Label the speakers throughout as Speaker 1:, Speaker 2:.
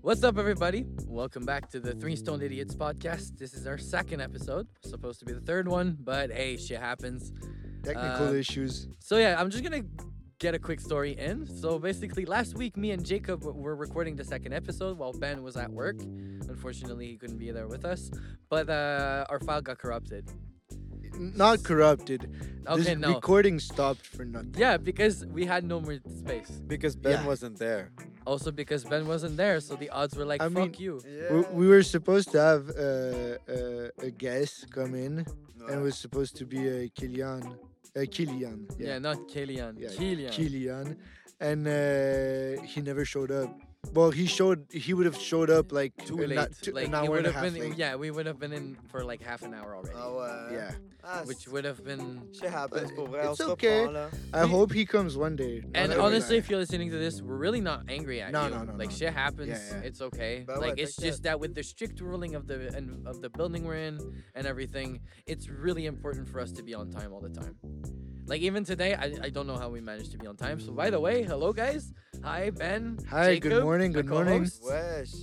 Speaker 1: What's up, everybody? Welcome back to the Three Stoned Idiots podcast. This is our second episode, supposed to be the third one, but hey, shit happens.
Speaker 2: Technical
Speaker 1: Uh,
Speaker 2: issues.
Speaker 1: So yeah, I'm just gonna get a quick story in. So basically, last week me and Jacob w- were recording the second episode while Ben was at work. Unfortunately, he couldn't be there with us, but uh, our file got corrupted.
Speaker 2: Not corrupted.
Speaker 1: Okay,
Speaker 2: this
Speaker 1: no.
Speaker 2: recording stopped for nothing.
Speaker 1: yeah, because we had no more space.
Speaker 3: Because Ben
Speaker 2: Yeah.
Speaker 3: wasn't there.
Speaker 1: Also because Ben wasn't there, so the odds were like,
Speaker 2: I
Speaker 1: fuck
Speaker 2: mean-
Speaker 1: you.
Speaker 2: We, we were supposed to have uh, uh, a guest come in, and it was supposed to be a Kilian. A Kilian.
Speaker 1: Yeah,
Speaker 2: Yeah.
Speaker 1: not Killian.
Speaker 2: Yeah,
Speaker 1: Killian.
Speaker 2: Kilian. And uh, he never showed up. Well, he showed. He would have showed up like
Speaker 1: too
Speaker 2: an-
Speaker 1: late.
Speaker 2: two-
Speaker 1: like
Speaker 2: an
Speaker 1: it
Speaker 2: hour
Speaker 1: would
Speaker 2: and a
Speaker 1: have
Speaker 2: half Oh,
Speaker 1: been,
Speaker 2: late.
Speaker 1: yeah, we would have been in for like half an hour already,
Speaker 4: Ah
Speaker 3: hein?
Speaker 4: ouais.
Speaker 2: Yeah.
Speaker 4: Ah,
Speaker 1: which
Speaker 4: c'est-
Speaker 1: would have been.
Speaker 4: Shit happens,
Speaker 2: But
Speaker 4: pour vrai,
Speaker 2: it's
Speaker 4: on se
Speaker 2: okay.
Speaker 4: reprend, là.
Speaker 2: I
Speaker 1: We-
Speaker 2: hope he comes one day. not
Speaker 1: And
Speaker 2: every
Speaker 1: honestly,
Speaker 2: night.
Speaker 1: if you're listening to this, we're really not angry at
Speaker 2: No,
Speaker 1: you.
Speaker 2: no, no,
Speaker 1: Like
Speaker 2: no.
Speaker 1: shit happens.
Speaker 2: yeah.
Speaker 1: It's okay.
Speaker 4: Bah ouais,
Speaker 1: like it's
Speaker 4: t'inquiète.
Speaker 1: just that with the strict ruling of the and of the building we're in and everything, it's really important for us to be on time all the time. Like even today, I, I don't know how we managed to be on time. So by the way, hello guys. Hi Ben.
Speaker 2: Hi, good
Speaker 1: Jacob,
Speaker 2: morning,
Speaker 1: my
Speaker 2: good morning.
Speaker 1: co-hosts.
Speaker 4: Wesh.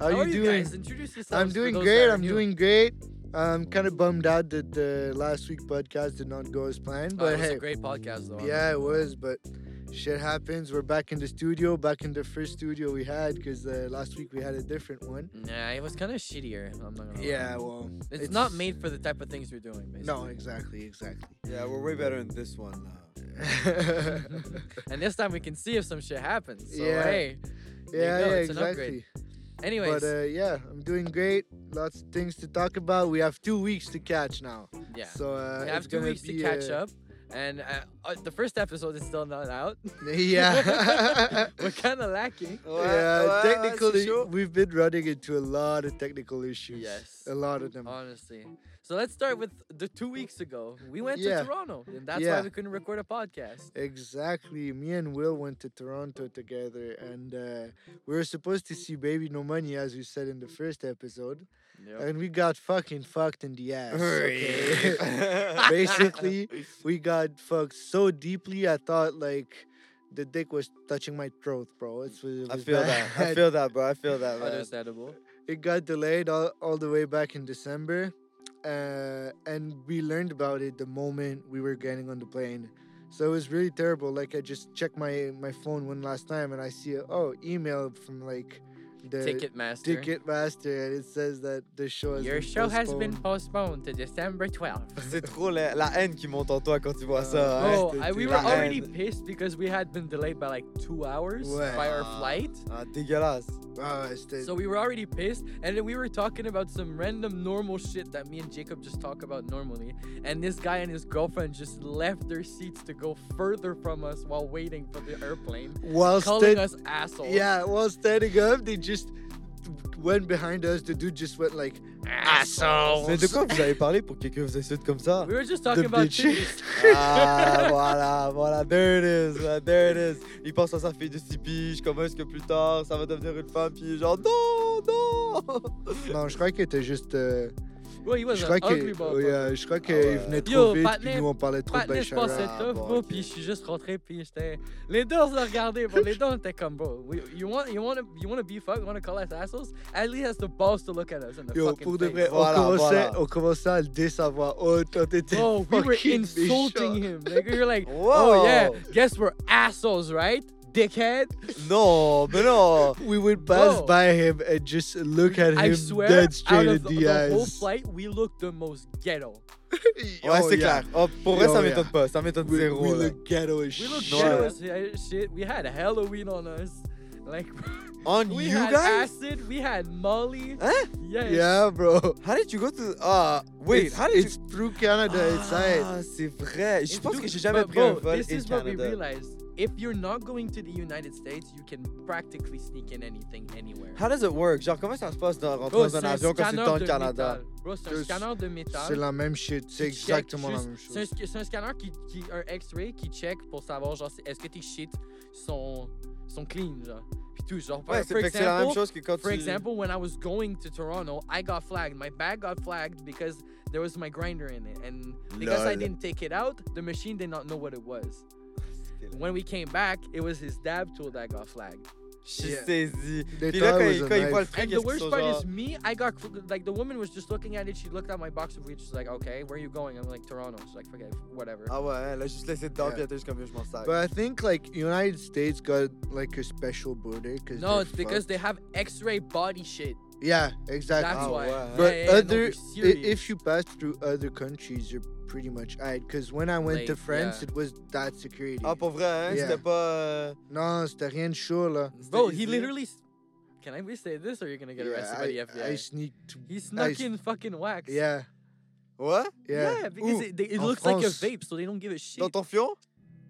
Speaker 2: how, you doing?
Speaker 1: guys? Introduce yourselves.
Speaker 2: I'm
Speaker 1: for
Speaker 2: doing
Speaker 1: those
Speaker 2: great.
Speaker 1: that are
Speaker 2: I'm
Speaker 1: new.
Speaker 2: doing great. I'm kind of bummed out that the last week podcast did not go as planned,
Speaker 1: Oh, it
Speaker 2: but
Speaker 1: was a
Speaker 2: hey,
Speaker 1: great podcast though. I'm
Speaker 2: yeah, it was. But shit happens. We're back in the studio, back in the first studio we had, because uh, last week we had a different one.
Speaker 1: Nah, it was kind of shittier. I'm not gonna lie.
Speaker 2: Yeah, well,
Speaker 1: it's, not
Speaker 2: it's-
Speaker 1: made for the type of things we're doing. Basically.
Speaker 2: no, exactly, exactly.
Speaker 3: Yeah, we're way better in this one. Uh,
Speaker 1: and this time we can see if some shit happens. So,
Speaker 2: Yeah.
Speaker 1: hey.
Speaker 2: yeah,
Speaker 1: there you
Speaker 2: yeah,
Speaker 1: go, it's an upgrade.
Speaker 2: exactly.
Speaker 1: Anyways,
Speaker 2: But uh, yeah, I'm doing great. Lots of things to talk about. We have two weeks to catch now.
Speaker 1: yeah,
Speaker 2: So uh,
Speaker 1: we have
Speaker 2: it's
Speaker 1: two
Speaker 2: gonna
Speaker 1: weeks to
Speaker 2: be,
Speaker 1: catch
Speaker 2: uh,
Speaker 1: up, and uh, uh, the first episode is still not out.
Speaker 2: Yeah.
Speaker 1: we're kind of lacking.
Speaker 4: Ouais,
Speaker 2: yeah,
Speaker 4: ouais,
Speaker 2: technical.
Speaker 4: ouais, c'est
Speaker 2: i-
Speaker 4: chaud.
Speaker 2: we've been running into a lot of technical issues.
Speaker 1: Yes.
Speaker 2: a lot of them.
Speaker 1: Honestly, so let's start with the two weeks ago. We went
Speaker 2: Yeah.
Speaker 1: to Toronto, and that's why
Speaker 2: Yeah.
Speaker 1: we couldn't record a podcast.
Speaker 2: Exactly. Me and Will went to Toronto together, and uh, we were supposed to see Baby No Money, as we said in the first episode, and we got fucking fucked in the ass. okay? Basically, we got fucked so deeply. I thought like the dick was touching my throat, bro. It's, it
Speaker 3: I
Speaker 2: was
Speaker 3: feel that. I
Speaker 2: bad.
Speaker 3: feel that, bro. I feel that. Man.
Speaker 1: Understandable.
Speaker 2: it got delayed all, all the way back in December. Uh, and we learned about it the moment we were getting on the plane. So it was really terrible. Like I just checked my, my phone one last time and I see oh email from like the
Speaker 1: Ticketmaster.
Speaker 2: Ticketmaster and it says that the show has
Speaker 1: Your
Speaker 2: been
Speaker 1: show has been
Speaker 2: postponed.
Speaker 1: postponed to December 12th.
Speaker 3: C'est trop la, la haine qui monte en toi quand tu vois
Speaker 2: Euh,
Speaker 3: ça. hein.
Speaker 1: Oh,
Speaker 2: Arrested
Speaker 1: I, we
Speaker 2: too.
Speaker 1: were
Speaker 3: Like,
Speaker 1: already
Speaker 3: and-
Speaker 1: pissed because we had been delayed by like two hours
Speaker 2: Ouais.
Speaker 1: by our
Speaker 3: Ah.
Speaker 1: flight.
Speaker 3: Ah, dégueulasse.
Speaker 2: Oh, it's the-
Speaker 1: So we were already pissed, and then we were talking about some random normal shit that me and Jacob just talk about normally. And this guy and his girlfriend just left their seats to go further from us while waiting for the airplane,
Speaker 2: whilst
Speaker 1: calling
Speaker 2: it-
Speaker 1: us assholes.
Speaker 2: yeah, while standing up, they just went behind us. The dude just went like
Speaker 1: Oh,
Speaker 2: assholes.
Speaker 3: Mais de quoi vous avez parlé pour que quelqu'un vous insulte comme ça
Speaker 1: we were just talking about
Speaker 2: bitch.
Speaker 1: titties.
Speaker 3: Ah, voilà, voilà. There it is, voilà, there it is. Il pense à sa fille de 6 piges. Comment est-ce que plus tard ça va devenir une femme? Puis genre, non, non.
Speaker 2: Non, je crois qu'il était juste. euh,
Speaker 1: Well, he was
Speaker 2: Je
Speaker 1: an
Speaker 2: crois que,
Speaker 1: ugly
Speaker 2: oh,
Speaker 1: motherfucker.
Speaker 2: yeah, je crois qu'il
Speaker 3: ouais.
Speaker 2: venait trop
Speaker 1: Yo,
Speaker 2: vite,
Speaker 1: Patnais-
Speaker 2: puis nous on parlait trop de
Speaker 1: Partner, je
Speaker 2: Bachara.
Speaker 1: pensais
Speaker 3: Ah,
Speaker 1: tough,
Speaker 3: bon,
Speaker 1: bro,
Speaker 3: ok.
Speaker 1: puis je suis juste rentré, puis j'étais... Les deux, on se regardait, bro. Les deux, on était comme, bro, we- you want, you want, to, you want to be fucked, you want to call us assholes? At least has the balls to look at us in the
Speaker 2: Yo,
Speaker 1: fucking
Speaker 2: pour de
Speaker 1: face.
Speaker 2: vrai,
Speaker 3: Voilà,
Speaker 2: on, commençait,
Speaker 3: voilà.
Speaker 2: on commençait à le décevoir. Oh, toi t'étais
Speaker 1: Bro, we were
Speaker 2: fucking
Speaker 1: insulting
Speaker 2: méchant.
Speaker 1: him. Like, we were like,
Speaker 3: Wow.
Speaker 1: oh, yeah, guess we're assholes, right? Dickhead.
Speaker 3: Non, mais non.
Speaker 2: We would pass
Speaker 1: Bro.
Speaker 2: by him and just look at him
Speaker 1: I swear,
Speaker 2: dead
Speaker 1: out
Speaker 2: straight in
Speaker 1: of the,
Speaker 2: the,
Speaker 1: the
Speaker 2: eyes.
Speaker 1: whole flight, we looked the most ghetto.
Speaker 2: Oh,
Speaker 3: Ouais, c'est
Speaker 2: yeah.
Speaker 3: clair. Oh, pour vrai,
Speaker 2: Yo,
Speaker 3: ça
Speaker 2: yeah.
Speaker 3: m'étonne pas. Ça m'étonne
Speaker 2: We,
Speaker 3: zéro.
Speaker 2: we
Speaker 3: là.
Speaker 2: look ghetto as
Speaker 1: We looked
Speaker 2: shit.
Speaker 1: ghetto as he- shit. We had Halloween on us. Like,
Speaker 3: On
Speaker 1: we
Speaker 3: you
Speaker 1: had
Speaker 3: guys?
Speaker 1: acid, we had molly.
Speaker 3: Hein?
Speaker 1: Yes.
Speaker 2: Yeah, bro.
Speaker 3: How did you go to. Ah, wait,
Speaker 2: it's,
Speaker 3: how did you.
Speaker 2: it's through Canada, it's
Speaker 3: Ah,
Speaker 2: right.
Speaker 3: c'est vrai. Je
Speaker 1: It's
Speaker 3: pense
Speaker 1: do-
Speaker 3: que j'ai jamais
Speaker 1: but
Speaker 3: pris
Speaker 1: bro,
Speaker 3: un vol
Speaker 1: This
Speaker 3: in
Speaker 1: is what we
Speaker 3: Canada.
Speaker 1: realized. If you're not going to the United States, you can practically sneak in anything anywhere.
Speaker 3: How does it work? Genre, comment ça se passe de rentrer
Speaker 1: Bro,
Speaker 3: dans un
Speaker 1: c'est un
Speaker 3: avion quand tu
Speaker 1: scanner
Speaker 3: dans
Speaker 1: de
Speaker 3: le Canada?
Speaker 1: métal. Bro, c'est un
Speaker 2: Juste-
Speaker 1: scanner de métal.
Speaker 2: C'est la même shit, c'est
Speaker 1: qui check
Speaker 2: exactement la
Speaker 1: juste-
Speaker 2: même
Speaker 1: C'est un,
Speaker 2: chose.
Speaker 1: sc- c'est un scanner qui, qui un X-ray qui check pour savoir genre c'est- est-ce que tes shit sont sont clean genre. Puis tout genre. par-
Speaker 3: Ouais, c'est
Speaker 1: for
Speaker 3: fait que c'est la même
Speaker 1: example,
Speaker 3: chose que quand
Speaker 1: for
Speaker 3: tu.
Speaker 1: example, when I was going to Toronto, I got flagged. My bag got flagged because there was my grinder in it, and because I
Speaker 3: Lol.
Speaker 1: didn't take it out, the machine did not know what it was. When we came back, it was his dab tool that got flagged.
Speaker 3: Je suis
Speaker 2: Yeah.
Speaker 3: saisi.
Speaker 2: They
Speaker 3: Puis là,
Speaker 2: thought
Speaker 3: quand,
Speaker 2: it
Speaker 3: il-
Speaker 2: was a
Speaker 3: quand il voit le
Speaker 2: knife.
Speaker 3: truc,
Speaker 1: And
Speaker 3: est-ce
Speaker 1: the
Speaker 3: qu'ils
Speaker 1: worst
Speaker 3: sont
Speaker 1: part
Speaker 3: genre-
Speaker 1: is me. I got cr- like the woman was just looking at it. She looked at my box of weed. She's like, "Okay, where are you going?" I'm like, "Toronto." She's like, "Forget, it, whatever."
Speaker 2: Oh,
Speaker 3: Ah ouais, elle a juste laissé dedans,
Speaker 2: Yeah.
Speaker 3: puis elle était juste comme, Yo, je m'en sers.
Speaker 2: But I think like United States got like a special border because
Speaker 1: no, it's because they have X-ray body shit.
Speaker 2: yeah exactly.
Speaker 1: That's
Speaker 3: Ah,
Speaker 1: why.
Speaker 3: ouais.
Speaker 1: Yeah,
Speaker 2: Oh, But
Speaker 1: yeah, yeah, no,
Speaker 2: other-
Speaker 1: you're
Speaker 2: I-
Speaker 1: serious.
Speaker 2: if you pass through other countries, you're pretty much alright. Because when I went to
Speaker 1: Like,
Speaker 2: France,
Speaker 1: yeah.
Speaker 2: it was that security.
Speaker 3: Ah, pour vrai, hein?
Speaker 2: Yeah.
Speaker 3: C'était pas. euh,
Speaker 2: Non, c'était rien de chaud là.
Speaker 3: c'était
Speaker 1: Bro, he
Speaker 3: easy.
Speaker 1: literally. s- Can I be say this, or you're gonna get arrested by the
Speaker 2: Yeah, I, I
Speaker 1: FBI?
Speaker 2: sneaked.
Speaker 1: he snuck
Speaker 2: s-
Speaker 1: in fucking wax.
Speaker 2: Yeah,
Speaker 3: Ouais?
Speaker 2: yeah.
Speaker 1: Yeah, because
Speaker 2: Ooh,
Speaker 1: it, they, it
Speaker 2: en
Speaker 1: looks like a
Speaker 2: France.
Speaker 1: vape, so they don't give a shit.
Speaker 3: Dans ton fion?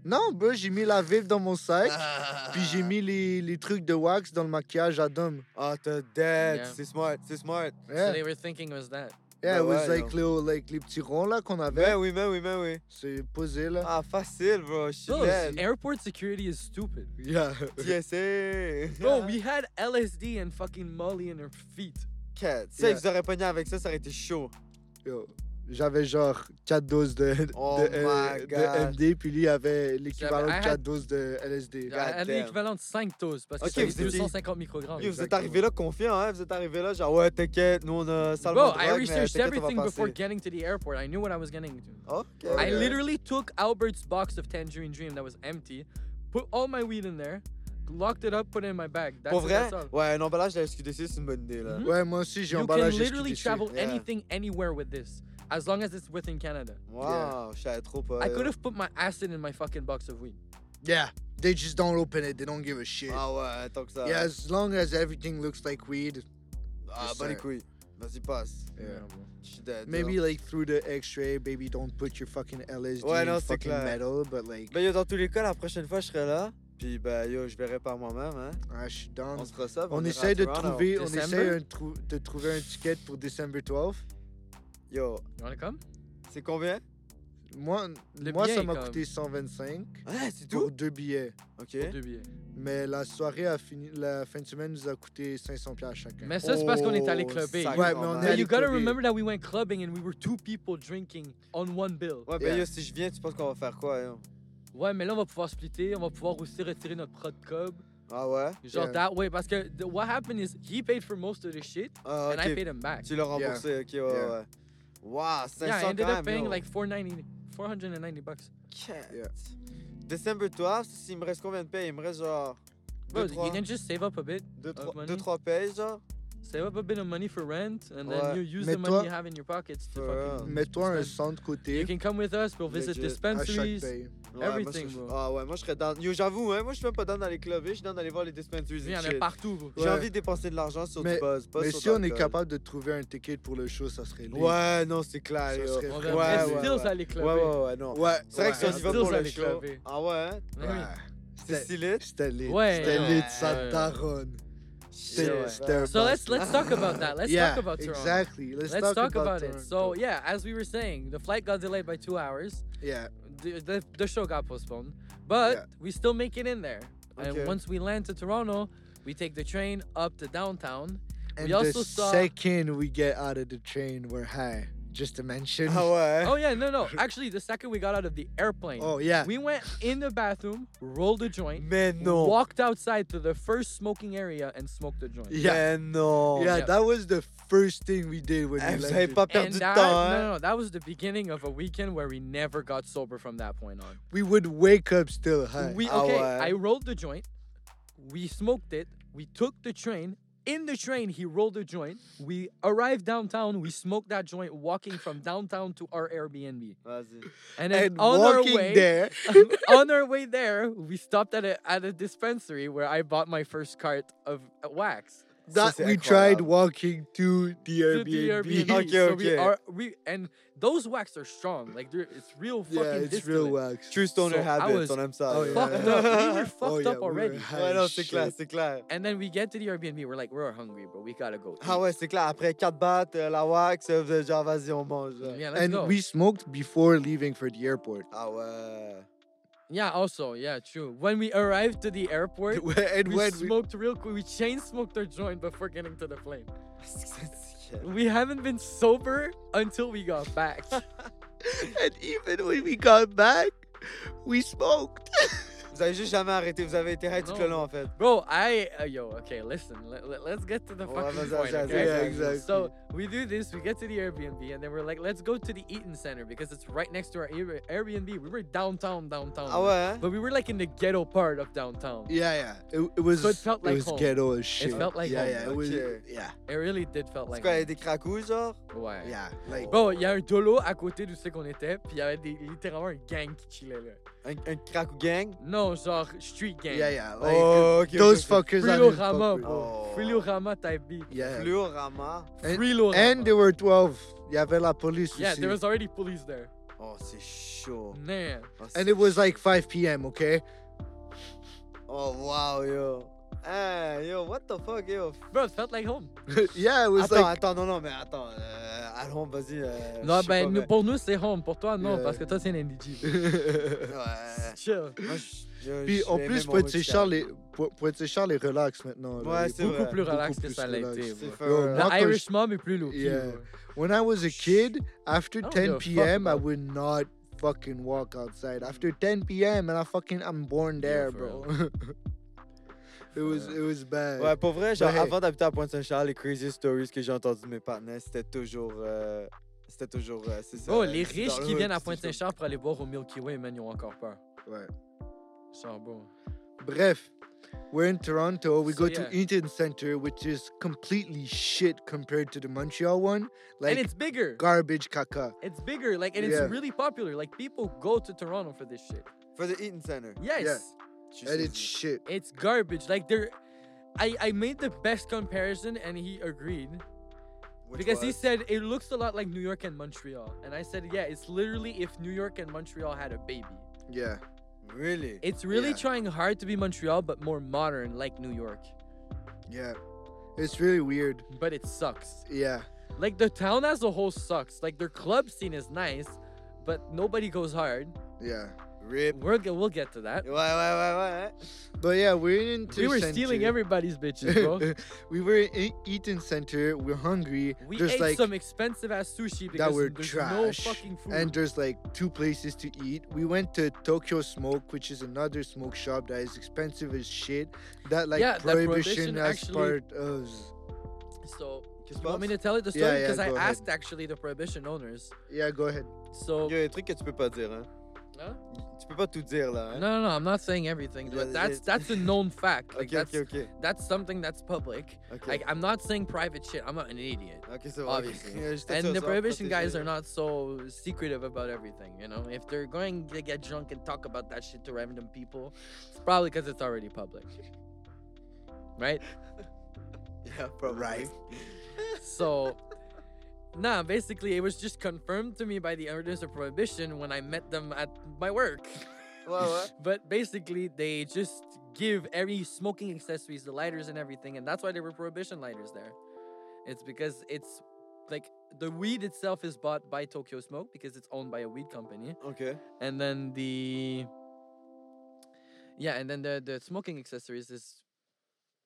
Speaker 2: Non, bro, j'ai mis la vape dans mon sac.
Speaker 3: Ah.
Speaker 2: Puis j'ai mis les, les trucs de wax dans le maquillage à Dom.
Speaker 3: Ah, t'es dead.
Speaker 1: Yeah.
Speaker 3: C'est smart, c'est smart.
Speaker 1: So
Speaker 2: Yeah,
Speaker 1: they were thinking it was that.
Speaker 2: yeah,
Speaker 3: Bah
Speaker 2: it was
Speaker 3: ouais,
Speaker 2: like, les, like les petits ronds là
Speaker 1: Ah,
Speaker 2: qu'on avait.
Speaker 3: Ben oui, ben oui, ben oui.
Speaker 2: C'est posé là.
Speaker 3: Ah, facile, bro. Je suis
Speaker 1: Bro,
Speaker 3: dead.
Speaker 1: airport security is stupid.
Speaker 2: Yeah.
Speaker 3: Ah. TSA.
Speaker 1: Bro, we had LSD and fucking Molly in her feet.
Speaker 3: Cat. Ça,
Speaker 2: Yeah.
Speaker 3: ils auraient pogné avec ça, ça aurait été chaud.
Speaker 2: Yo, J'avais genre 4 doses de, de,
Speaker 3: Oh
Speaker 2: euh,
Speaker 3: my
Speaker 2: de
Speaker 3: God.
Speaker 2: MD, puis lui il avait l'équivalent de
Speaker 1: J'avais- I
Speaker 2: 4
Speaker 1: had-
Speaker 2: doses de LSD.
Speaker 1: Yeah, Elle est
Speaker 3: damn.
Speaker 1: équivalente 5 doses parce que
Speaker 3: Ok,
Speaker 1: c'est
Speaker 3: vous étiez-
Speaker 1: 250 microgrammes.
Speaker 3: Yo, vous êtes
Speaker 2: Exactement.
Speaker 3: arrivés là confiants, hein? Vous êtes arrivés là, genre, ouais, t'inquiète, nous on a salement
Speaker 1: Bro,
Speaker 3: de
Speaker 1: I
Speaker 3: drogue, mais
Speaker 1: researched
Speaker 3: t'inquiète, on
Speaker 1: everything
Speaker 3: va
Speaker 1: before
Speaker 3: passer.
Speaker 1: getting to the airport. I knew what I was getting into.
Speaker 3: Ok.
Speaker 2: Oh,
Speaker 1: I
Speaker 2: yeah.
Speaker 1: literally took Albert's box of Tangerine Dream that was empty, put all my weed in there, locked it up, put it in my bag. That's
Speaker 3: Pour
Speaker 1: it,
Speaker 3: vrai,
Speaker 1: that's all.
Speaker 3: ouais, un emballage de la SQDC, c'est une bonne idée, là.
Speaker 1: Mhm.
Speaker 2: Mm-hmm. Ouais, moi aussi j'ai
Speaker 1: You can
Speaker 2: emballagé. ce
Speaker 1: literally
Speaker 2: qu'il
Speaker 1: travel
Speaker 3: Yeah.
Speaker 1: anything anywhere with this, as long as it's within Canada.
Speaker 3: Wow, je savais trop pas.
Speaker 1: I
Speaker 3: là.
Speaker 1: could have put my acid in my fucking box of weed.
Speaker 2: déchire. Yeah. They just don't open it, they don't give a shit.
Speaker 3: Ah ouais, tant que ça.
Speaker 2: Yeah, as long as everything looks like weed.
Speaker 3: Ah,
Speaker 2: C'est
Speaker 3: bah les
Speaker 2: ça.
Speaker 3: couilles. Vas-y, passe.
Speaker 2: Yeah.
Speaker 3: Je suis dead.
Speaker 2: Maybe like through the x-ray, baby, don't put your fucking LSD
Speaker 3: Ouais,
Speaker 2: in
Speaker 3: non, c'est
Speaker 2: fucking
Speaker 3: clair.
Speaker 2: metal, but like,
Speaker 3: Ben yo, dans tous les cas, la prochaine fois, je serai là. Puis ben yo, je verrai par moi-même, hein.
Speaker 2: ah, je suis down.
Speaker 3: On se reçoit. puis
Speaker 2: On
Speaker 3: ira
Speaker 2: essaye
Speaker 3: à
Speaker 2: de
Speaker 3: Toronto.
Speaker 2: trouver, on
Speaker 1: December?
Speaker 2: essaye un trou- de trouver un ticket pour December 12th.
Speaker 3: Yo,
Speaker 1: You wanna come?
Speaker 3: c'est combien
Speaker 2: Moi,
Speaker 1: Le
Speaker 2: moi
Speaker 1: billet
Speaker 2: ça
Speaker 1: est
Speaker 2: m'a
Speaker 1: comme-
Speaker 2: coûté 125
Speaker 3: Ah, c'est
Speaker 2: pour
Speaker 3: tout
Speaker 2: deux billets.
Speaker 3: Ok.
Speaker 1: Deux billets.
Speaker 2: Mais la soirée a fini, la fin de semaine nous a coûté 500 pièces chacun.
Speaker 1: Mais ça, c'est parce qu'on est allé
Speaker 3: Oh,
Speaker 1: clubber.
Speaker 3: sacré
Speaker 2: Ouais, mais on
Speaker 3: normal.
Speaker 2: est
Speaker 1: But
Speaker 2: allé-
Speaker 1: you gotta
Speaker 2: clubber.
Speaker 1: remember that we went clubbing and we were two people drinking on one bill.
Speaker 3: Ouais, ben
Speaker 2: Yeah.
Speaker 3: yo, si je viens, tu penses qu'on va faire quoi, yo
Speaker 1: Ouais, mais là, on va pouvoir splitter, on va pouvoir aussi retirer notre prod cob.
Speaker 3: Ah ouais
Speaker 1: Genre,
Speaker 2: Yeah.
Speaker 1: that way, parce que the- what happened is he paid for most of the shit
Speaker 3: Ah,
Speaker 1: and I
Speaker 3: ok.
Speaker 1: paid him back.
Speaker 3: Tu l'as remboursé, ok, ouais, ouais,
Speaker 2: Yeah.
Speaker 3: ouais. Wow, 500
Speaker 1: Yeah, I ended
Speaker 3: quand
Speaker 1: up
Speaker 3: même,
Speaker 1: paying
Speaker 3: yo.
Speaker 1: like 490, 490 bucks.
Speaker 3: Cat.
Speaker 2: Yeah.
Speaker 3: December 12, s'il me reste combien de payes Il me reste genre.
Speaker 1: Bro,
Speaker 3: 2-3
Speaker 1: you can just save up a bit. of money.
Speaker 3: payes, genre.
Speaker 1: Save up a bit of money for rent and then
Speaker 3: Ouais.
Speaker 1: you use
Speaker 2: Mais
Speaker 1: the money
Speaker 2: toi-
Speaker 1: you have in your pockets to
Speaker 3: For
Speaker 1: fucking.
Speaker 3: real.
Speaker 2: Mets-toi un
Speaker 1: Semaine.
Speaker 2: cent de
Speaker 1: You
Speaker 2: côté
Speaker 1: can come with us, we'll visit
Speaker 3: Legit.
Speaker 2: à chaque
Speaker 1: dispensaries.
Speaker 2: paye.
Speaker 3: Ouais, moi,
Speaker 1: Everything,
Speaker 3: je-
Speaker 1: bro.
Speaker 3: Ah ouais, moi je serais down. Yo, j'avoue, hein, moi je suis même pas down d'aller clubber, je suis down d'aller voir les dispensaries.
Speaker 1: Il
Speaker 3: et
Speaker 1: y en a
Speaker 3: shit.
Speaker 1: partout, bro.
Speaker 3: J'ai
Speaker 2: Ouais.
Speaker 3: envie de dépenser de l'argent sur
Speaker 2: Mais-
Speaker 3: du buzz, pas
Speaker 2: Mais
Speaker 3: sur
Speaker 2: si on est
Speaker 3: l'alcool.
Speaker 2: capable de trouver un ticket pour le show, ça serait lit.
Speaker 3: Ouais, non, c'est clair.
Speaker 2: Ça
Speaker 3: yo.
Speaker 2: serait
Speaker 1: On
Speaker 2: Ouais,
Speaker 1: devrait
Speaker 2: ouais,
Speaker 1: still
Speaker 3: ouais.
Speaker 1: aller
Speaker 3: Ouais,
Speaker 1: clubber.
Speaker 3: ouais, ouais, non.
Speaker 2: Ouais.
Speaker 3: C'est vrai que si on
Speaker 1: Ouais.
Speaker 3: y va
Speaker 1: Stills
Speaker 3: pour le
Speaker 1: aller
Speaker 3: show.
Speaker 1: clubber.
Speaker 3: Ah ouais, hein?
Speaker 1: Ouais.
Speaker 2: Ouais.
Speaker 3: c'est si lit.
Speaker 2: C'était lit.
Speaker 1: Ouais.
Speaker 2: C'était lit,
Speaker 1: Ouais.
Speaker 2: ça taronne.
Speaker 3: Yeah,
Speaker 2: C'était
Speaker 3: ouais.
Speaker 2: c'était un
Speaker 1: So let's
Speaker 2: bust.
Speaker 1: let's talk about that. Let's
Speaker 2: yeah,
Speaker 1: talk about Toronto.
Speaker 2: Exactly. Let's,
Speaker 1: Let's, talk, about, it. So
Speaker 2: Toronto.
Speaker 1: yeah, as we were saying, the flight got delayed by two hours.
Speaker 2: yeah.
Speaker 1: The, the, the show got postponed, but
Speaker 2: Yeah.
Speaker 1: we still make it in there.
Speaker 3: Okay.
Speaker 1: And once we land to Toronto, we take the train up to downtown.
Speaker 2: And
Speaker 1: We
Speaker 2: the
Speaker 1: also saw-
Speaker 2: second we get out of the train, we're high. Just to mention.
Speaker 3: Ah ouais.
Speaker 1: Oh yeah, no no. Actually, the second we got out of the airplane,
Speaker 2: Oh, yeah.
Speaker 1: we went in the bathroom, rolled a joint,
Speaker 3: Mais non.
Speaker 1: walked outside to the first smoking area, and smoked a joint.
Speaker 2: Yeah.
Speaker 3: Mais non.
Speaker 2: Yeah,
Speaker 1: Yeah.
Speaker 2: that was the first thing we did when
Speaker 3: Eh,
Speaker 2: we
Speaker 3: Vous avez
Speaker 2: landed.
Speaker 3: pas
Speaker 1: And
Speaker 3: perdu de
Speaker 1: that,
Speaker 3: temps,
Speaker 1: no,
Speaker 3: hein?
Speaker 1: no, no, that was the beginning of a weekend where we never got sober from that point on.
Speaker 2: We would wake up still high.
Speaker 1: We
Speaker 3: Ah
Speaker 1: okay.
Speaker 2: uh,
Speaker 3: ouais.
Speaker 1: I rolled the joint. We smoked it. We took the train. In the train, he rolled the joint. We arrived downtown. We smoked that joint, walking from downtown to our Airbnb.
Speaker 3: Vas-y.
Speaker 1: And then
Speaker 2: and
Speaker 1: on our
Speaker 2: walking
Speaker 1: way,
Speaker 2: there,
Speaker 1: on our way there, we stopped at a at a dispensary where I bought my first cart of wax.
Speaker 3: Ça,
Speaker 2: that
Speaker 3: c'est
Speaker 2: we
Speaker 3: incroyable.
Speaker 2: tried walking to the
Speaker 1: To
Speaker 2: Airbnb.
Speaker 1: the Airbnb.
Speaker 3: Okay,
Speaker 1: so we
Speaker 3: okay.
Speaker 1: are we and those wax are strong. Like they're, it's real fucking.
Speaker 2: Yeah, it's real
Speaker 1: distillate.
Speaker 2: wax.
Speaker 3: True stoner
Speaker 1: So, I
Speaker 3: habits,
Speaker 1: was
Speaker 3: on aime ça.
Speaker 2: Oh,
Speaker 3: yo.
Speaker 2: yeah.
Speaker 1: Fucked up. We were fucked
Speaker 2: Oh, yeah,
Speaker 1: up
Speaker 2: we were
Speaker 1: already.
Speaker 2: high
Speaker 3: Ouais, non,
Speaker 2: as
Speaker 3: c'est
Speaker 2: shit.
Speaker 3: clair, c'est clair.
Speaker 1: And then we get to the Airbnb. We're like, we're hungry, bro. We gotta go.
Speaker 3: Ah ouais, c'est clair. Après 4 battes, euh, la wax, euh, vous êtes genre, vas-y, on mange.
Speaker 1: eat.
Speaker 3: là.
Speaker 1: Yeah, let's
Speaker 2: e- And
Speaker 1: go.
Speaker 2: we smoked before leaving for the airport.
Speaker 3: Ah ouais.
Speaker 1: Yeah, also, yeah, true. When we arrived to the airport,
Speaker 2: and
Speaker 1: we
Speaker 2: when we,
Speaker 1: smoked real quick. We chain smoked our joint before getting to the plane.
Speaker 3: C'est que c'est-
Speaker 1: We haven't been sober until we got back.
Speaker 2: and even when we got back, we smoked.
Speaker 3: Vous avez juste jamais arrêté. Vous avez été high tout
Speaker 1: Non.
Speaker 3: le long, en fait.
Speaker 1: Bro, I uh, yo, okay, listen. Let, let, us get to the
Speaker 3: Oh,
Speaker 1: fucking
Speaker 3: that's-
Speaker 1: point.
Speaker 3: that's-
Speaker 1: okay?
Speaker 3: yeah,
Speaker 2: exactly.
Speaker 1: So we do this. We get to the Airbnb, and then we're like, let's go to the Eaton Center because it's right next to our Air- Airbnb. We were downtown, downtown.
Speaker 3: Ah ouais, hein?
Speaker 1: But we were like in the ghetto part of downtown.
Speaker 2: Yeah, yeah. It, it was.
Speaker 1: So it felt like
Speaker 2: it was
Speaker 1: home.
Speaker 2: ghetto as shit.
Speaker 1: felt like
Speaker 2: yeah,
Speaker 1: home.
Speaker 2: yeah. It was,
Speaker 3: Okay.
Speaker 2: yeah,
Speaker 1: It really did felt like.
Speaker 3: C'est quoi, il y a
Speaker 1: home.
Speaker 3: des cracous, genre?
Speaker 1: Ouais.
Speaker 2: yeah. Like
Speaker 1: Bro, il y a un dolo à côté d'où c'est qu'on était, puis il y avait des, littéralement un gang qui chillait là.
Speaker 3: Un, un cracou gang?
Speaker 1: Non, genre street gang.
Speaker 2: yeah, yeah. Like
Speaker 3: Oh, ok, ok,
Speaker 2: those
Speaker 3: ok.
Speaker 2: fuckers. I
Speaker 1: Frilo
Speaker 2: didn't fuck
Speaker 1: Rama,
Speaker 2: with.
Speaker 1: bro.
Speaker 3: Oh.
Speaker 1: Frilo Rama type beat.
Speaker 2: Yeah.
Speaker 3: Fluorama.
Speaker 2: And-
Speaker 1: Frilo Rama.
Speaker 2: And they were 12. Il y avait la police
Speaker 1: yeah,
Speaker 2: aussi.
Speaker 1: there was already police there.
Speaker 3: Oh, c'est chaud.
Speaker 1: Man.
Speaker 3: Oh, c'est
Speaker 2: And it was
Speaker 3: chaud.
Speaker 2: like 5 p.m., okay?
Speaker 3: Oh, wow, yo. Hey, yo, what the fuck, yo?
Speaker 1: Bro, it felt like home.
Speaker 2: yeah, it was
Speaker 3: Attends,
Speaker 2: like.
Speaker 3: attends, non, non, mais attends. Euh, allons, vas-y. euh,
Speaker 1: Non,
Speaker 3: je sais
Speaker 1: ben
Speaker 3: pas,
Speaker 1: nous-
Speaker 3: mais-
Speaker 1: pour nous c'est home, pour toi non,
Speaker 2: Yeah.
Speaker 1: parce que toi c'est un NDG.
Speaker 3: Ouais.
Speaker 1: Chill.
Speaker 3: Moi, je- je-
Speaker 2: Puis
Speaker 3: je
Speaker 2: en
Speaker 3: vais
Speaker 2: plus,
Speaker 3: même en
Speaker 2: Pointe-Saint-Charles est, Po- Pointe-Saint-Charles est relax maintenant. là.
Speaker 3: Ouais,
Speaker 2: Il est
Speaker 3: c'est
Speaker 2: beaucoup
Speaker 3: vrai.
Speaker 1: Plus
Speaker 2: beaucoup
Speaker 1: relax que
Speaker 2: plus
Speaker 1: ça l'a
Speaker 2: relax.
Speaker 1: été.
Speaker 3: C'est hein.
Speaker 1: bro.
Speaker 3: fair.
Speaker 2: Yo,
Speaker 1: The
Speaker 2: moi, quand je-
Speaker 1: Irish mom est plus lourd.
Speaker 2: Yeah. When I was a kid, after
Speaker 1: don't
Speaker 2: 10
Speaker 1: give a fuck
Speaker 2: p.m., I
Speaker 1: about-
Speaker 2: would not fucking walk outside. After 10 p.m., and I fucking I'm born
Speaker 1: Yeah,
Speaker 2: there,
Speaker 1: for
Speaker 2: bro. it was it was bad.
Speaker 3: Ouais, pour vrai, genre,
Speaker 2: Ouais.
Speaker 3: avant d'habiter à Pointe-Saint-Charles, les crazy stories que j'ai entendues de mes partenaires, c'était toujours. euh, c'était toujours. euh, c'est ça,
Speaker 1: Oh,
Speaker 3: euh,
Speaker 1: les
Speaker 3: c'est
Speaker 1: riches
Speaker 3: dans le
Speaker 1: qui
Speaker 3: hood,
Speaker 1: viennent à
Speaker 3: c'est chaud.
Speaker 1: Pointe-Saint-Charles pour aller boire au Milky Way, man, ils ont encore peur.
Speaker 2: Ouais.
Speaker 1: Genre, bro.
Speaker 2: Bref, we're in Toronto. We
Speaker 1: So,
Speaker 2: go
Speaker 1: yeah.
Speaker 2: to Eaton Center, which is completely shit compared to the Montreal one.
Speaker 1: and
Speaker 2: Like
Speaker 1: it's bigger.
Speaker 2: garbage, caca.
Speaker 1: It's bigger, like, and it's
Speaker 2: Yeah.
Speaker 1: really popular. Like, people go to Toronto for this shit.
Speaker 3: For the Eaton Center.
Speaker 1: Yes,
Speaker 2: And it's
Speaker 3: Jesus.
Speaker 2: shit.
Speaker 1: it's garbage. Like, they're. I, I made the best comparison and he agreed
Speaker 3: Which
Speaker 1: because he
Speaker 3: was-
Speaker 1: said it looks a lot like New York and Montreal. And I said, yeah, it's literally if New York and Montreal had a baby.
Speaker 2: Yeah.
Speaker 3: Really?
Speaker 1: It's really
Speaker 2: Yeah.
Speaker 1: trying hard to be Montreal, but more modern like New York.
Speaker 2: Yeah. It's really weird.
Speaker 1: But it sucks.
Speaker 2: Yeah.
Speaker 1: Like, the town as a whole sucks. Like, their club scene is nice, but nobody goes hard.
Speaker 2: Yeah.
Speaker 3: Rip.
Speaker 1: We're, g- we'll get to that.
Speaker 3: Ouais, ouais, ouais, ouais. hein.
Speaker 2: But yeah, we're in
Speaker 1: We were stealing everybody's bitches, bro.
Speaker 2: we were in Eaton Center. We're hungry.
Speaker 1: We
Speaker 2: there's
Speaker 1: ate
Speaker 2: like
Speaker 1: some expensive ass sushi because
Speaker 2: were
Speaker 1: there's
Speaker 2: trash
Speaker 1: no fucking food.
Speaker 2: and there's like two places to eat. We went to Tokyo Smoke, which is another smoke shop that is expensive as shit. That like
Speaker 1: Yeah, that
Speaker 2: prohibition
Speaker 1: prohibition
Speaker 2: as
Speaker 1: actually-
Speaker 2: part of
Speaker 1: so,
Speaker 3: Qu'est-ce
Speaker 1: you want me
Speaker 3: que
Speaker 1: to tell it the
Speaker 2: Yeah,
Speaker 1: story?
Speaker 2: yeah,
Speaker 1: Because
Speaker 2: go
Speaker 1: I
Speaker 2: ahead.
Speaker 1: asked actually the prohibition owners.
Speaker 2: yeah. Go ahead.
Speaker 1: So
Speaker 3: Il y a des trucs que tu peux pas dire, hein.
Speaker 1: Hein?
Speaker 3: Tu peux pas tout dire,
Speaker 1: no,
Speaker 3: là. Hein?
Speaker 1: no, no, I'm not saying everything,
Speaker 3: Yeah,
Speaker 1: but that's
Speaker 3: yeah.
Speaker 1: that's a known fact. Like
Speaker 3: ok,
Speaker 1: that's
Speaker 3: ok, ok.
Speaker 1: that's something that's public.
Speaker 3: Ok,
Speaker 1: Like I'm not saying private shit. I'm not an idiot.
Speaker 3: Ok, c'est bon.
Speaker 1: obviously. And the prohibition guys are not so secretive about everything, you know. If they're going to get drunk and talk about that shit to random people, it's probably because it's already public, right?
Speaker 3: Yeah, probably.
Speaker 2: Right.
Speaker 1: So, nah, basically, it was just confirmed to me by the owners of Prohibition when I met them at my work.
Speaker 3: Ouais, ouais.
Speaker 1: But basically, they just give every smoking accessories, the lighters and everything, and that's why there were Prohibition lighters there. It's because it's like the weed itself is bought by Tokyo Smoke because it's owned by a weed company,
Speaker 3: Ok.
Speaker 1: and then the yeah, and then the the smoking accessories is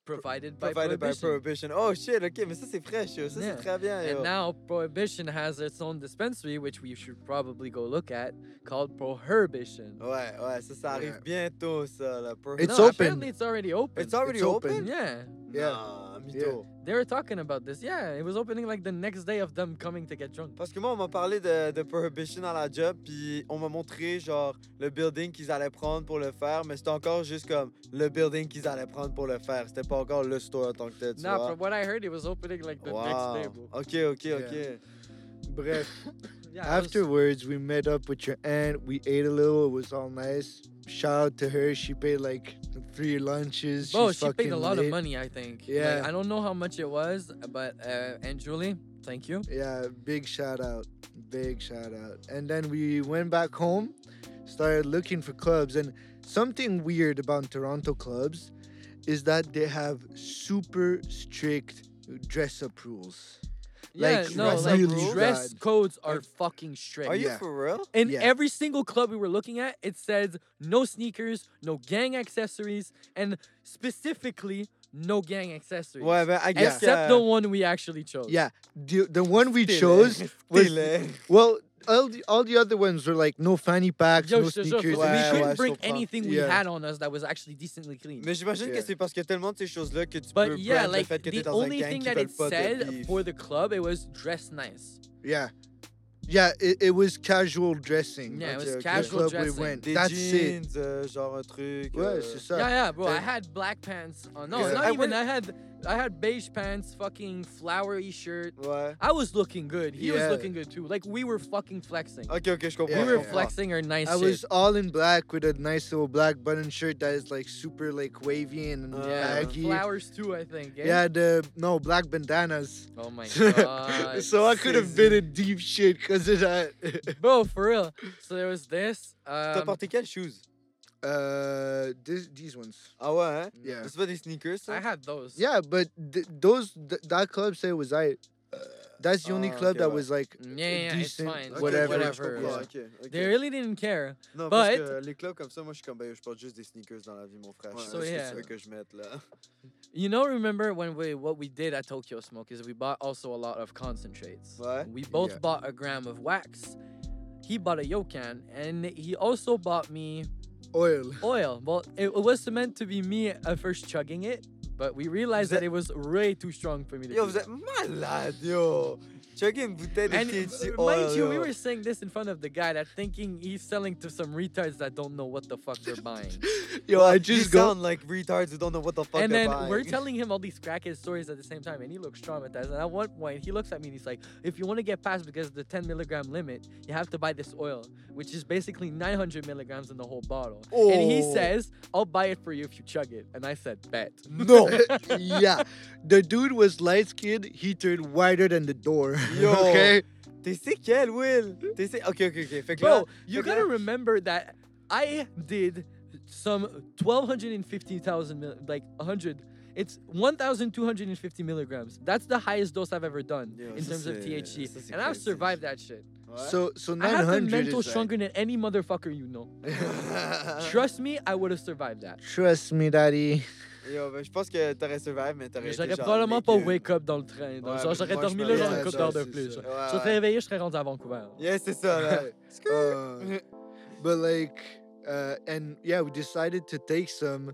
Speaker 1: provided by
Speaker 3: Provided by
Speaker 1: Prohibition.
Speaker 3: prohibition. Oh shit, ok, mais ça c'est fresh, yo. Ça
Speaker 1: Yeah.
Speaker 3: c'est très bien,
Speaker 1: And
Speaker 3: yo.
Speaker 1: now Prohibition has its own dispensary, which we should probably go look at, called Prohibition.
Speaker 3: Ouais, ouais, ça, ça arrive
Speaker 2: Yeah.
Speaker 3: bientôt, ça, la
Speaker 2: It's
Speaker 1: no,
Speaker 2: open.
Speaker 1: Apparently, it's already open.
Speaker 3: It's already
Speaker 2: It's open.
Speaker 3: open?
Speaker 1: yeah,
Speaker 2: Yeah.
Speaker 3: Nah, mytho.
Speaker 1: they were talking about this. Yeah, it was opening like the next day of them coming to get drunk.
Speaker 3: Parce que moi, on m'a parlé de, de Prohibition à la job, puis on m'a montré, genre, le building qu'ils allaient prendre pour le faire, mais c'était encore juste comme le building qu'ils allaient prendre pour le faire. C'était pas encore le store en tant que tel, tu
Speaker 1: Nah,
Speaker 3: vois.
Speaker 1: from what I heard, it was opening like the next day.
Speaker 3: Wow.
Speaker 1: bro.
Speaker 3: Ok, ok, ok.
Speaker 2: Yeah. Bref,
Speaker 1: Yeah, it was-
Speaker 2: afterwards we met up with your aunt. We ate a little. It was all nice. Shout out to her. She paid like three lunches.
Speaker 1: Bro,
Speaker 2: She's
Speaker 1: she paid a
Speaker 2: fucking
Speaker 1: lot of
Speaker 2: lit.
Speaker 1: money, I think. Like,
Speaker 2: Yeah.
Speaker 1: I don't know how much it was, but uh, and Julie, thank you.
Speaker 2: Yeah, big shout out. Big shout out. And then we went back home, started looking for clubs. And something weird about Toronto clubs is that they have super strict dress up rules. Like,
Speaker 1: yeah, no,
Speaker 3: dress
Speaker 1: like
Speaker 3: up rules?
Speaker 1: dress
Speaker 2: God.
Speaker 1: codes are
Speaker 3: Like,
Speaker 1: fucking strict.
Speaker 3: Are you
Speaker 2: Yeah.
Speaker 3: for real?
Speaker 1: In
Speaker 2: Yeah.
Speaker 1: every single club we were looking at, it says no sneakers, no gang accessories, and specifically no gang accessories.
Speaker 3: Ouais, ben, I guess.
Speaker 1: Except the one we actually chose.
Speaker 2: Yeah, the, the one we chose was well. All the, all the other ones were like no fanny packs,
Speaker 1: Yo,
Speaker 2: no
Speaker 1: je te jure, we
Speaker 2: sneakers.
Speaker 3: Ouais,
Speaker 2: and shit.
Speaker 1: couldn't
Speaker 3: ouais, je
Speaker 1: bring
Speaker 3: comprends.
Speaker 1: anything we
Speaker 2: Yeah.
Speaker 1: had on us that was actually decently clean.
Speaker 3: Mais j'imagine que
Speaker 2: Yeah.
Speaker 3: c'est parce qu'il y a tellement de ces choses-là que tu peux
Speaker 1: But yeah,
Speaker 3: brand le
Speaker 1: like
Speaker 3: fait que t'es
Speaker 1: the
Speaker 3: dans un
Speaker 1: only
Speaker 3: gang
Speaker 1: thing
Speaker 3: qui
Speaker 1: that
Speaker 3: veulent
Speaker 1: it
Speaker 3: pas de
Speaker 1: said
Speaker 3: beef.
Speaker 1: for the club, it was dress nice.
Speaker 2: Yeah. Yeah, it, it was casual dressing.
Speaker 1: Yeah, it
Speaker 2: at
Speaker 1: was
Speaker 2: the- the
Speaker 1: casual
Speaker 2: club
Speaker 1: dressing.
Speaker 2: We went.
Speaker 3: Des
Speaker 2: That's it.
Speaker 3: jeans, euh, genre un truc.
Speaker 2: Ouais,
Speaker 3: euh,
Speaker 2: c'est ça.
Speaker 1: yeah, yeah, bro. I
Speaker 3: then-
Speaker 1: had black pants. On. No,
Speaker 3: Yeah.
Speaker 1: not
Speaker 3: I
Speaker 1: even.
Speaker 3: wear-
Speaker 1: I had I had beige pants, fucking flowery shirt.
Speaker 3: Ouais.
Speaker 1: I was looking good. He
Speaker 2: Yeah.
Speaker 1: was looking good too. Like we were fucking flexing.
Speaker 3: Ok, ok, je comprends.
Speaker 2: Yeah,
Speaker 1: we
Speaker 3: je
Speaker 1: were
Speaker 2: yeah.
Speaker 3: comprends.
Speaker 1: flexing our nice
Speaker 2: I
Speaker 1: shit.
Speaker 2: was all in black with a nice little black button shirt that is like super like wavy and
Speaker 3: Uh,
Speaker 1: yeah,
Speaker 2: baggy.
Speaker 1: flowers too. I think. eh?
Speaker 2: Yeah, the no black bandanas.
Speaker 1: Oh my god.
Speaker 2: so I could have been in deep shit because of that.
Speaker 1: Bro, for real. So there was this.
Speaker 3: T'as
Speaker 1: Um,
Speaker 3: porté quelles shoes
Speaker 2: uh, this, these ones.
Speaker 3: Ah ouais, hein
Speaker 1: Mm,
Speaker 2: Yeah.
Speaker 3: C'est pas des sneakers, ça
Speaker 1: I had those.
Speaker 2: Yeah, but th- those th- that club said was I. That's the only
Speaker 3: Ah,
Speaker 2: club
Speaker 3: okay,
Speaker 2: that
Speaker 3: ouais.
Speaker 2: was like
Speaker 1: Mm, Oh, Yeah, yeah, it's
Speaker 2: decent,
Speaker 1: fine.
Speaker 3: Ok,
Speaker 2: whatever,
Speaker 3: ok,
Speaker 2: whatever,
Speaker 3: je comprends, ok, ok.
Speaker 1: They really didn't care.
Speaker 3: Non, parce
Speaker 1: But-
Speaker 3: que les clubs comme ça, moi, je suis comme, ben, je porte juste des sneakers dans la vie, mon frère.
Speaker 2: Ouais,
Speaker 3: c'est
Speaker 1: so
Speaker 3: c'est
Speaker 1: yeah.
Speaker 3: ça que je mette, là.
Speaker 1: You know, remember when we what we did at Tokyo Smoke is we bought also a lot of concentrates.
Speaker 3: Ouais.
Speaker 1: We both
Speaker 2: Yeah.
Speaker 1: bought a gram of wax. He bought a yokan, and he also bought me
Speaker 2: oil.
Speaker 1: oil. Well, it, it was meant to be me at first chugging it, but we realized
Speaker 3: Vous
Speaker 1: that it was way too strong for me to.
Speaker 3: Yo,
Speaker 1: do
Speaker 3: vous êtes malade, yo! Chugger une bouteille de
Speaker 1: And
Speaker 3: THC
Speaker 1: uh, mind
Speaker 3: oil,
Speaker 1: you,
Speaker 3: Oh, yo.
Speaker 1: we were saying this in front of the guy that thinking he's selling to some retards that don't know what the fuck they're buying.
Speaker 2: Yo, I
Speaker 3: You
Speaker 2: just go.
Speaker 3: sound like retards who don't know what the fuck
Speaker 1: and
Speaker 3: they're
Speaker 1: then we're
Speaker 3: buying.
Speaker 1: telling him all these crackhead stories at the same time, and he looks traumatized. And at one point, he looks at me and he's like, "If you want to get past because of the 10 milligram limit, you have to buy this oil, which is basically 900 milligrams in the whole bottle." And he
Speaker 3: Oh.
Speaker 1: says, "I'll buy it for you if you chug it." And I said, "Bet."
Speaker 3: No!
Speaker 2: yeah, the dude was light skinned. He turned whiter than the door.
Speaker 3: Yo.
Speaker 2: okay.
Speaker 3: T'es c'est quel, Will? T'es c'est... Ok, ok, ok. Fait que là,
Speaker 1: Bro, you
Speaker 3: look at
Speaker 1: gotta remember that I did some 1,250,000 mil- like 100. It's 1,250 milligrams. That's the highest dose I've ever done
Speaker 3: Yeah,
Speaker 1: in
Speaker 3: ça,
Speaker 1: terms of
Speaker 3: c'est-
Speaker 1: THC,
Speaker 3: ça, c'est
Speaker 1: and I've
Speaker 3: crazy.
Speaker 1: survived that shit.
Speaker 3: Ouais.
Speaker 2: So so
Speaker 1: I have the
Speaker 2: 900
Speaker 1: mental
Speaker 2: is like- Uh,
Speaker 1: stronger than any motherfucker you know. Trust me, I would have survived that.
Speaker 2: Trust me, daddy.
Speaker 3: Yo, ben, je pense que t'aurais survivé, mais t'aurais
Speaker 1: Mais
Speaker 3: été
Speaker 1: j'aurais
Speaker 3: genre
Speaker 1: probablement pas
Speaker 3: liquide.
Speaker 1: wake up dans le train. Donc,
Speaker 3: Ouais,
Speaker 1: genre,
Speaker 3: mais
Speaker 1: j'aurais
Speaker 3: moi,
Speaker 1: dormi là,
Speaker 3: je me-
Speaker 1: genre,
Speaker 2: Yeah,
Speaker 1: une couple
Speaker 2: ça,
Speaker 1: d'heures de
Speaker 2: c'est Euh,
Speaker 1: plus.
Speaker 2: ça.
Speaker 1: genre.
Speaker 3: Ouais,
Speaker 1: Je serais
Speaker 3: ouais.
Speaker 1: réveillé, je serais rendu à Vancouver.
Speaker 3: Yeah, c'est ça, là.
Speaker 2: Uh, but like, uh, and yeah, we decided to take some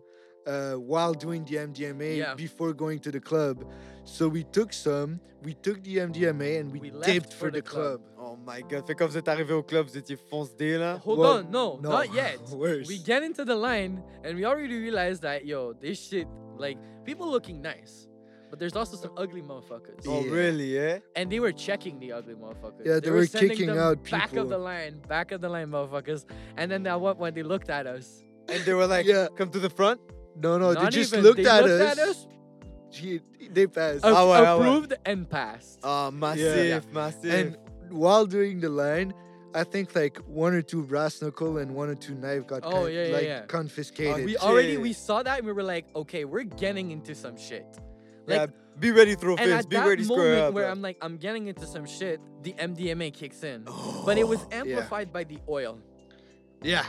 Speaker 2: uh, while doing the MDMA
Speaker 1: Yeah.
Speaker 2: before going to the club. So we took some, we took the MDMA, and we,
Speaker 1: We left
Speaker 2: dipped for, the, club.
Speaker 3: Oh my god. Fait que quand vous êtes arrivé au club, vous étiez fonce dé, là.
Speaker 1: Hold
Speaker 2: Well,
Speaker 1: on, no,
Speaker 2: No,
Speaker 1: not yet.
Speaker 2: Worse.
Speaker 1: We get into the line and we already realize that, yo, this shit, like, people looking nice. But there's also some ugly motherfuckers.
Speaker 3: Oh,
Speaker 2: Yeah.
Speaker 3: really, eh?
Speaker 1: And they were checking the ugly motherfuckers.
Speaker 2: Yeah, they were
Speaker 1: sending
Speaker 2: kicking
Speaker 1: them
Speaker 2: out
Speaker 1: Back of the
Speaker 2: people.
Speaker 1: line, back of the line motherfuckers. And then that one when they looked at us.
Speaker 3: And they were like,
Speaker 2: Yeah.
Speaker 3: come to the front.
Speaker 2: no, no, they
Speaker 1: Not
Speaker 2: just
Speaker 1: even,
Speaker 2: looked,
Speaker 1: they
Speaker 2: at,
Speaker 1: looked
Speaker 2: us.
Speaker 1: at us.
Speaker 2: Gee, they passed.
Speaker 3: Uh, Ah ouais, ah ouais.
Speaker 1: approved and passed.
Speaker 3: Ah, massif,
Speaker 2: Yeah.
Speaker 3: massif.
Speaker 2: and while doing the line, I think like one or two brass knuckle and one or two knife got
Speaker 1: Oh,
Speaker 2: con-
Speaker 1: yeah, yeah,
Speaker 2: like
Speaker 1: yeah.
Speaker 2: confiscated.
Speaker 1: we already
Speaker 3: shit.
Speaker 1: we saw that and we were like, okay, we're getting into some shit. Like,
Speaker 3: Yeah, be ready to throw
Speaker 1: and
Speaker 3: fists.
Speaker 1: at
Speaker 3: Be
Speaker 1: that
Speaker 3: ready to
Speaker 1: moment
Speaker 3: square up.
Speaker 1: where
Speaker 3: là.
Speaker 1: I'm like, I'm getting into some shit, the MDMA kicks in, but it was amplified by the oil.
Speaker 2: yeah,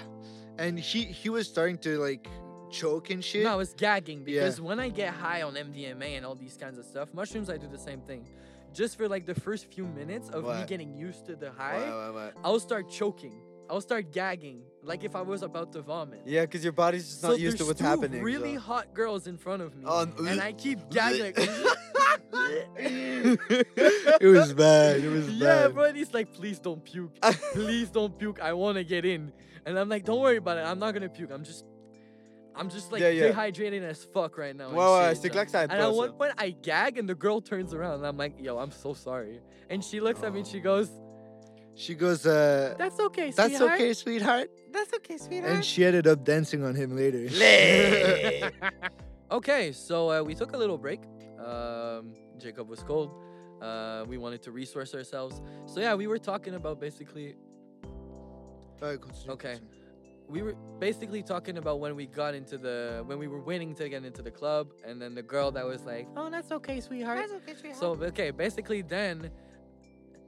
Speaker 2: and he he was starting to like choke and shit.
Speaker 1: No, I was gagging
Speaker 2: Yeah.
Speaker 1: because when I get high on MDMA and all these kinds of stuff, mushrooms, I do the same thing. Just for like the first few minutes of me
Speaker 3: Ouais.
Speaker 1: getting used to the
Speaker 3: Ouais,
Speaker 1: high,
Speaker 3: ouais, ouais.
Speaker 1: I'll start choking. I'll start gagging, like if I was about to vomit.
Speaker 3: Yeah, because your body's just
Speaker 1: so
Speaker 3: not used to
Speaker 1: there's
Speaker 3: what's
Speaker 1: two
Speaker 3: happening.
Speaker 1: really
Speaker 3: so.
Speaker 1: hot girls in front of me,
Speaker 3: Oh,
Speaker 1: and I keep gagging. like,
Speaker 2: it was bad. It was
Speaker 1: Yeah,
Speaker 2: bad.
Speaker 1: bro. And he's like, please don't puke. please don't puke. I want to get in. And I'm like, don't worry about it. I'm not gonna puke. I'm just, I'm just like
Speaker 3: Yeah, yeah.
Speaker 1: dehydrated as fuck right now. and
Speaker 3: Ouais, ouais,
Speaker 1: shit,
Speaker 3: c'est
Speaker 1: genre.
Speaker 3: clair que ça aide
Speaker 1: And at
Speaker 3: pas,
Speaker 1: one
Speaker 3: ça.
Speaker 1: point, I gag, and the girl turns around, and I'm like, yo, I'm so sorry. And she looks at me, and she goes,
Speaker 2: She goes, uh,
Speaker 1: that's okay,
Speaker 2: "That's
Speaker 1: sweetheart.
Speaker 2: okay, sweetheart,"
Speaker 1: That's okay, sweetheart.
Speaker 2: and she ended up dancing on him later.
Speaker 1: okay, so uh, we took a little break. Um, Jacob was cold. Uh, we wanted to resource ourselves. So yeah, we were talking about basically
Speaker 2: Alright, continue,
Speaker 1: Okay.
Speaker 2: continue.
Speaker 1: we were basically talking about when we got into the when we were waiting to get into the club and then the girl that was like oh that's okay sweetheart that's okay sweetheart so okay basically then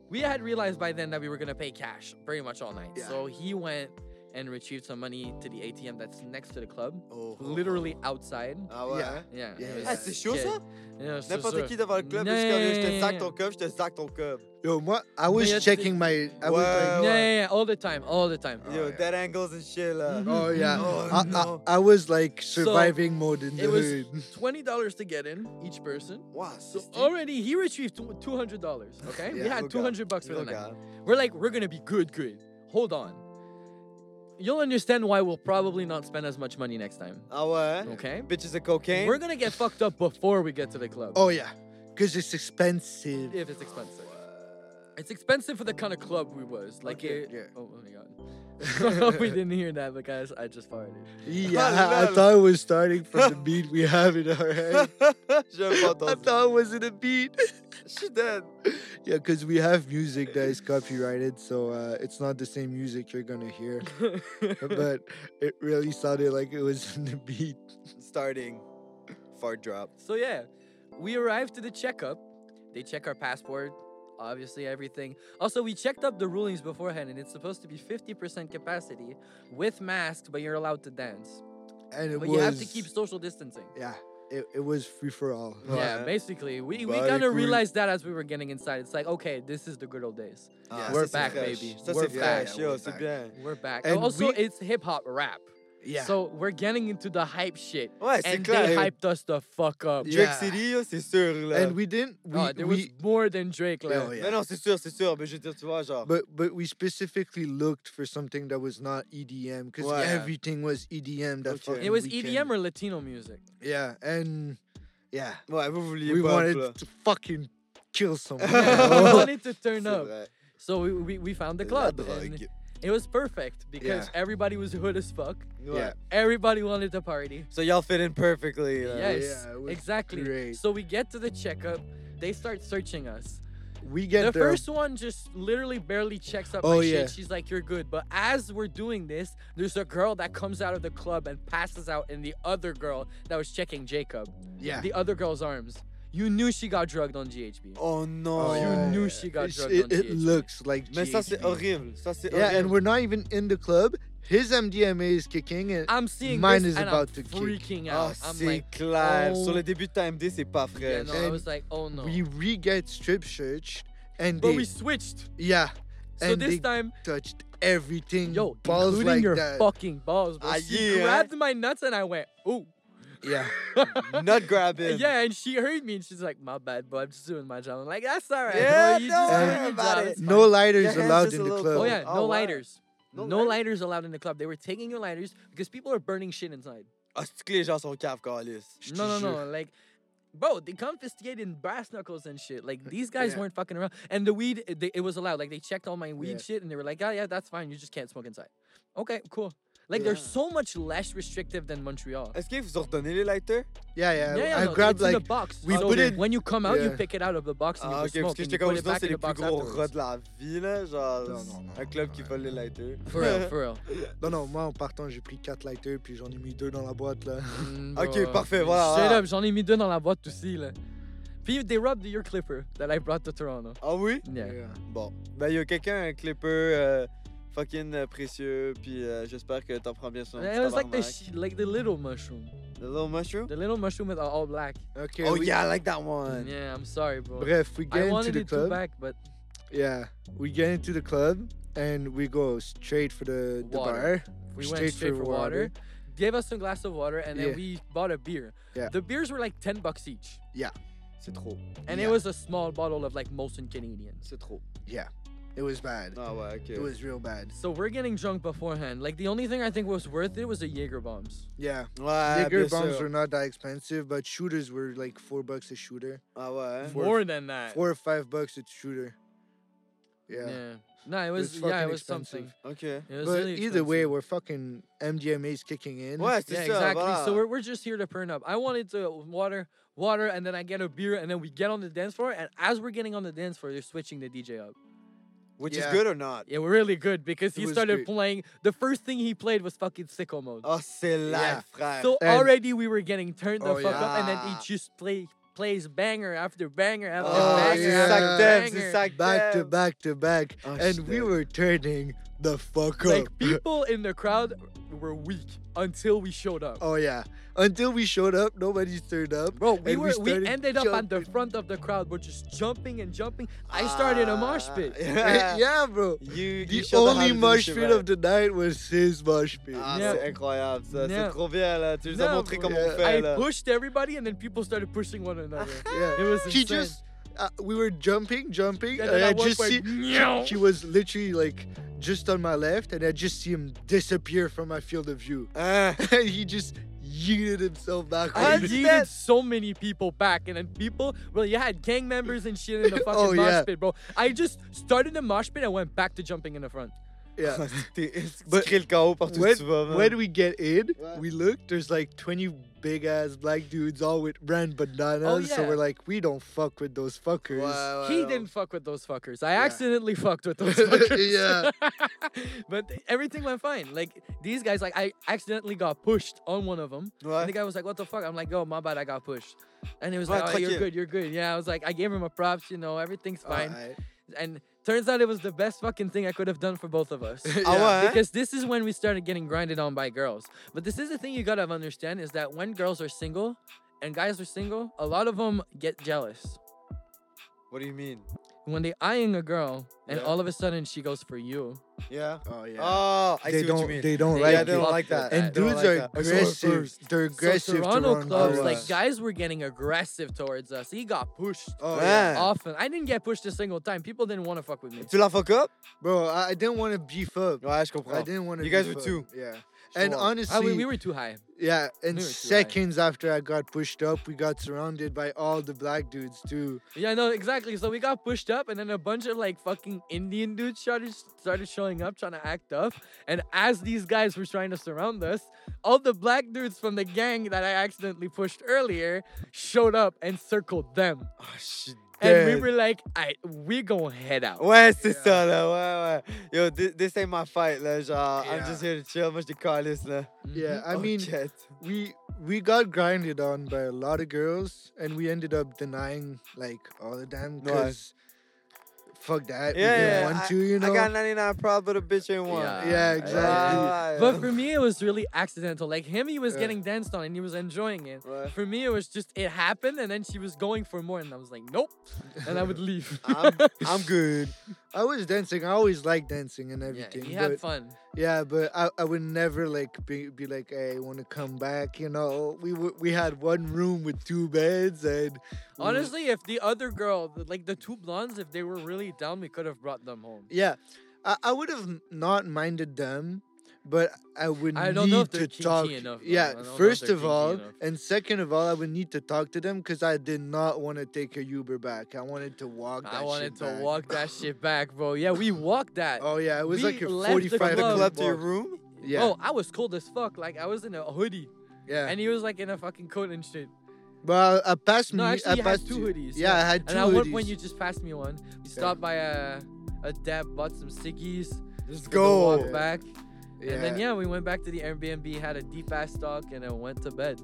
Speaker 1: we had realized by then that we were gonna pay cash pretty much all night
Speaker 2: Yeah.
Speaker 1: so he went and retrieved some money to the ATM that's next to the club,
Speaker 3: Oh, oh, oh.
Speaker 1: literally outside.
Speaker 3: Ah ouais.
Speaker 2: Yeah.
Speaker 3: hein?
Speaker 1: Yeah. it
Speaker 2: Yeah.
Speaker 1: was-
Speaker 3: Ah, c'est chaud
Speaker 1: yeah,
Speaker 3: ça?
Speaker 1: yeah, c'est
Speaker 3: N'importe
Speaker 1: sûr. Ah
Speaker 3: qui devant le club, je suis comme, je te sac ton coffre, je te sac ton coffre.
Speaker 2: Yo, moi, I
Speaker 1: Mais y a
Speaker 2: was
Speaker 1: des-
Speaker 2: checking my. I was
Speaker 3: Ouais.
Speaker 1: Yeah,
Speaker 2: like,
Speaker 1: yeah, yeah, all the time, all the time.
Speaker 2: Oh,
Speaker 3: Yo,
Speaker 2: yeah.
Speaker 3: dead angles and shit là.
Speaker 1: Mhm.
Speaker 2: oh yeah,
Speaker 3: Oh,
Speaker 2: I,
Speaker 3: no.
Speaker 2: I, I was like
Speaker 1: So,
Speaker 2: surviving mode in the
Speaker 1: it was-
Speaker 2: hood.
Speaker 1: Twenty dollars to get in each person.
Speaker 3: Wow,
Speaker 1: So
Speaker 3: c'est-
Speaker 1: already he retrieved two hundred dollars. Okay, we
Speaker 2: Yeah,
Speaker 1: had
Speaker 3: look
Speaker 1: two
Speaker 3: out,
Speaker 1: hundred bucks for the
Speaker 3: Look
Speaker 1: night.
Speaker 3: out.
Speaker 1: We're like, we're gonna be good, good. Hold on. You'll understand why we'll probably not spend as much money next time.
Speaker 3: Ah ouais?
Speaker 1: Okay.
Speaker 3: Bitches of cocaine.
Speaker 1: We're gonna get fucked up before we get to the club.
Speaker 2: Oh yeah, because it's expensive.
Speaker 1: If it's expensive. It's expensive for the kind of club we was. Like
Speaker 2: Okay,
Speaker 1: it.
Speaker 2: yeah.
Speaker 1: Oh, oh my god. I hope we didn't hear that because I just farted.
Speaker 2: Yeah, I
Speaker 3: lol.
Speaker 2: thought it was starting from the beat we have in our head.
Speaker 3: J'aime pas ton
Speaker 2: I thought it was in a beat.
Speaker 3: Je suis dead.
Speaker 2: Yeah, because we have music that is copyrighted, so uh, it's not the same music you're gonna hear. but it really sounded like it was in the beat.
Speaker 3: Starting. Fart drop.
Speaker 1: So yeah, we arrived to the checkup. They check our passport, obviously everything. Also, we checked up the rulings beforehand, and it's supposed to be 50% capacity with masks, but you're allowed to dance.
Speaker 2: And it
Speaker 1: But
Speaker 2: was.
Speaker 1: you have to keep social distancing.
Speaker 2: Yeah, it, it was free for all.
Speaker 1: Yeah,
Speaker 3: Ouais.
Speaker 1: basically, we, we
Speaker 2: Bah,
Speaker 1: kind of
Speaker 2: écoute.
Speaker 1: realized that as we were getting inside. It's like, okay, this is the good old days.
Speaker 3: Ah,
Speaker 2: we're
Speaker 3: ça, c'est
Speaker 1: back,
Speaker 3: fresh.
Speaker 1: baby.
Speaker 3: Ça,
Speaker 2: We're
Speaker 3: c'est
Speaker 2: back.
Speaker 3: fresh,
Speaker 2: Yeah,
Speaker 3: yo,
Speaker 2: we're
Speaker 3: c'est
Speaker 2: back.
Speaker 3: bien.
Speaker 1: We're back.
Speaker 2: And
Speaker 1: also,
Speaker 2: we-
Speaker 1: it's hip hop rap.
Speaker 2: Yeah.
Speaker 1: So we're getting into the hype shit.
Speaker 3: Ouais, c'est
Speaker 1: And they
Speaker 3: clair.
Speaker 1: hyped us the fuck up.
Speaker 2: Yeah.
Speaker 3: Drake City, yo, c'est sûr, là.
Speaker 2: and we didn't. We,
Speaker 1: Oh, there
Speaker 2: we,
Speaker 1: was more than Drake
Speaker 2: Oh,
Speaker 1: left.
Speaker 2: yeah.
Speaker 3: Mais non, c'est sûr, c'est sûr. Mais je veux dire, tu vois, genre.
Speaker 2: But but we specifically looked for something that was not E EDM because
Speaker 3: Ouais.
Speaker 2: everything was EDM. That
Speaker 3: Okay.
Speaker 2: fucking
Speaker 1: It was
Speaker 2: weekend.
Speaker 1: EDM or Latino music.
Speaker 2: yeah, and yeah,
Speaker 3: ouais, vous vouliez
Speaker 2: we
Speaker 3: pas,
Speaker 2: wanted
Speaker 3: là.
Speaker 2: to fucking kill someone.
Speaker 1: Yeah, we
Speaker 2: Oh.
Speaker 1: wanted to
Speaker 3: C'est
Speaker 1: turn up.
Speaker 3: vrai.
Speaker 1: So we, we, we found the
Speaker 3: La
Speaker 1: club.
Speaker 3: drogue.
Speaker 1: and It was perfect because
Speaker 2: Yeah.
Speaker 1: everybody was hood as fuck.
Speaker 3: Ouais.
Speaker 2: Yeah.
Speaker 1: Everybody wanted to party.
Speaker 3: So y'all fit in perfectly. là.
Speaker 1: yes,
Speaker 2: yeah, it was
Speaker 1: exactly.
Speaker 2: great.
Speaker 1: So we get to the checkup. They start searching us.
Speaker 2: we get
Speaker 1: the
Speaker 2: there.
Speaker 1: first one just literally barely checks up
Speaker 2: Oh,
Speaker 1: my
Speaker 2: yeah.
Speaker 1: shit. She's like, "You're good." But as we're doing this, there's a girl that comes out of the club and passes out in the other girl that was checking Jacob,
Speaker 2: yeah.
Speaker 1: the other girl's arms. You knew she got drugged on GHB.
Speaker 3: Oh non.
Speaker 2: Oh,
Speaker 1: you
Speaker 2: yeah,
Speaker 1: knew
Speaker 2: yeah.
Speaker 1: she got
Speaker 2: It's-
Speaker 1: drugged on
Speaker 2: It, it
Speaker 1: GHB.
Speaker 2: looks like.
Speaker 3: Mais ça, c'est
Speaker 2: GHB.
Speaker 3: horrible. Ça, c'est
Speaker 2: Yeah, and
Speaker 3: horrible.
Speaker 2: we're not even in the club. His MDMA is kicking it.
Speaker 1: I'm seeing
Speaker 2: Mine
Speaker 1: this
Speaker 2: is
Speaker 1: and
Speaker 2: about
Speaker 1: I'm
Speaker 2: to kick. Oh,
Speaker 1: freaking
Speaker 3: Ah,
Speaker 1: out. I'm
Speaker 3: c'est
Speaker 1: like,
Speaker 3: clair.
Speaker 1: oh.
Speaker 3: Sur le début de TMD, c'est pas
Speaker 1: yeah,
Speaker 3: frais.
Speaker 1: no, I
Speaker 2: And
Speaker 1: was like, oh no.
Speaker 2: We re get strip searched, and
Speaker 1: but
Speaker 2: they,
Speaker 1: we switched.
Speaker 2: yeah,
Speaker 1: So
Speaker 2: and
Speaker 1: this
Speaker 2: they
Speaker 1: time,
Speaker 2: touched everything.
Speaker 1: yo,
Speaker 2: balls
Speaker 1: including
Speaker 2: like
Speaker 1: your
Speaker 2: that.
Speaker 1: fucking balls, bro.
Speaker 3: Ah,
Speaker 1: she
Speaker 3: yeah,
Speaker 1: grabbed my nuts and I went, ooh.
Speaker 2: Yeah.
Speaker 3: Not grabbing.
Speaker 1: Yeah, and she heard me and she's like, my bad, bro. I'm just doing my job. I'm like, that's all right. bro.
Speaker 3: Yeah,
Speaker 1: You
Speaker 3: don't
Speaker 1: just
Speaker 2: worry
Speaker 1: doing your
Speaker 3: about
Speaker 1: job.
Speaker 3: it.
Speaker 1: It's
Speaker 2: No
Speaker 1: fine."
Speaker 2: lighters
Speaker 3: hand's
Speaker 2: allowed
Speaker 3: just
Speaker 2: in
Speaker 3: a
Speaker 2: the
Speaker 3: little
Speaker 2: club.
Speaker 1: Oh yeah,
Speaker 3: Oh,
Speaker 1: no
Speaker 3: wow.
Speaker 1: lighters.
Speaker 3: No
Speaker 1: No,
Speaker 3: lighters?
Speaker 1: lighters allowed in the club. They were taking your lighters because people are burning shit inside.
Speaker 3: Ah, c'est que les gens sont caves, Carlis.
Speaker 2: Je te
Speaker 1: No, no,
Speaker 2: jure.
Speaker 1: no. Like, bro, they confiscated brass knuckles and shit. Like, these guys
Speaker 2: Yeah.
Speaker 1: weren't fucking around. And the weed, it- they, it was allowed. Like, they checked all my weed
Speaker 2: Yeah.
Speaker 1: shit and they were like, oh, yeah, that's fine. You just can't smoke inside. Okay, cool. Like, they're
Speaker 3: Yeah.
Speaker 1: so much less restrictive than Montreal.
Speaker 3: Est-ce qu'ils vous ont redonné les lighters?
Speaker 2: Yeah, yeah.
Speaker 1: Yeah, yeah,
Speaker 2: I
Speaker 1: no,
Speaker 2: grabbed
Speaker 1: it's in
Speaker 2: like
Speaker 1: the box.
Speaker 2: we
Speaker 1: so
Speaker 2: put it-
Speaker 1: when you come out, you
Speaker 2: yeah.
Speaker 1: pick it out of the box and
Speaker 3: Ah,
Speaker 1: you
Speaker 3: ok,
Speaker 1: can
Speaker 3: parce
Speaker 1: smoke
Speaker 3: que
Speaker 1: and
Speaker 3: j'étais
Speaker 1: you
Speaker 3: comme
Speaker 1: put it
Speaker 3: sinon,
Speaker 1: back
Speaker 3: c'est
Speaker 1: in
Speaker 3: les
Speaker 1: the
Speaker 3: plus
Speaker 1: box
Speaker 3: gros rats
Speaker 1: afterwards.
Speaker 3: de la vie, là. Genre,
Speaker 2: Non, non, non,
Speaker 3: un
Speaker 2: non,
Speaker 3: club
Speaker 2: non,
Speaker 3: qui
Speaker 2: non.
Speaker 3: vole les lighters.
Speaker 1: For real, for real.
Speaker 2: Non, non, moi en partant, j'ai pris 4 lighters puis j'en ai mis 2 dans la boîte là.
Speaker 1: Mm,
Speaker 3: Ok,
Speaker 1: bro.
Speaker 3: parfait, voilà,
Speaker 1: Straight
Speaker 3: voilà.
Speaker 1: up, j'en ai mis deux dans la boîte aussi, là. Puis they rubbed your clipper that I brought to Toronto.
Speaker 3: Ah oui?
Speaker 1: Yeah.
Speaker 3: Bon. Ben, y a quelqu'un, un clipper euh, fucking euh, précieux, puis euh, j'espère que t'en prends bien soin.
Speaker 1: And it was like the, sh- like the little mushroom.
Speaker 3: The little mushroom?
Speaker 1: The little mushroom with all- all black.
Speaker 2: Ok.
Speaker 3: Oh
Speaker 2: we-
Speaker 3: yeah, I like that one.
Speaker 1: Yeah, I'm sorry, bro.
Speaker 2: Bref, we
Speaker 1: I
Speaker 2: get into
Speaker 1: wanted
Speaker 2: the
Speaker 1: it too
Speaker 2: club.
Speaker 1: back, but
Speaker 2: Yeah, we get into the club and we go straight for the, the
Speaker 1: Water.
Speaker 2: bar.
Speaker 1: we
Speaker 2: Straight
Speaker 1: went straight
Speaker 2: for
Speaker 1: for
Speaker 2: water.
Speaker 1: water. Gave us a glass of water, and then
Speaker 2: Yeah.
Speaker 1: we bought a beer.
Speaker 2: Yeah.
Speaker 1: The beers were like 10 bucks each.
Speaker 3: C'est trop.
Speaker 1: And
Speaker 2: Yeah.
Speaker 1: it was a small bottle of like Molson Canadians.
Speaker 3: C'est trop.
Speaker 2: It was bad.
Speaker 3: Ah ouais, ok.
Speaker 2: It was real bad.
Speaker 1: So we're getting drunk beforehand. Like the only thing I think was worth it was the Jaeger bombs.
Speaker 2: Yeah.
Speaker 3: Ouais,
Speaker 2: Bigger
Speaker 3: bien
Speaker 2: bombs
Speaker 3: sûr.
Speaker 2: were not that expensive, but shooters were like 4 bucks a shooter.
Speaker 3: Ah ouais.
Speaker 2: Four-
Speaker 1: More than that.
Speaker 2: 4 or 5 bucks a shooter.
Speaker 1: yeah.
Speaker 2: Yeah.
Speaker 1: No, it was,
Speaker 2: was
Speaker 1: yeah, it
Speaker 2: fucking
Speaker 1: was something.
Speaker 2: expensive.
Speaker 3: Ok.
Speaker 1: It was
Speaker 2: But
Speaker 1: really
Speaker 2: either way,
Speaker 1: expensive.
Speaker 2: we're fucking MDMA's kicking in.
Speaker 3: Ouais, c'est
Speaker 1: yeah,
Speaker 3: ça,
Speaker 1: exactly.
Speaker 3: voilà.
Speaker 1: So we're, we're just here to burn up. I wanted to uh, water, water, and then I get a beer, and then we get on the dance floor. And as we're getting on the dance floor, they're switching the DJ up.
Speaker 3: Which
Speaker 2: Yeah.
Speaker 3: is good or not?
Speaker 1: Yeah, we're really good because
Speaker 2: It
Speaker 1: he
Speaker 2: was
Speaker 1: started
Speaker 2: great.
Speaker 1: playing. The first thing he played was fucking sicko mode.
Speaker 3: Oh, c'est
Speaker 2: Yeah.
Speaker 3: live, frère.
Speaker 1: so
Speaker 2: and-
Speaker 1: already we were getting turned the
Speaker 2: Oh,
Speaker 1: fuck up, and then
Speaker 3: yeah.
Speaker 1: he just play plays banger after banger after
Speaker 2: Oh,
Speaker 1: banger
Speaker 2: yeah.
Speaker 1: after
Speaker 2: Sac
Speaker 1: banger.
Speaker 3: c'est sac
Speaker 2: Back to back to back.
Speaker 3: Oh,
Speaker 2: and we
Speaker 3: shit.
Speaker 2: were turning the fuck up.
Speaker 1: Like people in the crowd were weak until we showed up.
Speaker 2: oh yeah. Until we showed up, nobody turned up.
Speaker 1: Bro, we
Speaker 2: and we
Speaker 1: were we,
Speaker 2: started
Speaker 1: ended up at the front of the crowd, we're just jumping and jumping. I started a mosh
Speaker 3: Ah,
Speaker 1: pit.
Speaker 3: Yeah.
Speaker 2: yeah, bro.
Speaker 3: You, you
Speaker 2: The
Speaker 3: showed her how to
Speaker 2: only
Speaker 3: do this
Speaker 2: mosh
Speaker 3: shit
Speaker 2: pit
Speaker 3: right.
Speaker 2: of the night was his mosh pit.
Speaker 3: Ah,
Speaker 1: Yeah.
Speaker 3: c'est incroyable ça. C'est
Speaker 1: Yeah.
Speaker 3: trop bien là. Tu nous as
Speaker 1: Yeah,
Speaker 3: montré
Speaker 1: bro.
Speaker 3: comment on fait
Speaker 1: I
Speaker 3: là.
Speaker 1: pushed everybody and then people started pushing one another.
Speaker 2: yeah.
Speaker 1: It was
Speaker 2: She
Speaker 1: insane.
Speaker 2: just, uh, we were jumping, jumping,
Speaker 1: And
Speaker 2: and,
Speaker 1: then
Speaker 2: I
Speaker 1: at one
Speaker 2: just
Speaker 1: point,
Speaker 2: see
Speaker 1: meow.
Speaker 2: she was literally like just on my left, and I just see him disappear from my field of view.
Speaker 3: Hein?
Speaker 2: he just yeeted himself
Speaker 1: I
Speaker 3: What?
Speaker 2: backwards.
Speaker 1: yeeted so many people back, and then people, well, you had gang members and shit in the fucking
Speaker 2: Oh,
Speaker 1: mosh
Speaker 2: yeah.
Speaker 1: pit, bro. I just started the mosh pit and went back to jumping in the front.
Speaker 2: Yeah.
Speaker 3: T'es- tu
Speaker 2: But
Speaker 3: crées le chaos partout où
Speaker 2: when-
Speaker 3: tu vas. man.
Speaker 2: When we get in,
Speaker 3: What?
Speaker 2: we look. There's like 20 big ass black dudes all with brand bandanas. So
Speaker 1: yeah.
Speaker 2: we're like, we don't fuck with those fuckers.
Speaker 1: he didn't fuck with those fuckers. I
Speaker 2: Oh, Yeah.
Speaker 1: accidentally fucked with those fuckers.
Speaker 2: Yeah.
Speaker 1: but th- everything went fine. Like these guys, like I accidentally got pushed on one of them,
Speaker 3: Ouais.
Speaker 1: and the guy was like, "What the fuck?" I'm like, "Yo, my bad, I got pushed." And he was like,
Speaker 3: Ouais,
Speaker 1: oh, "You're
Speaker 3: tranquille.
Speaker 1: good, you're good." Yeah, I was like, I gave him a props, you know, everything's
Speaker 2: Uh,
Speaker 1: fine.
Speaker 2: Alright.
Speaker 1: And turns out it was the best fucking thing I could have done for both of us.
Speaker 3: Ah
Speaker 2: Yeah.
Speaker 3: ouais. hein?
Speaker 1: because this is when we started getting grinded on by girls. But this is the thing you gotta understand is that when girls are single and guys are single, a lot of them get jealous.
Speaker 3: What do you mean?
Speaker 1: When they eyeing a girl and
Speaker 3: Yeah.
Speaker 1: all of a sudden she goes for you,
Speaker 3: Yeah.
Speaker 2: Oh yeah.
Speaker 3: Oh, I
Speaker 2: they
Speaker 3: see
Speaker 2: don't.
Speaker 3: what you mean.
Speaker 2: They don't
Speaker 1: They
Speaker 2: like
Speaker 3: yeah,
Speaker 1: get
Speaker 3: they
Speaker 2: it.
Speaker 3: don't
Speaker 1: fucked
Speaker 3: like
Speaker 1: with
Speaker 3: that.
Speaker 1: that.
Speaker 2: And
Speaker 3: They don't
Speaker 2: dudes
Speaker 3: like
Speaker 2: are
Speaker 3: that. I saw it
Speaker 2: aggressive.
Speaker 3: first.
Speaker 2: They're aggressive.
Speaker 1: so Toronto
Speaker 2: Toronto
Speaker 1: clubs,
Speaker 3: clubs.
Speaker 1: like guys were getting aggressive towards us. He got pushed
Speaker 3: Oh,
Speaker 2: Yeah.
Speaker 3: yeah.
Speaker 1: often. I didn't get pushed a single time. People didn't want to fuck with me.
Speaker 3: Tu la fuck up?
Speaker 2: Bro, I, I didn't want to beef up.
Speaker 3: Ouais, je
Speaker 2: I
Speaker 3: comprends.
Speaker 2: didn't want to.
Speaker 3: You guys
Speaker 2: beef
Speaker 3: were
Speaker 2: up.
Speaker 3: two.
Speaker 2: Yeah.
Speaker 3: Je
Speaker 2: And
Speaker 3: comprends.
Speaker 2: honestly,
Speaker 1: Ah, we, we were too high.
Speaker 2: yeah. And
Speaker 1: we were too
Speaker 2: seconds after I got pushed up, we got surrounded by all the black dudes too.
Speaker 1: Yeah, no, exactly. So we got pushed up, and then a bunch of like fucking Indian dudes started started showing up, trying to act tough. And as these guys were trying to surround us, all the black dudes from the gang that I accidentally pushed earlier showed up and circled them.
Speaker 3: Ah, je suis
Speaker 1: And
Speaker 3: dead.
Speaker 1: we were like, "I, we gonna head out."
Speaker 3: Ouais, c'est
Speaker 2: Yeah.
Speaker 3: ça, là. Ouais, ouais. Yo, thi- this, ain't my fight, là. Genre, I'm
Speaker 2: Yeah.
Speaker 3: just here to chill. Moi, je décalisse, là.
Speaker 1: Mm-hmm.
Speaker 2: Yeah. I
Speaker 3: Oh,
Speaker 2: mean,
Speaker 3: jet.
Speaker 2: we we got grinded on by a lot of girls, and we ended up denying like all of them
Speaker 3: No, I-
Speaker 2: because fuck that.
Speaker 3: Yeah,
Speaker 2: we didn't
Speaker 3: yeah,
Speaker 2: want to, you know.
Speaker 3: I got 99 proud, but a bitch ain't one.
Speaker 1: Yeah.
Speaker 2: yeah,
Speaker 1: I-
Speaker 2: exactly.
Speaker 3: Ouais,
Speaker 1: But
Speaker 3: ouais.
Speaker 1: for me, it was really accidental. Like him, he was
Speaker 2: Yeah.
Speaker 1: getting danced on, and he was enjoying it.
Speaker 3: Ouais.
Speaker 1: For me, it was just it happened, and then she was going for more, and I was like, "Nope," and I would leave.
Speaker 3: I'm, I'm good.
Speaker 2: I was dancing. I always liked dancing and
Speaker 1: yeah,
Speaker 2: everything.
Speaker 1: he
Speaker 2: but
Speaker 1: had fun.
Speaker 2: Yeah, but I, I would never like be, be like, hey, want to come back? You know, we w- we had one room with two beds and we-
Speaker 1: Honestly, if the other girl, th- like the two blondes, if they were really down, we could have brought them home.
Speaker 2: yeah, I, I would have not minded them, but I would
Speaker 1: I
Speaker 2: need
Speaker 1: don't know if they're
Speaker 2: to
Speaker 1: kinky
Speaker 2: talk.
Speaker 1: enough, though. I
Speaker 2: yeah,
Speaker 1: don't know if
Speaker 2: first
Speaker 1: they're
Speaker 2: of
Speaker 1: kinky
Speaker 2: all,
Speaker 1: enough.
Speaker 2: and second of all, I would need to talk to them because I did not want to take a Uber back. I wanted to walk. That
Speaker 1: I wanted
Speaker 2: shit
Speaker 1: to
Speaker 2: back.
Speaker 1: walk that shit back, bro. Yeah, we walked that.
Speaker 2: Oh yeah, it was
Speaker 1: We
Speaker 2: like a
Speaker 1: left the
Speaker 2: forty-five
Speaker 3: From the
Speaker 1: Club.
Speaker 3: club to your
Speaker 2: walk.
Speaker 3: room?
Speaker 2: Yeah,
Speaker 1: Oh, I was cold as fuck. Like I was in a hoodie,
Speaker 2: yeah.
Speaker 1: and he was like in a fucking coat and shit.
Speaker 2: But I, I passed
Speaker 1: No,
Speaker 2: me.
Speaker 1: actually,
Speaker 2: I
Speaker 1: you
Speaker 2: passed
Speaker 1: had two hoodies.
Speaker 2: Yeah, I had two
Speaker 1: And I
Speaker 2: hoodies.
Speaker 1: went when you just passed me one. We stopped by a a dab, bought some ciggies,
Speaker 3: Let's
Speaker 1: took a walk
Speaker 3: go.
Speaker 1: back,
Speaker 2: yeah.
Speaker 1: and then yeah, we went back to the Airbnb, had a deep ass talk, and then went to bed.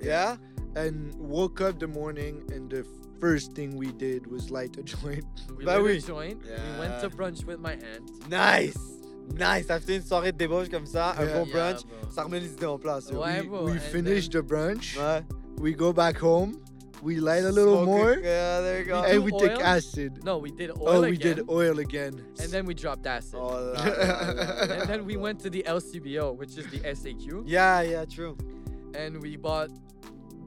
Speaker 3: Yeah?
Speaker 2: and woke up the morning and the first thing we did was light a joint.
Speaker 1: We
Speaker 3: Bah
Speaker 1: lit a
Speaker 3: oui.
Speaker 1: joint. We went to brunch with my aunt.
Speaker 3: Nice. Nice. Ça fait une soirée de débauche comme ça, un
Speaker 2: Yeah.
Speaker 3: bon brunch.
Speaker 1: Yeah, bro.
Speaker 3: Ça remet les idées en place. yo.
Speaker 1: Ouais,
Speaker 2: we
Speaker 1: bro,
Speaker 2: we
Speaker 1: oh, and
Speaker 2: finished the brunch.
Speaker 3: Ouais.
Speaker 2: We go back home. We light a little
Speaker 3: Smoke
Speaker 2: more
Speaker 3: it. Yeah, there you go.
Speaker 1: Hey.
Speaker 2: and we take
Speaker 1: oil?
Speaker 2: acid.
Speaker 1: No, we did oil
Speaker 2: oh, we
Speaker 1: again,
Speaker 2: did oil again.
Speaker 1: and then we dropped acid.
Speaker 3: Oh là là là là.
Speaker 1: and then we went to the LCBO, which is the SAQ,
Speaker 3: Yeah, yeah, true.
Speaker 1: and we bought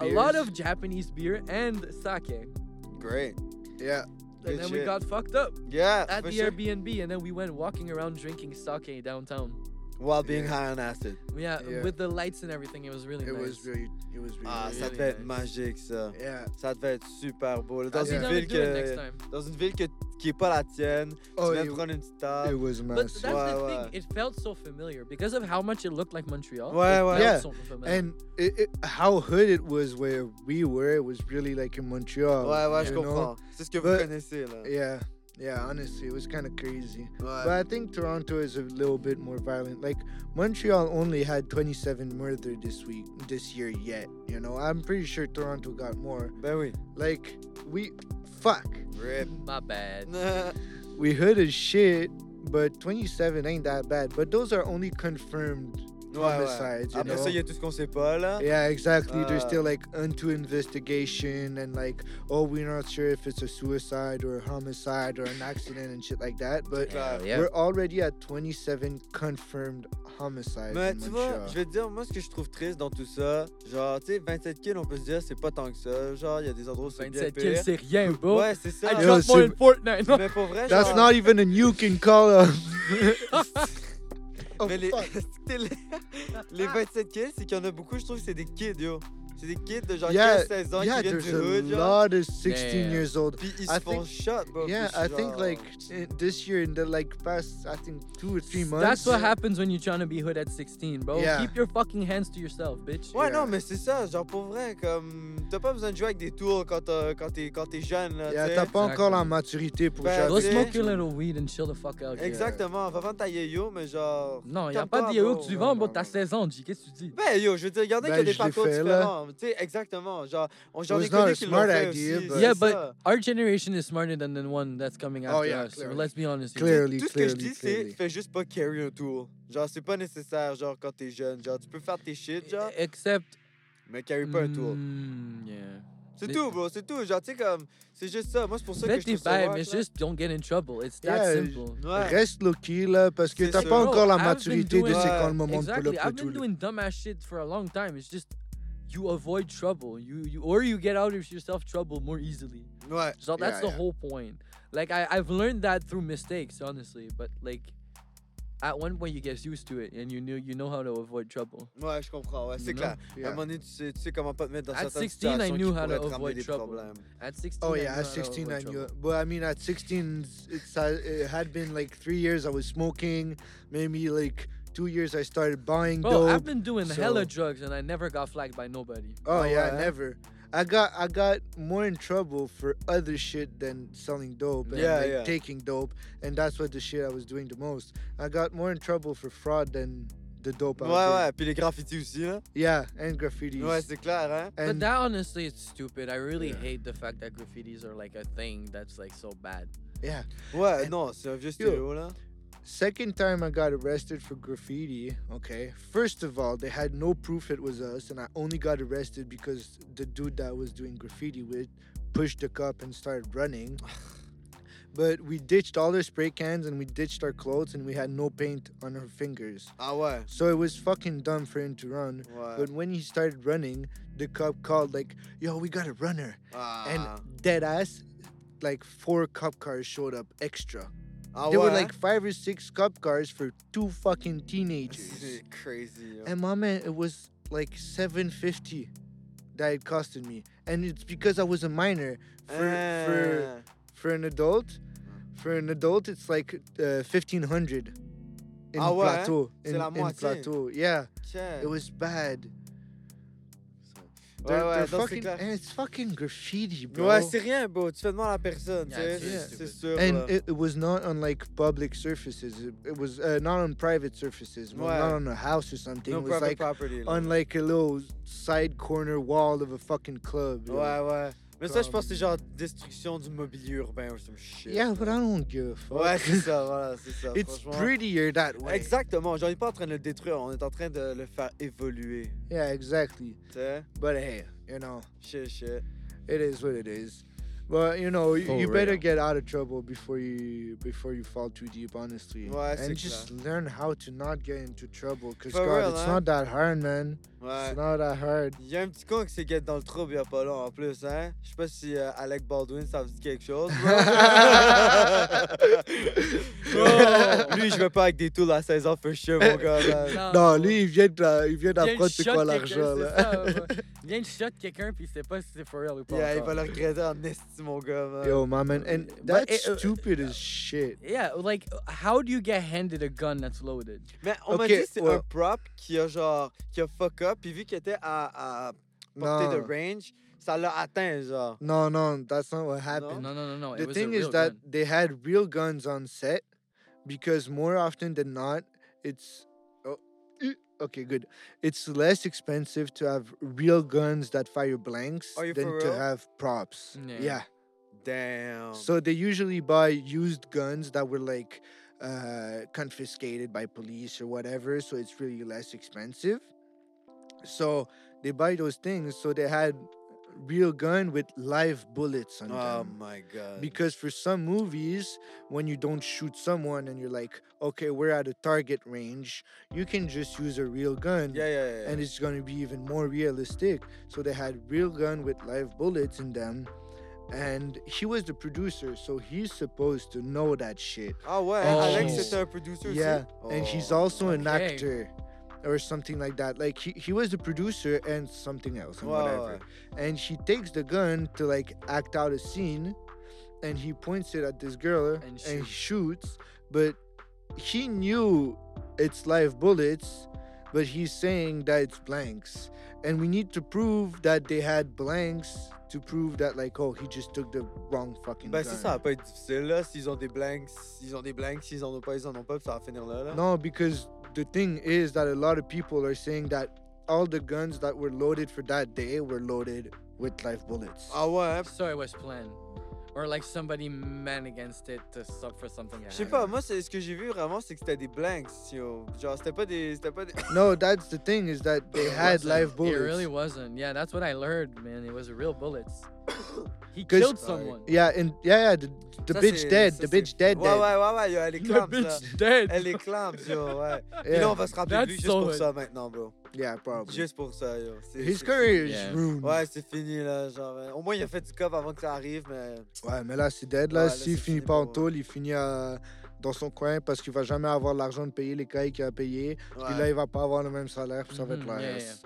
Speaker 1: a lot
Speaker 2: Beers.
Speaker 1: of Japanese beer and sake. And
Speaker 3: Great.
Speaker 2: yeah.
Speaker 3: Good
Speaker 1: then we
Speaker 3: shit.
Speaker 1: got fucked up
Speaker 3: Yeah,
Speaker 1: at
Speaker 3: for
Speaker 1: the
Speaker 3: sure.
Speaker 1: Airbnb, and then we went walking around drinking sake downtown.
Speaker 3: While being
Speaker 2: Yeah.
Speaker 3: high on acid.
Speaker 1: Yeah,
Speaker 2: Yeah.
Speaker 1: with the lights and everything, it was really
Speaker 2: It
Speaker 1: nice.
Speaker 2: was really it was really
Speaker 3: Ah,
Speaker 2: nice.
Speaker 3: ça
Speaker 1: Really
Speaker 3: devait être
Speaker 1: nice.
Speaker 3: magic, ça.
Speaker 2: Yeah.
Speaker 3: Ça devait être super beau. là.
Speaker 1: I
Speaker 3: Dans
Speaker 1: think I
Speaker 2: Ah, Yeah. Yeah.
Speaker 3: une
Speaker 1: would
Speaker 3: ville
Speaker 1: do it next
Speaker 3: que...
Speaker 1: time.
Speaker 3: Dans une ville que, qui est pas la tienne.
Speaker 2: Oh,
Speaker 3: tu viens
Speaker 2: it,
Speaker 3: de prendre une petite
Speaker 2: it
Speaker 3: table.
Speaker 2: was
Speaker 1: But
Speaker 2: massive.
Speaker 1: that's
Speaker 3: Wow,
Speaker 1: the thing;
Speaker 3: wow.
Speaker 1: it felt so familiar because of how much it looked like Montreal.
Speaker 3: Ouais,
Speaker 1: it
Speaker 3: ouais.
Speaker 1: felt
Speaker 2: Yeah,
Speaker 1: so familiar.
Speaker 2: And it, it, how hood it was where we were, it was really like in Montreal.
Speaker 3: Ouais, ouais, je
Speaker 2: you know?
Speaker 3: comprends. C'est ce que vous
Speaker 2: But-
Speaker 3: connaissez, là.
Speaker 2: Yeah. Yeah, honestly, it was kind of crazy. But
Speaker 3: Ouais.
Speaker 2: I think Toronto is a little bit more violent. Like Montreal only had 27 murder this week, this year yet. You know, I'm pretty sure Toronto got more.
Speaker 3: Ben oui.
Speaker 2: Like we, fuck,
Speaker 3: Rip.
Speaker 1: My bad.
Speaker 2: we hood as shit, but 27 ain't that bad. But those are only confirmed
Speaker 3: Ouais, ouais.
Speaker 2: homicides. You
Speaker 3: Après
Speaker 2: know?
Speaker 3: ça, il y a tout ce qu'on sait pas, là.
Speaker 2: Yeah, exactly. There's
Speaker 3: Uh,
Speaker 2: still like unto investigation and like, oh, we're not sure if it's a suicide or a homicide or an accident and shit like that. But
Speaker 1: Hell
Speaker 3: Claire.
Speaker 1: yeah.
Speaker 2: we're already at 27 confirmed homicides
Speaker 3: Mais
Speaker 2: in
Speaker 3: tu
Speaker 2: Montreal.
Speaker 3: vois, je vais te dire, moi, ce que je trouve triste dans tout ça, genre, tu sais, 27 kills, on peut se dire, c'est pas tant que ça. Genre, il y a des endroits où c'est bien
Speaker 1: 27
Speaker 3: pire.
Speaker 1: kills, c'est rien, bro.
Speaker 3: Ouais, c'est ça.
Speaker 1: I
Speaker 2: Yo,
Speaker 1: dropped more
Speaker 2: c'est-
Speaker 1: in Fortnite. Non.
Speaker 3: Mais pour vrai,
Speaker 2: That's
Speaker 3: genre...
Speaker 2: not even a nuke in Call of. oh,
Speaker 3: Mais les...
Speaker 2: fuck.
Speaker 3: les les 27 kills, c'est qu'il y en a beaucoup, je trouve, c'est des kids, yo. C'est des kids de genre
Speaker 2: Yeah,
Speaker 3: 15-16 ans
Speaker 2: Yeah,
Speaker 3: qui viennent
Speaker 2: there's
Speaker 3: du
Speaker 2: a
Speaker 3: hood, genre.
Speaker 2: lot of 16
Speaker 1: Damn.
Speaker 2: years old.
Speaker 3: Puis ils
Speaker 2: I
Speaker 3: se font shot, bro. puis
Speaker 2: Yeah,
Speaker 3: je suis
Speaker 2: I think
Speaker 3: genre-
Speaker 2: like i- this year in the like past, I think two or three months.
Speaker 1: That's what happens when you're trying to be hood at 16, bro.
Speaker 2: Yeah.
Speaker 1: Keep your fucking hands to yourself, bitch.
Speaker 3: Ouais,
Speaker 2: Yeah.
Speaker 3: non, mais c'est ça, genre pour vrai, comme. T'as pas besoin de jouer avec des tours quand t'as- quand t'es quand t'es jeune, là.
Speaker 2: Yeah,
Speaker 3: tu sais.
Speaker 2: t'as pas encore la
Speaker 1: Exactly.
Speaker 2: maturité pour
Speaker 3: Ben,
Speaker 2: jouer
Speaker 1: Go
Speaker 2: avec-
Speaker 3: c'est-
Speaker 1: smoke your little weed and chill the fuck out. kid.
Speaker 3: Exactement, va vendre ta yo, mais genre.
Speaker 1: Non, y'a
Speaker 3: Calme-toi,
Speaker 1: pas de yayo
Speaker 3: bro.
Speaker 1: que tu
Speaker 2: Non,
Speaker 1: vends, bro.
Speaker 2: non,
Speaker 1: T'as
Speaker 2: non.
Speaker 1: 16 ans, G. Qu'est-ce que tu dis?
Speaker 3: Ben yo, je veux dire, regardez
Speaker 2: Ben,
Speaker 3: qu'il y a des
Speaker 2: je l'ai
Speaker 3: parcours
Speaker 2: fait, là.
Speaker 3: différents. Tu sais, exactement. Genre, on j'en
Speaker 2: was
Speaker 3: ai
Speaker 2: not a
Speaker 3: connu qui l'ont
Speaker 2: smart idea,
Speaker 3: fait aussi.
Speaker 2: but-
Speaker 3: c'est
Speaker 1: Yeah, but
Speaker 3: ça.
Speaker 1: our generation is smarter than the one that's coming
Speaker 2: Oh,
Speaker 1: after
Speaker 2: yeah,
Speaker 1: us.
Speaker 2: clearly.
Speaker 1: Let's be honest. here.
Speaker 2: Clearly,
Speaker 3: Tout ce que
Speaker 2: clearly,
Speaker 3: je dis, c'est
Speaker 2: clearly.
Speaker 3: fais juste pas carry un tour. Genre, c'est pas nécessaire, genre, quand t'es jeune. Genre, tu peux faire tes
Speaker 2: Eh,
Speaker 3: shit, genre,
Speaker 1: E, Except.
Speaker 3: mais carry pas un
Speaker 2: hmm,
Speaker 3: tour.
Speaker 1: Mm, yeah.
Speaker 3: C'est
Speaker 1: mais-
Speaker 3: tout, bro, c'est tout. Genre, tu sais, comme, c'est juste ça. Moi, c'est pour ça que je trouve ça
Speaker 1: 55,
Speaker 3: wack,
Speaker 1: it's
Speaker 3: là.
Speaker 1: just don't get in trouble. It's that
Speaker 2: Yeah,
Speaker 1: simple.
Speaker 3: Ouais.
Speaker 2: Reste low-key là, parce que
Speaker 3: C'est
Speaker 2: t'as
Speaker 3: sûr.
Speaker 2: pas
Speaker 1: Bro,
Speaker 2: encore la
Speaker 1: I've been
Speaker 2: maturité de
Speaker 1: doing-
Speaker 2: c'est quand
Speaker 3: Ouais.
Speaker 2: le moment de pull
Speaker 1: Exactly.
Speaker 2: up le
Speaker 1: I've been
Speaker 2: tout. là.
Speaker 1: doing dumbass shit for a long time. It's just you avoid trouble. You you or you get out of yourself trouble more easily.
Speaker 3: Ouais.
Speaker 1: So that's
Speaker 2: Yeah,
Speaker 1: the
Speaker 2: yeah.
Speaker 1: whole point. Like I, I've learned that through mistakes, honestly. But like at one point you get used to it and you knew you know how to avoid trouble.
Speaker 3: Ouais, je comprends, ouais, c'est
Speaker 1: You know?
Speaker 3: clair. À
Speaker 2: Yeah.
Speaker 3: un moment donné, tu sais, tu sais comment pas te mettre dans
Speaker 1: At
Speaker 3: certaines
Speaker 1: 16, I
Speaker 3: situations
Speaker 1: knew
Speaker 3: qui
Speaker 1: how to
Speaker 3: pourraient te ramener
Speaker 1: avoid
Speaker 3: des
Speaker 1: trouble.
Speaker 3: problèmes.
Speaker 1: At 16 I
Speaker 2: Oh yeah,
Speaker 1: knew
Speaker 2: at
Speaker 1: how to
Speaker 2: 16 I
Speaker 1: avoid
Speaker 2: knew.
Speaker 1: trouble.
Speaker 2: But I mean, at 16, it's uh, it had been like three years I was smoking, maybe like two years I started buying
Speaker 1: Bro,
Speaker 2: dope.
Speaker 1: I've been doing hella
Speaker 2: so-
Speaker 1: drugs and I never got flagged by nobody.
Speaker 2: oh
Speaker 3: Oh,
Speaker 2: yeah,
Speaker 3: ouais.
Speaker 2: never. I got I got more in trouble for other shit than selling dope and
Speaker 3: Yeah,
Speaker 2: like,
Speaker 3: yeah.
Speaker 2: taking dope, and that's what the shit I was doing the most. I got more in trouble for fraud than the dope. I
Speaker 3: Ouais,
Speaker 2: was
Speaker 3: ouais, puis les graffitis aussi, là.
Speaker 2: doing. Yeah, and graffiti.
Speaker 3: Ouais, c'est clair, hein.
Speaker 1: but
Speaker 2: and
Speaker 1: that honestly is stupid. I really
Speaker 2: Yeah.
Speaker 1: hate the fact that graffitis are like a thing that's like so bad.
Speaker 2: yeah.
Speaker 3: Ouais,
Speaker 2: And-
Speaker 3: non, c'est un vieux stéréo, là.
Speaker 2: Second time I got arrested for graffiti, okay. First of all, they had no proof it was us, and I only got arrested because the dude that I was doing graffiti with pushed the cop and started running. but we ditched all our spray cans and we ditched our clothes, and we had no paint on our fingers.
Speaker 3: Ah ouais.
Speaker 2: So it was fucking dumb for him to run.
Speaker 3: Ouais.
Speaker 2: But when he started running, the cop called, like, yo, we got a runner.
Speaker 3: Ah,
Speaker 2: And dead ass, like, four cop cars showed up extra.
Speaker 3: ah
Speaker 2: There
Speaker 3: ouais.
Speaker 2: were like five or six cop cars for two fucking teenagers.
Speaker 3: C'est crazy. yo.
Speaker 2: and my man, it was like 750 that it costed me. And it's because I was a minor. For for
Speaker 3: Hein.
Speaker 2: for an adult, for an adult it's like uh, 1500 in
Speaker 3: Ah ouais, hein?
Speaker 2: plateau.
Speaker 3: C'est
Speaker 2: In,
Speaker 3: la
Speaker 2: in
Speaker 3: moitié. Eh.
Speaker 2: plateau. Yeah,
Speaker 3: Ok.
Speaker 2: it was bad.
Speaker 3: Ouais,
Speaker 2: They're,
Speaker 3: ouais,
Speaker 2: they're
Speaker 3: non, c'est
Speaker 2: fucking
Speaker 3: clair.
Speaker 2: and it's fucking graffiti, bro.
Speaker 3: Ouais, c'est rien, bro. Tu fais de mal à la personne,
Speaker 1: Yeah, it's
Speaker 3: tu sais. c'est-
Speaker 1: really
Speaker 3: C'est
Speaker 1: stupid.
Speaker 3: sûr. là.
Speaker 2: and it, it was not on like public surfaces. It, it was uh, not on private surfaces. Well,
Speaker 3: Ouais.
Speaker 2: not on a house or something.
Speaker 3: no
Speaker 2: it was
Speaker 3: private
Speaker 2: like
Speaker 3: property. là.
Speaker 2: on like a little side corner wall of a fucking club. you know?
Speaker 3: Ouais, ouais. Mais ça, je pense que c'est
Speaker 2: Comme-
Speaker 3: genre destruction du mobilier urbain ou some shit.
Speaker 2: Yeah,
Speaker 3: là.
Speaker 2: but I don't give a fuck.
Speaker 3: Ouais, c'est ça, voilà, c'est ça.
Speaker 2: it's
Speaker 3: franchement.
Speaker 2: prettier that way.
Speaker 3: Exactement, genre, on est pas en train de le détruire, on est en train de le faire évoluer.
Speaker 2: Yeah, exactly.
Speaker 3: Tu sais?
Speaker 2: But hey, you know,
Speaker 3: Shit, shit.
Speaker 2: it is what it is. But you know, you,
Speaker 1: For
Speaker 2: you better
Speaker 1: real.
Speaker 2: get out of trouble before you before you fall too deep, honestly.
Speaker 3: Ouais, c'est
Speaker 2: and just learn how to not get into trouble, cause
Speaker 3: For
Speaker 2: God,
Speaker 3: real,
Speaker 2: it's
Speaker 3: hein?
Speaker 2: not that hard, man.
Speaker 3: Ouais.
Speaker 2: It's not that hard.
Speaker 3: Il y a un petit con qui s'est guetté dans le trouble il y a pas long en plus, hein? Je sais pas si euh, Alec Baldwin, ça vous dit quelque chose. bro. Bro, Lui, je vais pas avec des tools à 16 ans, for sure, mon gars. là.
Speaker 2: Oh! Non,
Speaker 1: bro.
Speaker 2: lui, il vient de la- il vient
Speaker 1: Viens
Speaker 2: d'apprendre c'est
Speaker 1: shot
Speaker 2: quoi
Speaker 1: quelqu'un,
Speaker 2: l'argent,
Speaker 1: c'est
Speaker 2: là.
Speaker 1: ça, ouais. Viens shot quelqu'un puis c'est pas si c'est for real ou pas.
Speaker 3: Yeah, il
Speaker 1: encore.
Speaker 3: va le regretter en esti, mon gars, man.
Speaker 2: Yo, my man, and
Speaker 1: But
Speaker 2: that's
Speaker 1: it- uh,
Speaker 2: stupid as shit.
Speaker 1: Yeah, like how do you get handed a gun that's loaded?
Speaker 3: Mais on m'a
Speaker 2: Ok,
Speaker 3: dit que c'est
Speaker 2: ouais.
Speaker 3: un prop qui a genre, qui a fuck up, puis vu qu'il était à, à portée
Speaker 2: Non,
Speaker 3: de range, ça l'a atteint, genre.
Speaker 2: no, no, that's not what happened.
Speaker 1: No, no, no, no. it
Speaker 2: The
Speaker 1: was a
Speaker 2: thing is
Speaker 1: real
Speaker 2: that
Speaker 1: gun.
Speaker 2: they had real guns on set because more often than not, it's oh, eh, okay, good. It's less expensive to have real guns that fire blanks
Speaker 3: Are you
Speaker 2: than
Speaker 3: for
Speaker 2: to
Speaker 3: real?
Speaker 2: have props.
Speaker 1: Yeah.
Speaker 2: yeah.
Speaker 3: Damn.
Speaker 2: So they usually buy used guns that were like uh, confiscated by police or whatever, so it's really less expensive. So they buy those things. So they had real gun with live bullets on
Speaker 3: Oh
Speaker 2: them.
Speaker 3: my god.
Speaker 2: Because for some movies, when you don't shoot someone and you're like, okay, we're at a target range, you can just use a real gun
Speaker 3: yeah, yeah, yeah.
Speaker 2: and it's gonna be even more realistic. So they had real gun with live bullets in them, and he was the producer, so he's supposed to know that shit.
Speaker 3: ah ouais,
Speaker 1: Oh.
Speaker 3: Alex
Speaker 1: Jeez.
Speaker 3: était un producer
Speaker 2: yeah,
Speaker 3: aussi.
Speaker 2: and he's
Speaker 3: Oh.
Speaker 2: also an
Speaker 1: okay.
Speaker 2: actor or something like that. Like he, he was the producer and something else and
Speaker 3: Ouais,
Speaker 2: whatever.
Speaker 3: ouais.
Speaker 2: And he takes the gun to like act out a scene, and he points it at this girl and, he
Speaker 1: shoots.
Speaker 2: shoots, but he knew it's live bullets. But he's saying that it's blanks, and we need to prove that they had blanks to prove that, like, oh, he just took the wrong fucking
Speaker 3: Ben,
Speaker 2: gun.
Speaker 3: ça, ça va pas être difficile, là. S'ils ont des blanks, ils ont des blanks. S'ils en ont pas, ils en ont pas, puis ça va finir là, là.
Speaker 2: No, because the thing is that a lot of people are saying that all the guns that were loaded for that day were loaded with live bullets.
Speaker 3: Ah ouais, hein,
Speaker 1: So it was planned, or like somebody meant against it to stop for something.
Speaker 2: Euh,
Speaker 3: Je sais pas, moi, c'est ce que j'ai vu vraiment, c'est que c'était des blanks, yo. Genre, c'était pas des. C'était pas des.
Speaker 2: No, that's the thing is that they had live bullets.
Speaker 1: It really wasn't. Yeah, that's what I learned, man. It was real bullets. he
Speaker 2: 'Cause-
Speaker 1: killed someone.
Speaker 2: Yeah, and yeah, yeah, the, the
Speaker 3: Ça,
Speaker 2: bitch
Speaker 3: c'est-
Speaker 2: dead,
Speaker 3: ça,
Speaker 2: the
Speaker 3: c'est-
Speaker 2: bitch dead,
Speaker 3: Ouais,
Speaker 2: dead.
Speaker 3: ouais, ouais, ouais, yo, elle est
Speaker 1: The
Speaker 3: clamps, là.
Speaker 1: bitch dead.
Speaker 3: Elle est clamps, yo, ouais. Et
Speaker 2: Yeah,
Speaker 3: là, on va se rappeler de lui
Speaker 1: That's
Speaker 3: juste pour
Speaker 1: solid.
Speaker 3: ça maintenant, bro.
Speaker 2: yeah, probably.
Speaker 3: Juste pour ça, yo. C'est-
Speaker 2: His
Speaker 3: c'est-
Speaker 2: career is
Speaker 1: Yeah.
Speaker 2: ruined.
Speaker 3: Ouais, c'est fini, là. Genre, euh, au moins, il a fait du cop avant que ça arrive, mais.
Speaker 2: Ouais, mais là, c'est dead. Là,
Speaker 3: Ouais, là,
Speaker 2: s'il
Speaker 3: c'est
Speaker 2: finit
Speaker 3: fini
Speaker 2: pas en
Speaker 3: pour eux.
Speaker 2: tôle, il finit à- dans son coin parce qu'il va jamais avoir l'argent de payer les cailles qu'il a payé. Puis là,
Speaker 3: Ouais.
Speaker 2: il va pas avoir le même salaire, puis ça va être
Speaker 1: Mhm, yeah,
Speaker 2: la S.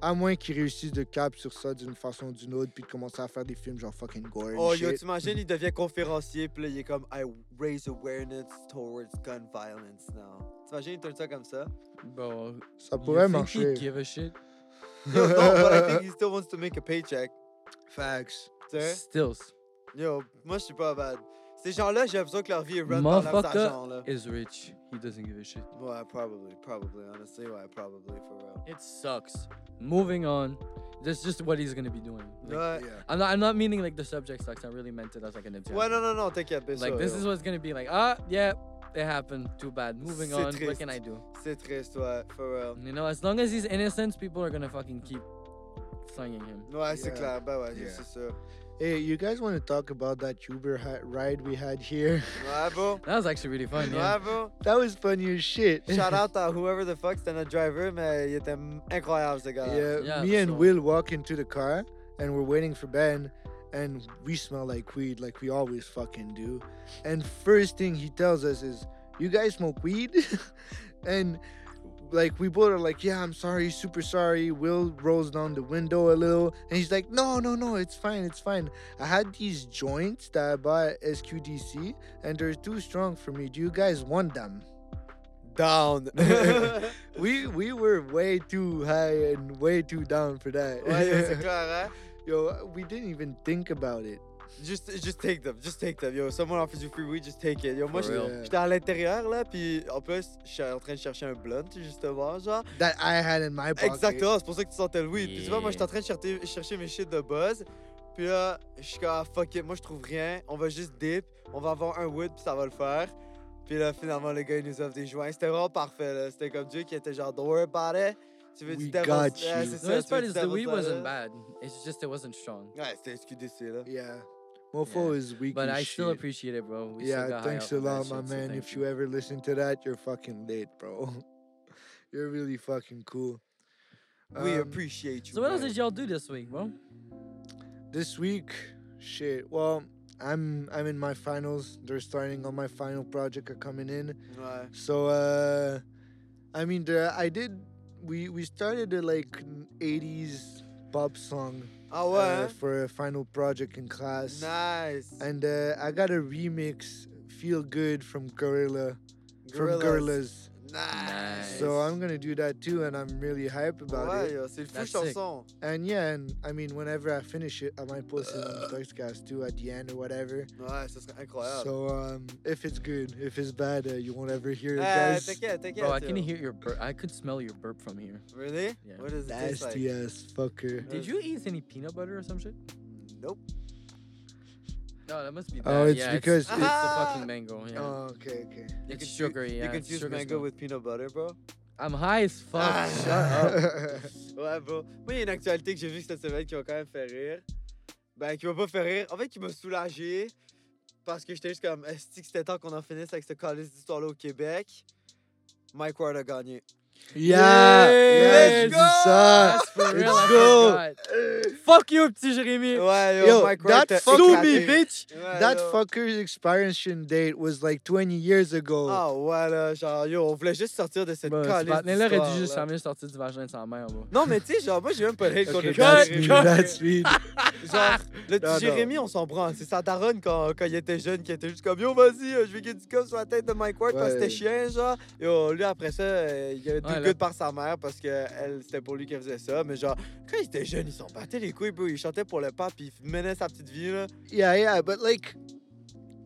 Speaker 2: À moins qu'il réussisse de cap sur ça d'une façon ou d'une autre, puis de commencer à faire des films genre fucking gore. and
Speaker 3: Oh, yo,
Speaker 2: shit.
Speaker 3: t'imagines, il devient conférencier, puis là, il est comme I raise awareness towards gun violence now. T'imagines, il tourne ça comme ça?
Speaker 1: Bro,
Speaker 2: Ça
Speaker 1: you
Speaker 2: pourrait
Speaker 1: think
Speaker 2: marcher.
Speaker 1: he'd give a shit?
Speaker 3: Yo, non, but I think he still wants to make a paycheck,
Speaker 2: Facts.
Speaker 3: tu sais?
Speaker 1: Stills
Speaker 3: Yo, moi, je suis pas bad. Ces gens-là, j'ai l'impression que leur vie est run par leurs
Speaker 1: Motherfucker.
Speaker 3: agents, là.
Speaker 1: is rich. He doesn't give a shit.
Speaker 3: Ouais, probably, probably, honestly, ouais, probably, for real.
Speaker 1: It sucks. Moving on. That's just what he's gonna be doing. Like,
Speaker 3: Ouais,
Speaker 2: Yeah.
Speaker 1: I'm not. I'm not meaning like the subject sucks. I really meant it as like an example.
Speaker 3: ouais non, non, non, t'inquiète, bien
Speaker 1: Like
Speaker 3: sûr,
Speaker 1: this
Speaker 3: yo.
Speaker 1: is what's gonna be like. Ah, yeah, it happened. Too bad. Moving
Speaker 3: C'est
Speaker 1: on. What can
Speaker 3: triste.
Speaker 1: I do?
Speaker 3: C'est triste, ouais, for real.
Speaker 1: You know, as long as he's innocent, people are gonna fucking keep slinging him.
Speaker 3: Ouais, c'est
Speaker 2: Yeah.
Speaker 3: clair, ben ouais,
Speaker 2: Yeah.
Speaker 3: c'est sûr.
Speaker 2: Hey, you guys want to talk about that Uber hi- ride we had here?
Speaker 3: Ouais, bon.
Speaker 1: That was actually really fun. Yeah.
Speaker 3: Ouais, bon.
Speaker 2: That was funny as shit.
Speaker 3: Shout out à whoever the fuck, c'était notre driver, mais il était m- incroyable, ce gars-là.
Speaker 1: Yeah,
Speaker 2: Yeah, me and
Speaker 1: so-
Speaker 2: Will walk into the car, and we're waiting for Ben, and we smell like weed, like we always fucking do. And first thing he tells us is, "You guys smoke weed?" and like we both are like, "Yeah, I'm sorry, super sorry." Will rolls down the window a little, and he's like, "No, no, no, it's fine, it's fine. I had these joints that I bought at SQDC, and they're too strong for me. Do you guys want them?"
Speaker 3: Down. ouais,
Speaker 2: We we were way too high and way too down for that.
Speaker 3: yo, c'est clair, hein?
Speaker 2: Yo, we didn't even think about it.
Speaker 3: Just, just take them, just take them. Yo, someone offers you free weed, just take it. Yo, moi,
Speaker 1: For
Speaker 3: je-
Speaker 1: real.
Speaker 3: j'étais à l'intérieur, là, puis en plus, je suis en train de chercher un blunt, justement, genre.
Speaker 2: That I had in my pocket.
Speaker 3: Exactement, c'est pour ça que tu sentais le weed. Puis tu vois,
Speaker 1: Yeah.
Speaker 3: moi, j'étais en train de chercher, chercher mes shit de buzz. Puis là, je suis comme, ah, fuck it, moi, je trouve rien. On va juste dip, on va avoir un wood, puis ça va le faire. Puis là, finalement, le gars, il nous offre des joints. C'était vraiment parfait, là. C'était comme Dieu qui était genre, don't worry about it. Tu veux
Speaker 2: We
Speaker 3: du
Speaker 2: got
Speaker 3: devil's-
Speaker 2: you.
Speaker 3: Ouais, c'est
Speaker 1: The
Speaker 3: ça,
Speaker 1: worst
Speaker 3: tu
Speaker 1: part
Speaker 3: veux du
Speaker 1: is the
Speaker 3: devil's
Speaker 1: weed wasn't
Speaker 3: lettuce.
Speaker 1: bad. It's just it wasn't strong.
Speaker 3: Ouais, c'était SQDC, là.
Speaker 2: Yeah. Mofo
Speaker 1: Yeah.
Speaker 2: is weak.
Speaker 1: But
Speaker 2: as
Speaker 1: I still
Speaker 2: shit.
Speaker 1: appreciate it, bro. We still
Speaker 2: Yeah,
Speaker 1: got
Speaker 2: thanks
Speaker 1: high
Speaker 2: a
Speaker 1: off of that
Speaker 2: lot, my
Speaker 1: shit, so
Speaker 2: man.
Speaker 1: thank
Speaker 2: if you ever listen to that, you're fucking lit, bro. you're really fucking cool.
Speaker 3: We
Speaker 2: Um,
Speaker 3: appreciate you.
Speaker 1: So what else
Speaker 3: man.
Speaker 1: did y'all do this week, bro?
Speaker 2: this week shit well i'm i'm in my finals they're starting on my final project are coming in
Speaker 3: Ouais.
Speaker 2: so uh i mean the, i did we we started a like 80s pop song
Speaker 3: Ah
Speaker 2: uh,
Speaker 3: ouais, hein?
Speaker 2: for a final project in class
Speaker 3: Nice.
Speaker 2: and uh, i got a remix feel good from gorilla from
Speaker 3: Gorillaz.
Speaker 2: gorillas
Speaker 3: Nice.
Speaker 2: so i'm gonna do that too and i'm really hyped about it
Speaker 3: Ouais, yo, c'est le fou
Speaker 1: That's sick.
Speaker 3: chanson.
Speaker 2: and yeah, and I mean, whenever I finish it, I might post it on the podcast too at the end or whatever.
Speaker 3: Ouais, ça serait incroyable.
Speaker 2: So um, if it's good, if it's bad, uh, you won't ever hear it,
Speaker 3: Ah,
Speaker 2: guys.
Speaker 3: t'inquiète, t'inquiète.
Speaker 1: Bro, I can
Speaker 3: yo.
Speaker 1: hear your burp. I could smell your burp from here.
Speaker 3: Really?
Speaker 1: Yeah.
Speaker 3: What is this like?
Speaker 2: Nasty ass fucker.
Speaker 1: Did
Speaker 3: That's-
Speaker 1: you eat any peanut butter or some shit?
Speaker 3: Nope.
Speaker 1: No, Oh, that must be bad.
Speaker 2: Oh, it's
Speaker 1: yeah,
Speaker 2: because
Speaker 1: it's,
Speaker 3: Ah!
Speaker 1: a fucking mango. Yeah.
Speaker 2: Oh, okay, okay.
Speaker 3: You
Speaker 1: it's
Speaker 3: confuse-
Speaker 1: sugary. Yeah.
Speaker 3: you
Speaker 1: it's
Speaker 3: confuse
Speaker 1: sugar
Speaker 3: mango
Speaker 1: stuff.
Speaker 3: with peanut butter, bro.
Speaker 1: I'm high as fuck.
Speaker 3: Ah.
Speaker 1: Shut up.
Speaker 3: Ouais, bro. Moi, il y a une actualité que j'ai vue cette semaine qui m'a quand même fait rire. Ben, qui m'a pas fait rire. En fait, qui m'a soulagé. Parce que j'étais juste comme, est-ce que c'était temps qu'on en finisse avec ce calice d'histoire-là au Québec? Mike Ward a gagné.
Speaker 2: Yeah! Yeah,
Speaker 3: Let's
Speaker 2: dis ça!
Speaker 1: That's for real. I
Speaker 2: Let's go.
Speaker 1: forgot. Fuck you, petit Jérémy.
Speaker 3: Ouais, yo,
Speaker 2: Yo,
Speaker 3: Mike
Speaker 2: that
Speaker 3: Ward t'a
Speaker 2: fuck-
Speaker 1: Sue
Speaker 3: éclaté.
Speaker 1: me, bitch.
Speaker 3: Ouais,
Speaker 2: That
Speaker 3: yo.
Speaker 2: fucker's expiration date was like 20 years ago.
Speaker 3: Ah ouais, là, genre, yo, on voulait juste sortir de cette
Speaker 1: Bon, ce
Speaker 3: calice
Speaker 1: partenaire-là aurait dû
Speaker 3: d'histoire,
Speaker 1: juste
Speaker 3: là.
Speaker 1: fermer sortir du vagin de sa mère. Bro.
Speaker 3: Non, mais tu sais, genre, moi, j'ai même pas de hate
Speaker 2: Okay,
Speaker 3: contre
Speaker 2: that's
Speaker 1: cut,
Speaker 2: me,
Speaker 3: Jérémy.
Speaker 1: cut.
Speaker 2: that's me.
Speaker 1: Ah!
Speaker 3: Genre, le
Speaker 2: Non, non.
Speaker 3: petit Jérémy, on s'en branle. C'est sa daronne quand, quand il était jeune qui était juste comme Yo, vas-y, euh, je vais qu'il y ait du coffre sur la tête de Mike Ward parce que
Speaker 2: Ouais.
Speaker 3: c'était chien, genre. Yo, lui, après ça, euh, il y
Speaker 1: Ouais,
Speaker 3: avait deux
Speaker 1: là.
Speaker 3: gouttes par sa mère parce que elle, c'était pour lui qu'elle faisait ça. Mais genre, quand il était jeune, ils s'en battaient les couilles, bro. Il chantait pour le pape, puis il menait sa petite vie, là.
Speaker 2: Yeah, yeah, but like,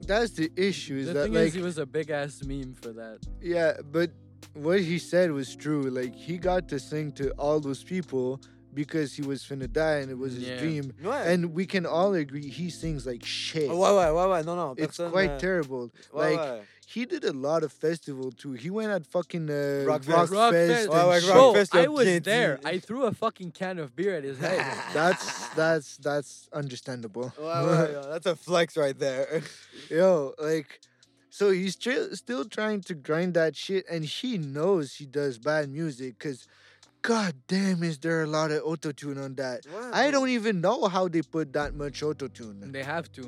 Speaker 2: that's the issue. Is
Speaker 1: The
Speaker 2: that
Speaker 1: thing
Speaker 2: like,
Speaker 1: is, he was a big ass meme for that.
Speaker 2: yeah, but what he said was true. Like, he got to sing to all those people because he was finna die and it was his
Speaker 1: Yeah.
Speaker 2: dream.
Speaker 3: Ouais.
Speaker 2: And we can all agree he sings like shit.
Speaker 3: Ouais, ouais, ouais, ouais, non, non.
Speaker 2: It's
Speaker 3: Personne,
Speaker 2: quite
Speaker 3: euh,
Speaker 2: terrible.
Speaker 3: ouais,
Speaker 2: like,
Speaker 3: ouais.
Speaker 2: He did a lot of festival too. He went at fucking uh,
Speaker 3: Rockfest.
Speaker 1: Rockfest.
Speaker 2: Rockfest. and
Speaker 3: Ouais, ouais,
Speaker 2: shit.
Speaker 3: Rockfest.
Speaker 1: Bro,
Speaker 3: il a
Speaker 1: I was
Speaker 3: bien
Speaker 1: there.
Speaker 3: dit.
Speaker 1: I threw a fucking can of beer at his head.
Speaker 2: That's that's that's understandable.
Speaker 3: Ouais, ouais, ouais, that's a flex right there.
Speaker 2: Yo, like, so he's tr- still trying to grind that shit, and he knows he does bad music because, god damn, is there a lot of auto tune on that? I don't even know how they put that much auto tune.
Speaker 1: They have to.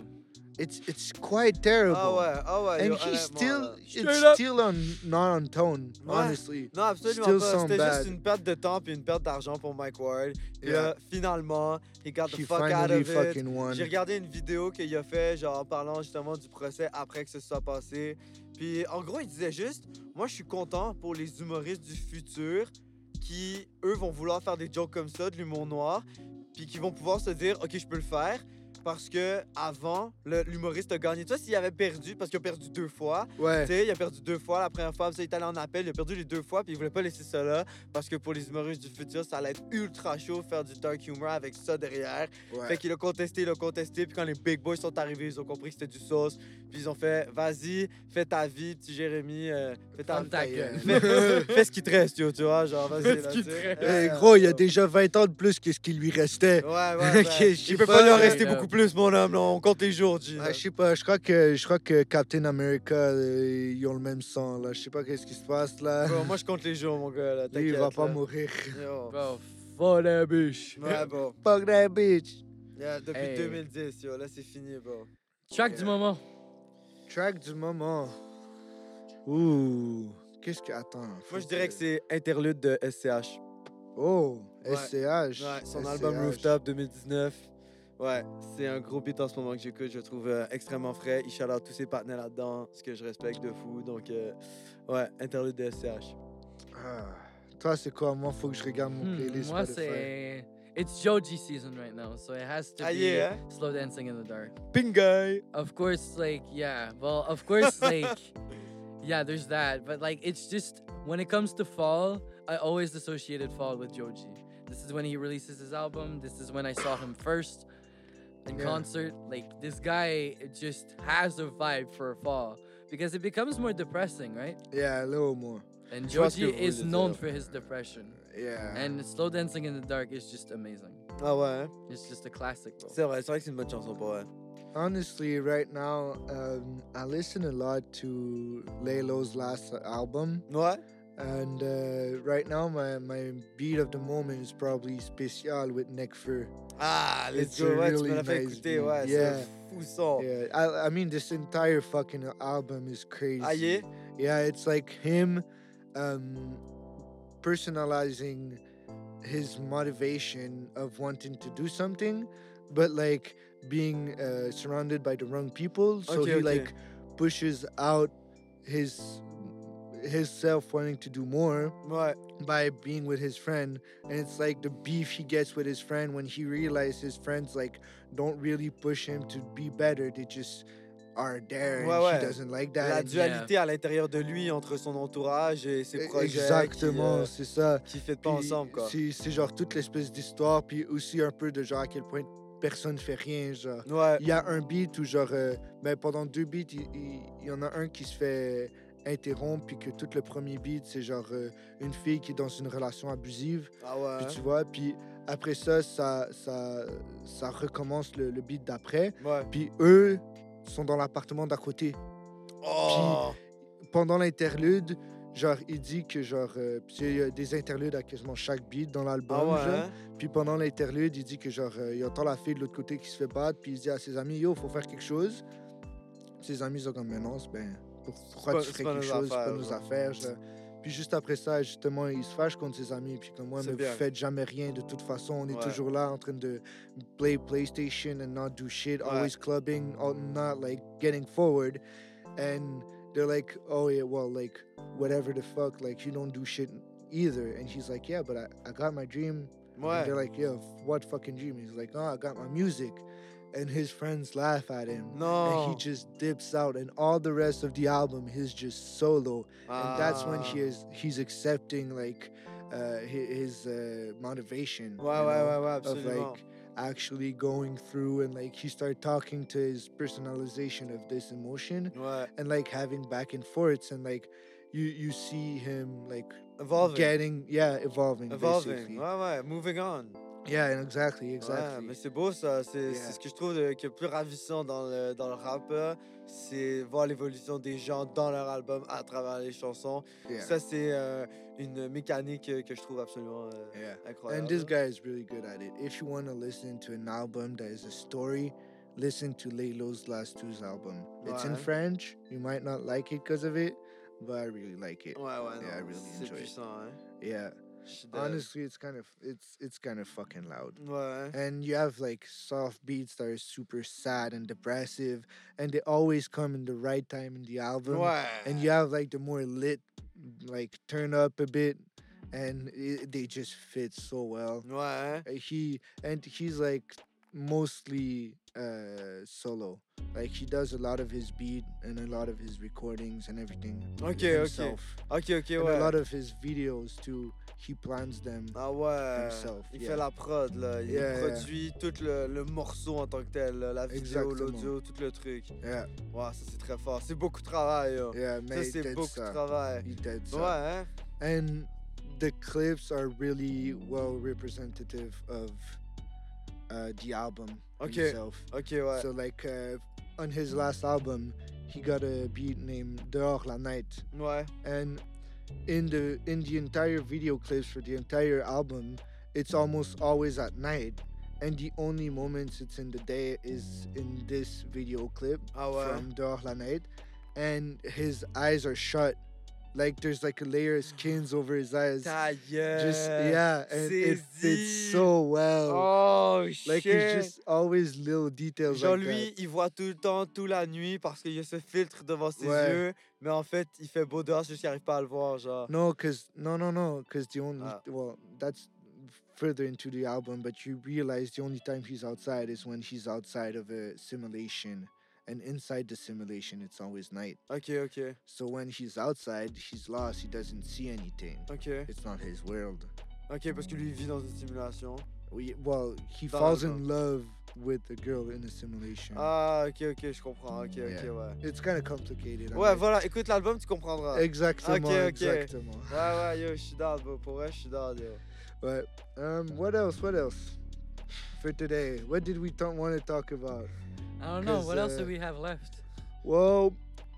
Speaker 2: It's it's quite terrible.
Speaker 3: Ah ouais, ah ouais.
Speaker 2: And
Speaker 3: yo,
Speaker 2: he's
Speaker 3: honnêtement, là.
Speaker 2: still it's
Speaker 1: Straight up.
Speaker 2: still on not on tone,
Speaker 3: Ouais.
Speaker 2: honestly.
Speaker 3: Non, absolument
Speaker 2: Still
Speaker 3: pas.
Speaker 2: sound
Speaker 3: C'était
Speaker 2: bad.
Speaker 3: juste une perte de temps puis une perte d'argent pour Mike Ward. Puis
Speaker 2: Yeah.
Speaker 3: là, finalement, he got the
Speaker 2: He
Speaker 3: fuck out of
Speaker 2: finally
Speaker 3: it.
Speaker 2: fucking won.
Speaker 3: J'ai regardé une vidéo qu'il a fait, genre en parlant justement du procès après que ce soit passé. Puis en gros, il disait juste Moi, je suis content pour les humoristes du futur qui, eux, vont vouloir faire des jokes comme ça, de l'humour noir, puis qui vont pouvoir se dire Ok, je peux le faire. Parce que avant, le- l'humoriste a gagné. Toi, s'il avait perdu, parce qu'il a perdu deux fois,
Speaker 2: Ouais.
Speaker 3: tu sais, il a perdu deux fois la première fois, puis ça, il est allé en appel, il a perdu les deux fois, puis il voulait pas laisser ça là, parce que pour les humoristes du futur, ça allait être ultra chaud faire du dark humor avec ça derrière.
Speaker 2: ouais.
Speaker 3: Fait qu'il a contesté, il a contesté, puis quand les big boys sont arrivés, ils ont compris que c'était du sauce, puis ils ont fait vas-y, fais ta vie, petit Jérémy, euh, fais ta
Speaker 1: Ferme ta
Speaker 2: yeah.
Speaker 1: gueule.
Speaker 3: Fais, fais ce qui te reste, yo, tu vois, genre, vas-y.
Speaker 1: Fais ce
Speaker 3: là,
Speaker 1: qui
Speaker 3: tu
Speaker 1: te
Speaker 3: sais.
Speaker 1: reste.
Speaker 2: Eh,
Speaker 3: Ouais,
Speaker 2: gros, il y a
Speaker 3: ouais.
Speaker 2: déjà 20 ans de plus que ce qui lui restait.
Speaker 3: Ouais, ouais.
Speaker 2: Ok,
Speaker 3: ouais.
Speaker 2: je sais
Speaker 3: Il peut
Speaker 2: pas,
Speaker 3: pas lui en
Speaker 2: euh,
Speaker 3: rester
Speaker 1: là.
Speaker 3: beaucoup plus, mon homme, là, on compte les jours, G.
Speaker 2: Ah, je sais pas, je crois que je crois que Captain America euh, ils ont le même sang là. Je sais pas qu'est-ce qui se passe là.
Speaker 3: Bon, moi, je compte les jours, mon gars, là,
Speaker 2: Lui, il va
Speaker 3: t'inquiète,
Speaker 2: pas
Speaker 3: là.
Speaker 2: mourir.
Speaker 3: Yo.
Speaker 1: Bro, fuck that bitch.
Speaker 3: Ouais, bon.
Speaker 2: Fuck that bitch.
Speaker 3: Yeah, depuis
Speaker 1: Hey.
Speaker 3: 2010, yo, là c'est fini, bro.
Speaker 1: Track du moment.
Speaker 2: Track du moment. Ouh. Qu'est-ce que attends. faut
Speaker 3: Moi je dirais que c'est Interlude de SCH.
Speaker 2: Oh,
Speaker 3: Ouais.
Speaker 2: SCH.
Speaker 3: Ouais, son
Speaker 2: SCH.
Speaker 3: album Rooftop 2019. Ouais, c'est un gros beat en ce moment que j'écoute, je le trouve euh, extrêmement frais. Il chaleur tous ses partenaires là-dedans, ce que je respecte de fou. Donc, euh, ouais, Interlude de SCH.
Speaker 2: Ah. Toi, c'est quoi Moi, faut que je regarde mon
Speaker 1: Hmm,
Speaker 2: playlist.
Speaker 1: moi,
Speaker 2: Spotify.
Speaker 1: c'est. It's Joji season right now, so it has to
Speaker 3: Ah,
Speaker 1: be
Speaker 3: yeah,
Speaker 1: slow dancing in the dark.
Speaker 3: euh, Pingay!
Speaker 1: Of course, like, yeah. Well, of course, like, yeah, there's that. But, like, it's just when it comes to fall, I always associated fall with Joji. This is when he releases his album. This is when I saw him first in
Speaker 2: Yeah.
Speaker 1: concert. Like, this guy just has a vibe for fall because it becomes more depressing, right?
Speaker 2: Yeah, a little more.
Speaker 1: And
Speaker 3: Trust
Speaker 1: Joji
Speaker 3: your
Speaker 1: is
Speaker 3: voice,
Speaker 1: known
Speaker 3: yeah.
Speaker 1: for his depression.
Speaker 2: Yeah.
Speaker 1: And Slow Dancing in the Dark is just amazing.
Speaker 3: Ah ouais, hein?
Speaker 1: It's just a classic, bro.
Speaker 3: c'est vrai, c'est vrai que c'est une bonne chanson pour elle.
Speaker 2: Honestly, right now, um, I listen a lot to Lalo's last album.
Speaker 3: Ouais?
Speaker 2: And uh, right now, my, my beat of the moment is probably Special with Neck Fur.
Speaker 3: Ah, let's
Speaker 2: It's
Speaker 3: go,
Speaker 2: a
Speaker 3: ouais, tu
Speaker 2: really
Speaker 3: me l'as fait
Speaker 2: nice
Speaker 3: écouter,
Speaker 2: beat,
Speaker 3: ouais,
Speaker 2: yeah.
Speaker 3: c'est un fou son.
Speaker 2: Yeah, I, I mean, this entire fucking album is crazy.
Speaker 3: Ah yeah?
Speaker 2: Yeah, it's like him um, personalizing his motivation of wanting to do something, but like being uh, surrounded by the wrong people. So
Speaker 3: Okay,
Speaker 2: he
Speaker 3: okay.
Speaker 2: like pushes out his his self wanting to do more
Speaker 3: Ouais,
Speaker 2: by being with his friend and it's like the beef he gets with his friend when he realizes his friends like don't really push him to be better they just are there and
Speaker 3: Ouais, ouais.
Speaker 2: he doesn't like that
Speaker 3: la
Speaker 2: and-
Speaker 3: dualité à l'intérieur de lui entre son entourage et ses projets. qui,
Speaker 2: exactement
Speaker 3: euh,
Speaker 2: c'est ça
Speaker 3: qui fait pas
Speaker 2: Puis
Speaker 3: ensemble quoi.
Speaker 2: c'est c'est genre toute l'espèce d'histoire puis aussi un peu de genre à quel point personne fait rien, genre.
Speaker 3: Ouais.
Speaker 2: Il y a un beat où, genre, euh, ben, pendant deux beats, il, il- il y en a un qui se fait interrompre, puis que tout le premier beat, c'est genre euh, une fille qui est dans une relation abusive,
Speaker 3: Ah ouais.
Speaker 2: puis tu vois, puis après ça, ça, ça, ça recommence le, le beat d'après,
Speaker 3: Ouais.
Speaker 2: puis eux sont dans l'appartement d'à côté.
Speaker 3: Oh.
Speaker 2: pendant l'interlude, genre, il dit que, genre, euh, parce qu'il y a des interludes à quasiment chaque beat dans l'album.
Speaker 3: Ah ouais.
Speaker 2: genre.
Speaker 3: hein?
Speaker 2: Puis pendant l'interlude, il dit que, genre, euh, il entend la fille de l'autre côté qui se fait battre, puis il dit à ses amis, yo, faut faire quelque chose. Ses amis sont comme, mais non, c'est ben, pour- pourquoi
Speaker 3: pas-
Speaker 2: tu
Speaker 3: c'est
Speaker 2: ferais
Speaker 3: pas
Speaker 2: quelque
Speaker 3: nos
Speaker 2: chose, c'est pas
Speaker 3: affaires, euh,
Speaker 2: nos
Speaker 3: genre.
Speaker 2: affaires, genre. Puis juste après ça, justement, il se fâche contre ses amis, puis comme, moi,
Speaker 3: C'est
Speaker 2: mais
Speaker 3: bien.
Speaker 2: vous faites jamais rien, de toute façon, on est
Speaker 3: Ouais.
Speaker 2: toujours là en train de play PlayStation and not do shit,
Speaker 3: Ouais.
Speaker 2: always clubbing, or not, like, getting forward. And they're like, oh yeah, well, like whatever the fuck, like you don't do shit either. And he's like, yeah, but I, I got my dream. And
Speaker 3: Ouais.
Speaker 2: they're like, yeah, f- what fucking dream? He's like, oh, I got my music. And his friends laugh at him. And
Speaker 3: Non.
Speaker 2: he just dips out, and all the rest of the album is just solo, and that's when
Speaker 3: Ah.
Speaker 2: he is he's accepting like uh, hi- his uh, motivation.
Speaker 3: Ouais,
Speaker 2: you
Speaker 3: Ah. ouais,
Speaker 2: know?
Speaker 3: ouais, ouais,
Speaker 2: of
Speaker 3: absolument.
Speaker 2: like actually going through and like he started talking to his personalization of this emotion
Speaker 3: Ouais.
Speaker 2: and like having back and forths and like you you see him like
Speaker 3: Evolving.
Speaker 2: getting yeah evolving
Speaker 3: Evolving.
Speaker 2: basically.
Speaker 3: Ouais, ouais. Moving on.
Speaker 2: yeah and exactly
Speaker 3: Ouais,
Speaker 2: exactly
Speaker 3: mais c'est beau ça. C'est c'est
Speaker 2: Yeah.
Speaker 3: ce que je trouve de- qui est plus ravissant dans le, dans le rap. là. C'est voir l'évolution des gens dans leur album à travers les chansons.
Speaker 2: yeah
Speaker 3: Ça, c'est euh, une mécanique euh, que je trouve absolument euh,
Speaker 2: yeah
Speaker 3: incroyable.
Speaker 2: and this guy is really good at it if you want to listen to an album that is a story listen to Laylo's last two's album it's in
Speaker 3: Ouais.
Speaker 2: French you might not like it because of it but I really like it
Speaker 3: Ouais, ouais, non.
Speaker 2: Yeah, I really
Speaker 3: c'est
Speaker 2: enjoy it.
Speaker 3: puissant, hein.
Speaker 2: yeah
Speaker 3: Je suis dead.
Speaker 2: honestly it's kind of it's it's kind of fucking loud
Speaker 3: Ouais, hein.
Speaker 2: and you have like soft beats that are super sad and depressive and they always come in the right time in the album
Speaker 3: Ouais.
Speaker 2: and you have like the more lit like turn up a bit and it, they just fit so well
Speaker 3: Ouais, hein.
Speaker 2: Uh, he and he's like mostly uh solo like he does a lot of his beat and a lot of his recordings and everything
Speaker 3: Okay, okay.
Speaker 2: himself.
Speaker 3: Ok, ok,
Speaker 2: and a
Speaker 3: ouais.
Speaker 2: lot of his videos too he plans them
Speaker 3: Ah ouais.
Speaker 2: himself,
Speaker 3: Il
Speaker 2: yeah.
Speaker 3: fait la prod, là. Il
Speaker 2: Yeah, yeah.
Speaker 3: produit tout le, le morceau en tant que tel. là, La vidéo,
Speaker 2: Exactement.
Speaker 3: l'audio, tout le truc.
Speaker 2: yeah
Speaker 3: Ouais, ça, c'est très fort. C'est beaucoup de travail, yo.
Speaker 2: yeah
Speaker 3: Ça,
Speaker 2: mate,
Speaker 3: c'est
Speaker 2: that's,
Speaker 3: beaucoup de
Speaker 2: uh,
Speaker 3: travail.
Speaker 2: he did
Speaker 3: Ouais, hein?
Speaker 2: and the clips are really well representative of uh, the album
Speaker 3: Okay.
Speaker 2: itself.
Speaker 3: Ok, ouais.
Speaker 2: So like uh, on his last album, he got a beat named Dehors la Night,
Speaker 3: Ouais.
Speaker 2: and in the in the entire video clips for the entire album, it's almost always at night. And the only moments it's in the day is in this video clip
Speaker 3: Ah ouais.
Speaker 2: from Dehors la Night, and his eyes are shut. Like there's like a layer of skins over his eyes.
Speaker 3: Ta gueule.
Speaker 2: just yeah, and it fits
Speaker 3: saisi.
Speaker 2: so well.
Speaker 3: Oh,
Speaker 2: like
Speaker 3: shit.
Speaker 2: it's just always little details
Speaker 3: Genre,
Speaker 2: like
Speaker 3: lui, il voit tout le temps, toute la nuit, parce qu'il y a ce filtre devant ses
Speaker 2: Ouais.
Speaker 3: yeux. Mais en fait, il fait beau dehors, c'est juste qu'il arrive pas à le voir, genre.
Speaker 2: that. No, cause no, no, no, cause the only
Speaker 3: Ah.
Speaker 2: well that's further into the album, but you realize the only time he's outside is when he's outside of a simulation, and inside the simulation it's always night.
Speaker 3: Ok, ok,
Speaker 2: So when he's outside, he's lost. He doesn't see anything.
Speaker 3: ok.
Speaker 2: It's not his world.
Speaker 3: Ok, parce que lui, il vit dans une simulation.
Speaker 2: We, well, he
Speaker 3: Dans
Speaker 2: falls
Speaker 3: l'album.
Speaker 2: in love with a girl in a simulation.
Speaker 3: Ah, ok, ok, je comprends. Ok, ok,
Speaker 2: Yeah.
Speaker 3: ouais.
Speaker 2: it's kind of complicated. I
Speaker 3: Ouais,
Speaker 2: mean,
Speaker 3: voilà, écoute l'album, tu comprendras. Ouais,
Speaker 2: Exactement,
Speaker 3: okay.
Speaker 2: exactement.
Speaker 3: ouais, yo, je suis down, bro. Pour vrai, je suis down, yo.
Speaker 2: But um, what else? What else for today? What did we want to talk about?
Speaker 1: I don't know. What else do we
Speaker 2: Because, uh,
Speaker 1: have left?
Speaker 2: Well,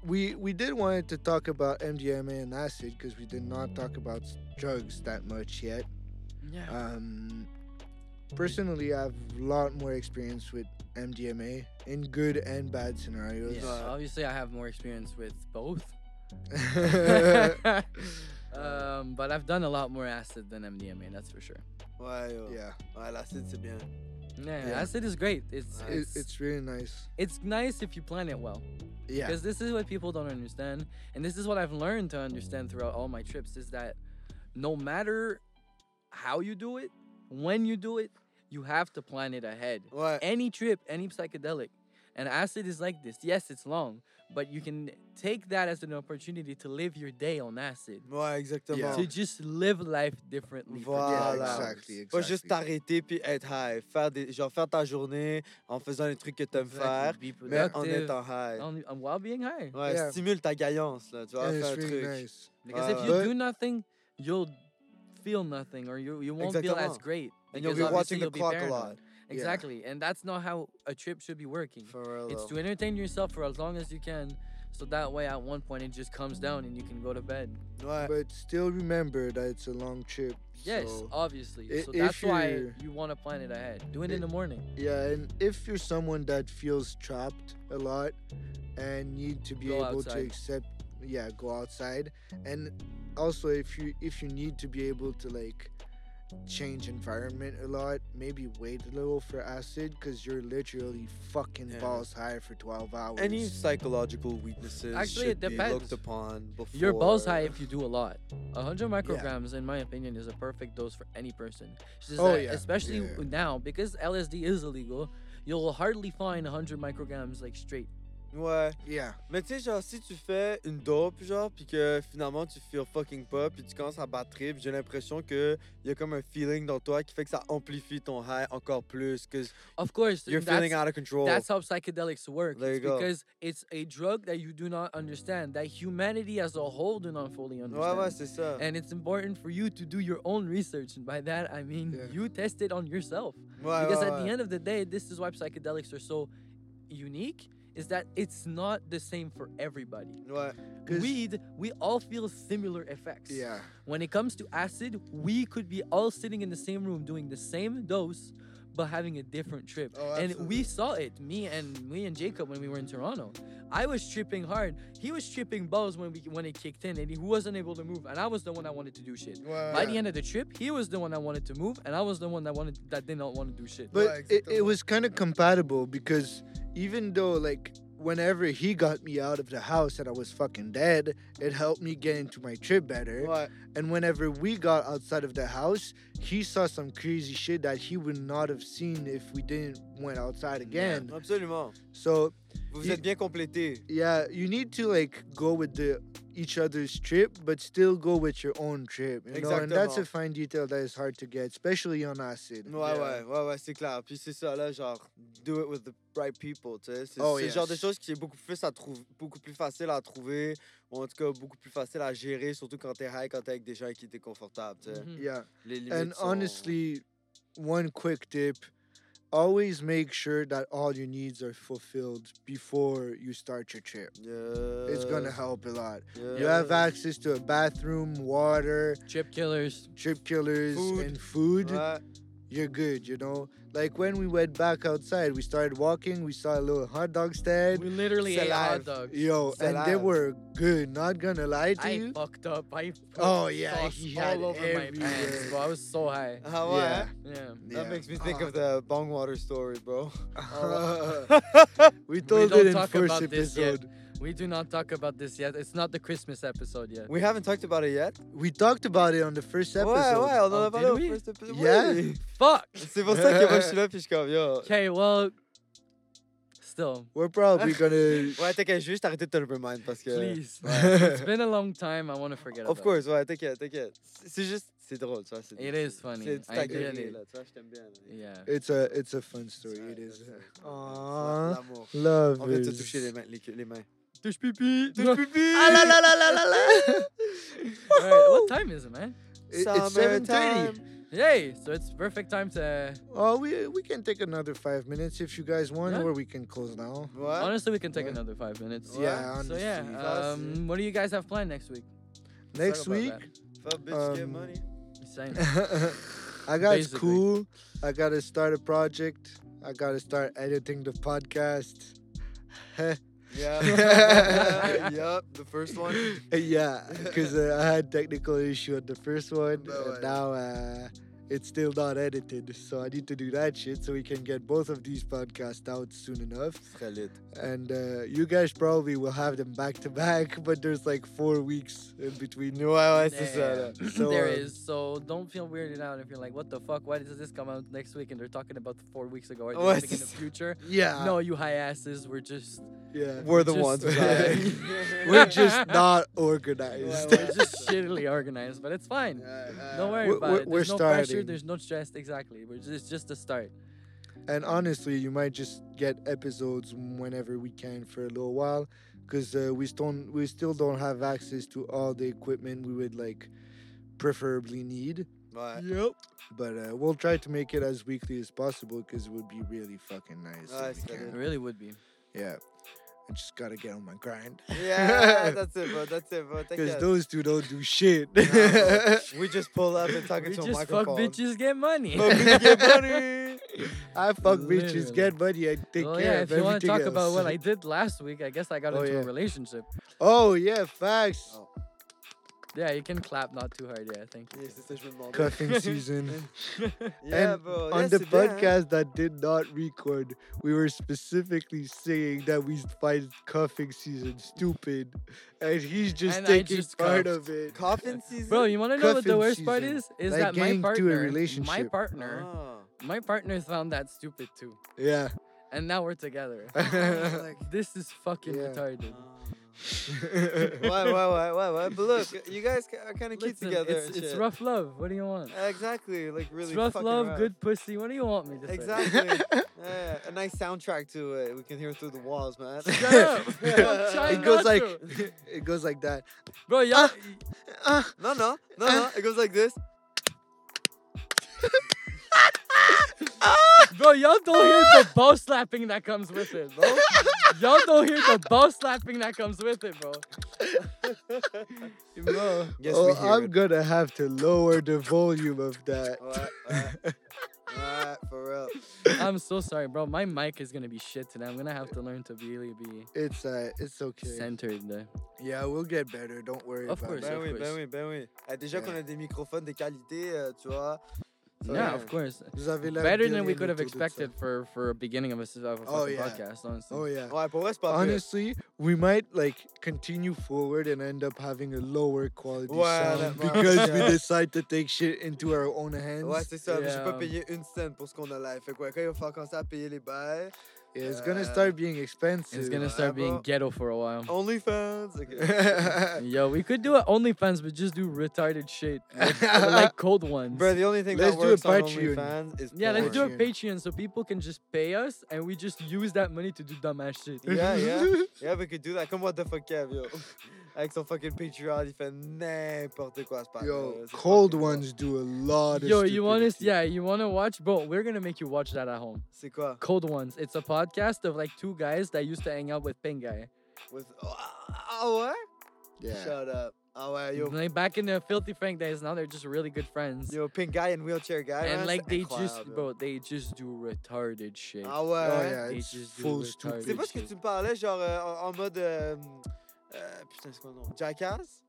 Speaker 2: we we did wanted to talk about MDMA and acid because we did not talk about s- drugs that much yet.
Speaker 1: Yeah.
Speaker 2: Um, personally, I have a lot more experience with MDMA in good and bad scenarios.
Speaker 1: Yeah, obviously, I have more experience with both. um, but I've done a lot more acid than MDMA, that's for sure.
Speaker 3: Ouais, yo.
Speaker 2: yeah,
Speaker 3: Ouais, l'acide, c'est bien.
Speaker 1: Yeah,
Speaker 2: Yeah.
Speaker 1: acid is great. It's
Speaker 3: Right.
Speaker 2: it,
Speaker 1: it's, it's
Speaker 2: it's really nice.
Speaker 1: nice if you plan it well,
Speaker 2: Yeah,
Speaker 1: because this is what people don't understand, and this is what I've learned to understand throughout all my trips is that no matter how you do it, when you do it, you have to plan it ahead.
Speaker 3: Ouais.
Speaker 1: Any trip, any psychedelic, And acid is like this. Yes, it's long, but you can take that as an opportunity to live your day on acid.
Speaker 3: Ouais, exactement.
Speaker 2: Yeah.
Speaker 1: To just live life differently. for
Speaker 3: Voilà.
Speaker 1: different
Speaker 2: Yeah,
Speaker 3: Voilà.
Speaker 1: hours.
Speaker 2: exactly,
Speaker 3: Pas
Speaker 2: exactly.
Speaker 3: juste t'arrêter puis être high. Faire des, genre faire ta journée en faisant les trucs que t'aimes
Speaker 1: Exactly.
Speaker 3: faire,
Speaker 1: Be
Speaker 3: mais en
Speaker 1: productive
Speaker 3: étant high.
Speaker 1: on- on- while being high.
Speaker 3: Ouais,
Speaker 2: Yeah.
Speaker 3: stimule ta gaillance, là. Tu vas
Speaker 2: And
Speaker 3: faire
Speaker 2: it's
Speaker 3: un
Speaker 2: really
Speaker 3: truc.
Speaker 2: nice.
Speaker 1: Because
Speaker 3: Ouais,
Speaker 1: if
Speaker 3: ouais.
Speaker 1: you
Speaker 2: But-
Speaker 1: do nothing, you'll feel nothing or you, you won't feel as
Speaker 3: Exactement.
Speaker 1: great.
Speaker 3: And you'll
Speaker 1: because
Speaker 3: be
Speaker 1: obviously
Speaker 3: watching the
Speaker 1: you'll be
Speaker 3: clock a
Speaker 1: paranoid.
Speaker 3: lot.
Speaker 1: Exactly. And that's not how a trip should be working.
Speaker 3: For real,
Speaker 1: It's
Speaker 3: though.
Speaker 1: to entertain yourself for as long as you can. So that way, at one point, it just comes down and you can go to bed.
Speaker 3: Ouais.
Speaker 2: But still remember that it's a long trip.
Speaker 1: Yes,
Speaker 2: so-
Speaker 1: obviously.
Speaker 2: i-
Speaker 1: so
Speaker 2: if
Speaker 1: that's why
Speaker 2: you're-
Speaker 1: you want to plan it ahead. Do it in
Speaker 2: i-
Speaker 1: the morning.
Speaker 2: Yeah, and if you're someone that feels trapped a lot and need to be
Speaker 1: Go
Speaker 2: able to
Speaker 1: outside.
Speaker 2: accept yeah, go outside. And also if you if you need to be able to like change environment a lot, maybe wait a little for acid cuz you're literally fucking
Speaker 3: Yeah.
Speaker 2: balls high for 12 hours.
Speaker 3: Any psychological weaknesses
Speaker 1: Actually,
Speaker 3: should
Speaker 1: it
Speaker 3: be looked
Speaker 1: depends.
Speaker 3: upon before.
Speaker 1: Your balls high if you do a lot. 100 micrograms, in my opinion, is a perfect dose for any person. It's just
Speaker 2: Oh,
Speaker 1: that
Speaker 2: yeah,
Speaker 1: Especially
Speaker 2: yeah.
Speaker 1: now, because LSD is illegal, you'll hardly find 100 micrograms like straight.
Speaker 3: Ouais.
Speaker 2: yeah.
Speaker 3: Mais tu sais, genre, si tu fais une dope, genre, puis que finalement tu feel fucking pas, puis tu commences à battre, puis j'ai l'impression que y a comme un feeling dans toi qui fait que ça amplifie ton high encore plus, que
Speaker 1: Of course,
Speaker 3: you're
Speaker 1: that's,
Speaker 3: feeling out of control.
Speaker 1: That's how psychedelics work.
Speaker 3: There
Speaker 1: It's
Speaker 3: you go.
Speaker 1: Because it's a drug that you do not understand, that humanity as a whole do not fully
Speaker 3: Ouais,
Speaker 1: understand.
Speaker 3: ouais, c'est ça.
Speaker 1: and it's important for you to do your own research. And by that, I mean
Speaker 2: Yeah.
Speaker 1: you test it on yourself.
Speaker 3: Ouais,
Speaker 1: because
Speaker 3: ouais,
Speaker 1: at the
Speaker 3: ouais.
Speaker 1: end of the day, this is why psychedelics are so unique. Is that it's not the same for everybody.
Speaker 3: Ouais.
Speaker 2: 'Cause-
Speaker 1: Weed, we all feel similar effects.
Speaker 2: Yeah.
Speaker 1: When it comes to acid, we could be all sitting in the same room doing the same dose, but having a different trip.
Speaker 3: Oh,
Speaker 1: and we saw it, me and me and Jacob when we were in Toronto. I was tripping hard. He was tripping balls when we when it kicked in, and he wasn't able to move. And I was the one that wanted to do shit.
Speaker 3: Ouais.
Speaker 1: By the end of the trip, he was the one that wanted to move, and I was the one that wanted that did not want to do shit.
Speaker 2: But
Speaker 3: Right,
Speaker 2: it, it
Speaker 3: exactement.
Speaker 2: was kind of compatible because even though like whenever he got me out of the house and I was fucking dead, it helped me get into my trip better.
Speaker 3: Ouais.
Speaker 2: And whenever we got outside of the house, he saw some crazy shit that he would not have seen if we didn't went outside again.
Speaker 3: Absolument.
Speaker 2: So
Speaker 3: Vous vous
Speaker 2: Il-
Speaker 3: êtes bien complétés.
Speaker 2: yeah, you need to like go with the each other's trip, but still go with your own trip. You know, and that's a
Speaker 3: Exactement.
Speaker 2: fine detail that is hard to get, especially on acid.
Speaker 3: Ouais, ouais, ouais, ouais, c'est clair. Puis c'est ça, là, genre, do it with the right people, tu sais. C'est
Speaker 2: Oh,
Speaker 3: c'est le genre de
Speaker 2: yes.
Speaker 3: choses qui est beaucoup plus, à trouver, beaucoup plus facile à trouver, ou en tout cas, beaucoup plus facile à gérer, surtout quand t'es high, quand t'es avec des gens avec qui t'es confortable, tu sais.
Speaker 1: Mhm.
Speaker 2: Yeah.
Speaker 3: Les limites
Speaker 2: Mm-hmm. And
Speaker 3: sont-
Speaker 2: honestly, one quick tip always make sure that all your needs are fulfilled before you start your trip. It's gonna
Speaker 3: Yes,
Speaker 2: help a lot.
Speaker 3: yes.
Speaker 2: You have access to a bathroom, water,
Speaker 1: Trip killers.
Speaker 2: trip killers,
Speaker 3: Food.
Speaker 2: and food.
Speaker 1: Uh.
Speaker 3: Ouais,
Speaker 2: You're good, you know? Like when we went back outside, we started walking, we saw a little hot dog stand.
Speaker 1: We literally ate hot
Speaker 3: Salad.
Speaker 1: dogs.
Speaker 2: Yo, and they
Speaker 3: Salad.
Speaker 2: were good, not gonna lie to
Speaker 1: I
Speaker 2: you.
Speaker 1: fucked up. I put
Speaker 2: Oh, yeah,
Speaker 1: sauce
Speaker 2: he had Uh,
Speaker 1: all over my pants,
Speaker 2: everywhere.
Speaker 1: bro. I was so high.
Speaker 3: Ah ouais,
Speaker 2: Yeah.
Speaker 3: hein?
Speaker 1: Yeah.
Speaker 3: That
Speaker 2: Yeah.
Speaker 3: makes me think of the bong water story, bro.
Speaker 2: we told
Speaker 1: don't
Speaker 2: it in
Speaker 1: talk
Speaker 2: first
Speaker 1: about this yet.
Speaker 2: episode.
Speaker 1: We do not talk about this yet. It's not the Christmas episode yet.
Speaker 3: We haven't talked about it yet.
Speaker 2: We talked about it on the first
Speaker 3: Ouais,
Speaker 2: episode.
Speaker 3: ouais, on en
Speaker 1: Oh,
Speaker 3: a parlé
Speaker 1: did
Speaker 3: au
Speaker 1: we?
Speaker 3: first episode.
Speaker 2: Yeah.
Speaker 3: Oui.
Speaker 1: Fuck.
Speaker 3: C'est pour ça que moi, je suis là, puis je suis comme, yo.
Speaker 1: Okay, well, still,
Speaker 2: We're probably gonna.
Speaker 3: Ouais, t'inquiète, je vais juste arrêter de te le remind parce que.
Speaker 1: please.
Speaker 3: Ouais.
Speaker 1: it's been a long time. I want to forget.
Speaker 3: Of
Speaker 1: about
Speaker 3: course, ouais, t'inquiète, t'inquiète. C'est c'est juste, c'est drôle, tu vois. c'est-
Speaker 1: It is
Speaker 3: c'est-
Speaker 1: funny.
Speaker 3: C'est tu
Speaker 1: I
Speaker 3: t'as
Speaker 1: get
Speaker 3: gagné,
Speaker 1: it.
Speaker 3: là, tu vois, je t'aime bien. là.
Speaker 1: It. Yeah.
Speaker 2: It's a it's a fun story.
Speaker 3: Ouais,
Speaker 2: It is. Ah.
Speaker 3: that's it.
Speaker 2: Aww.
Speaker 3: L'amour.
Speaker 2: Love.
Speaker 3: On vient de te
Speaker 2: is-
Speaker 3: toucher les mains. Les, les mains.
Speaker 1: Touche pipi.
Speaker 3: pipi!
Speaker 2: Ah la la la la la la.
Speaker 1: All right, what time is it, man?
Speaker 2: It- it's seven thirty.
Speaker 1: Yay! So it's perfect time to.
Speaker 2: Oh, we we can take another five minutes if you guys want,
Speaker 1: Yeah.
Speaker 2: or we can close now.
Speaker 3: Ouais.
Speaker 1: Honestly, we can take
Speaker 2: What?
Speaker 1: another five minutes.
Speaker 2: Yeah,
Speaker 1: So
Speaker 2: honestly.
Speaker 1: yeah.
Speaker 3: That's
Speaker 1: Um, what do you guys have planned next week?
Speaker 2: Next
Speaker 1: about
Speaker 2: week,
Speaker 1: that.
Speaker 3: Fuck, bitch, get
Speaker 2: Um,
Speaker 3: money.
Speaker 1: Same.
Speaker 2: I got
Speaker 1: Basically.
Speaker 2: school. I gotta start a project. I gotta start editing the podcast.
Speaker 3: Yeah. yup, the first one.
Speaker 2: yeah, because uh, I had technical issue on the first one,
Speaker 3: Bah
Speaker 2: and
Speaker 3: ouais.
Speaker 2: now uh, It's still not edited, so I need to do that shit so we can get both of these podcasts out soon enough.
Speaker 3: Ce serait lit.
Speaker 2: And uh, you guys probably will have them back to back, but there's like four weeks in between.
Speaker 3: Ouais, ouais, c'est ça. là.
Speaker 1: Damn.
Speaker 2: So,
Speaker 1: there
Speaker 2: uh,
Speaker 1: is. So don't feel weirded out if you're like, what the fuck? Why does this come out next week and they're talking about four weeks ago or they're
Speaker 3: Ouais,
Speaker 1: like in
Speaker 3: c'est
Speaker 1: the
Speaker 3: ça.
Speaker 1: future?
Speaker 2: Yeah.
Speaker 1: No, you high asses. We're just
Speaker 2: Yeah.
Speaker 3: We're the
Speaker 1: Just-
Speaker 3: ones who
Speaker 2: Yeah.
Speaker 3: died.
Speaker 2: We're just not
Speaker 1: we're
Speaker 2: organized.
Speaker 1: we're just shittily organized, but it's fine. Don't worry
Speaker 2: We're-
Speaker 1: about
Speaker 2: we're-
Speaker 1: it.
Speaker 2: we're
Speaker 1: There's no pressure.
Speaker 2: starting.
Speaker 1: There's no stress. Exactly. We're just it's just a start.
Speaker 2: And honestly, you might just get episodes whenever we can for a little while, because uh, we still we still don't have access to all the equipment we would like preferably need.
Speaker 3: Ouais.
Speaker 1: Yep.
Speaker 2: But uh, we'll try to make it as weekly as possible because it would be really fucking nice. if
Speaker 3: Nice,
Speaker 2: we
Speaker 3: that
Speaker 1: It
Speaker 2: can.
Speaker 1: really would be.
Speaker 2: Yeah, I just gotta get on my grind
Speaker 3: Yeah, that's it, bro. That's it, bro. Take
Speaker 2: because
Speaker 3: care.
Speaker 2: those two don't do shit.
Speaker 3: bro. We just pull up and talk
Speaker 1: We
Speaker 3: into a
Speaker 1: just fuck
Speaker 3: microphone.
Speaker 1: bitches, get money.
Speaker 3: Fuck bitches, get money.
Speaker 2: I fuck bitches,
Speaker 1: Literally.
Speaker 2: get money, and take
Speaker 1: well,
Speaker 2: care
Speaker 1: yeah,
Speaker 2: of
Speaker 1: if you want to
Speaker 2: everything
Speaker 1: talk
Speaker 2: else.
Speaker 1: about what I did last week, I guess I got
Speaker 2: Oh,
Speaker 1: into
Speaker 2: yeah.
Speaker 1: a relationship.
Speaker 2: oh yeah, facts.
Speaker 3: Oh.
Speaker 1: Yeah, you can clap not too hard. Yeah, thank you.
Speaker 3: Yeah, c'est ça, je me demandais.
Speaker 2: Cuffing season.
Speaker 3: Yeah,
Speaker 2: And
Speaker 3: bro.
Speaker 2: on
Speaker 3: yeah,
Speaker 2: the
Speaker 3: c'est bien, hein.
Speaker 2: podcast that did not record, we were specifically saying that we find cuffing season stupid, and he's just
Speaker 1: And I
Speaker 2: taking
Speaker 1: just
Speaker 2: part
Speaker 1: cuffed.
Speaker 2: of it.
Speaker 3: Coffin season.
Speaker 1: Bro, you want to know what the
Speaker 2: Cuffing
Speaker 1: worst part
Speaker 2: season.
Speaker 1: is? Is
Speaker 2: Like
Speaker 1: that my
Speaker 2: getting to a
Speaker 1: partner, my
Speaker 2: relationship.
Speaker 1: partner,
Speaker 3: Ah.
Speaker 1: my partner found that stupid too,
Speaker 2: Yeah.
Speaker 1: and now we're together.
Speaker 3: Like,
Speaker 1: This is fucking
Speaker 2: Yeah.
Speaker 1: retarded.
Speaker 3: Uh, why, why, why, why, why? But look, you guys ca- are kind of cute
Speaker 1: Listen,
Speaker 3: together.
Speaker 1: it's,
Speaker 3: and
Speaker 1: it's
Speaker 3: shit.
Speaker 1: rough love. What do you want?
Speaker 3: Exactly, like really.
Speaker 1: it's rough
Speaker 3: fucking
Speaker 1: love,
Speaker 3: rough.
Speaker 1: good pussy. What do you want me to say?
Speaker 3: Exactly. yeah, a nice soundtrack to it. We can hear through the walls, man.
Speaker 1: Shut up. I'm trying
Speaker 2: it
Speaker 1: not
Speaker 2: goes like
Speaker 1: to.
Speaker 2: it goes like that.
Speaker 1: bro, y'all.
Speaker 2: Ah,
Speaker 3: No, no, no, no. It goes like this.
Speaker 1: Bro, y'all don't hear the ball slapping that comes with it, bro. Y'all don't hear the ball slapping that comes with it, bro. bro.
Speaker 3: Yes,
Speaker 2: oh,
Speaker 3: we hear
Speaker 2: I'm
Speaker 3: it.
Speaker 2: gonna have to lower the volume of that.
Speaker 3: Alright, alright. Alright, for real.
Speaker 1: I'm so sorry, bro. My mic is gonna be shit today. I'm gonna have to learn to really be
Speaker 2: It's uh, it's okay.
Speaker 1: centered. There.
Speaker 2: Yeah, we'll get better. Don't worry
Speaker 1: Of
Speaker 2: about
Speaker 1: course,
Speaker 3: Ben
Speaker 1: of
Speaker 2: it.
Speaker 3: oui, ben
Speaker 1: course.
Speaker 3: oui, ben oui. Eh, déjà
Speaker 2: Yeah.
Speaker 3: qu'on a des microphones de qualité, euh, tu vois. ça,
Speaker 1: yeah,
Speaker 3: euh,
Speaker 1: of course.
Speaker 2: Vous avez l'air
Speaker 1: Better
Speaker 2: bien
Speaker 1: than we
Speaker 2: aimé
Speaker 1: could have
Speaker 2: autour de ça.
Speaker 1: expected for for a beginning of a, s- of a fucking
Speaker 2: Oh, yeah.
Speaker 1: podcast, honestly.
Speaker 2: Oh yeah.
Speaker 3: Ouais, pour vrai, c'est pas pire.
Speaker 2: Honestly, we might like continue forward and end up having a lower quality
Speaker 3: Ouais,
Speaker 2: sound
Speaker 3: honnêtement,
Speaker 2: because we
Speaker 3: yeah.
Speaker 2: decide to take shit into our own hands.
Speaker 3: Ouais, c'est ça. mais J'ai pas
Speaker 1: Yeah.
Speaker 3: payé une scène pour ce qu'on a live. Fait que ouais, quand il va falloir commencer à payer les bails,
Speaker 2: Yeah, it's gonna
Speaker 3: Yeah.
Speaker 2: start being expensive.
Speaker 1: It's gonna start being
Speaker 3: bro.
Speaker 1: ghetto for a
Speaker 2: Oh,
Speaker 1: while.
Speaker 3: OnlyFans. ok.
Speaker 2: gonna.
Speaker 1: Yo, we could do a OnlyFans, but just do retarded shit, like, like cold ones.
Speaker 3: Bro, the only thing
Speaker 2: Let's
Speaker 3: that
Speaker 2: do a
Speaker 3: works on
Speaker 2: Patreon.
Speaker 3: OnlyFans is
Speaker 1: Yeah, let's do a
Speaker 3: porn.
Speaker 2: Patreon.
Speaker 1: Patreon so people can just pay us and we just use that money to do dumbass shit.
Speaker 3: Yeah, yeah. Yeah, we could do that. Comme what the fuck, Kev, yo. Avec son fucking Patreon, il fait n'importe quoi, ce pack-là, là,
Speaker 2: Yo,
Speaker 3: c'est
Speaker 2: cold
Speaker 3: fucking-
Speaker 2: ones do a lot of
Speaker 1: Yo, you want to?
Speaker 2: stupidity.
Speaker 1: Yeah, you want to watch? Bro, we're gonna make you watch that at home.
Speaker 3: C'est quoi?
Speaker 1: Cold ones. It's a podcast of like two guys that used to hang out with Pink guy.
Speaker 3: With... Oh, ah ouais?
Speaker 2: Yeah.
Speaker 3: Shut up. Ah ouais, yo.
Speaker 1: Like back in the Filthy Frank days. Now they're just really good friends.
Speaker 3: Yo, pink guy and wheelchair guy. man,
Speaker 1: and
Speaker 3: c'est
Speaker 1: like they just,
Speaker 3: incroyable,
Speaker 1: bro, they just do retarded shit.
Speaker 3: Ah ouais.
Speaker 2: Oh
Speaker 3: hein?
Speaker 2: yeah,
Speaker 1: They
Speaker 2: it's
Speaker 1: just do
Speaker 2: full
Speaker 1: retarded
Speaker 3: C'est
Speaker 2: stupid.
Speaker 3: pas ce que
Speaker 1: shit.
Speaker 3: tu me parlais, genre euh, en, en mode. euh, euh, putain, c'est quoi le nom? Jackass?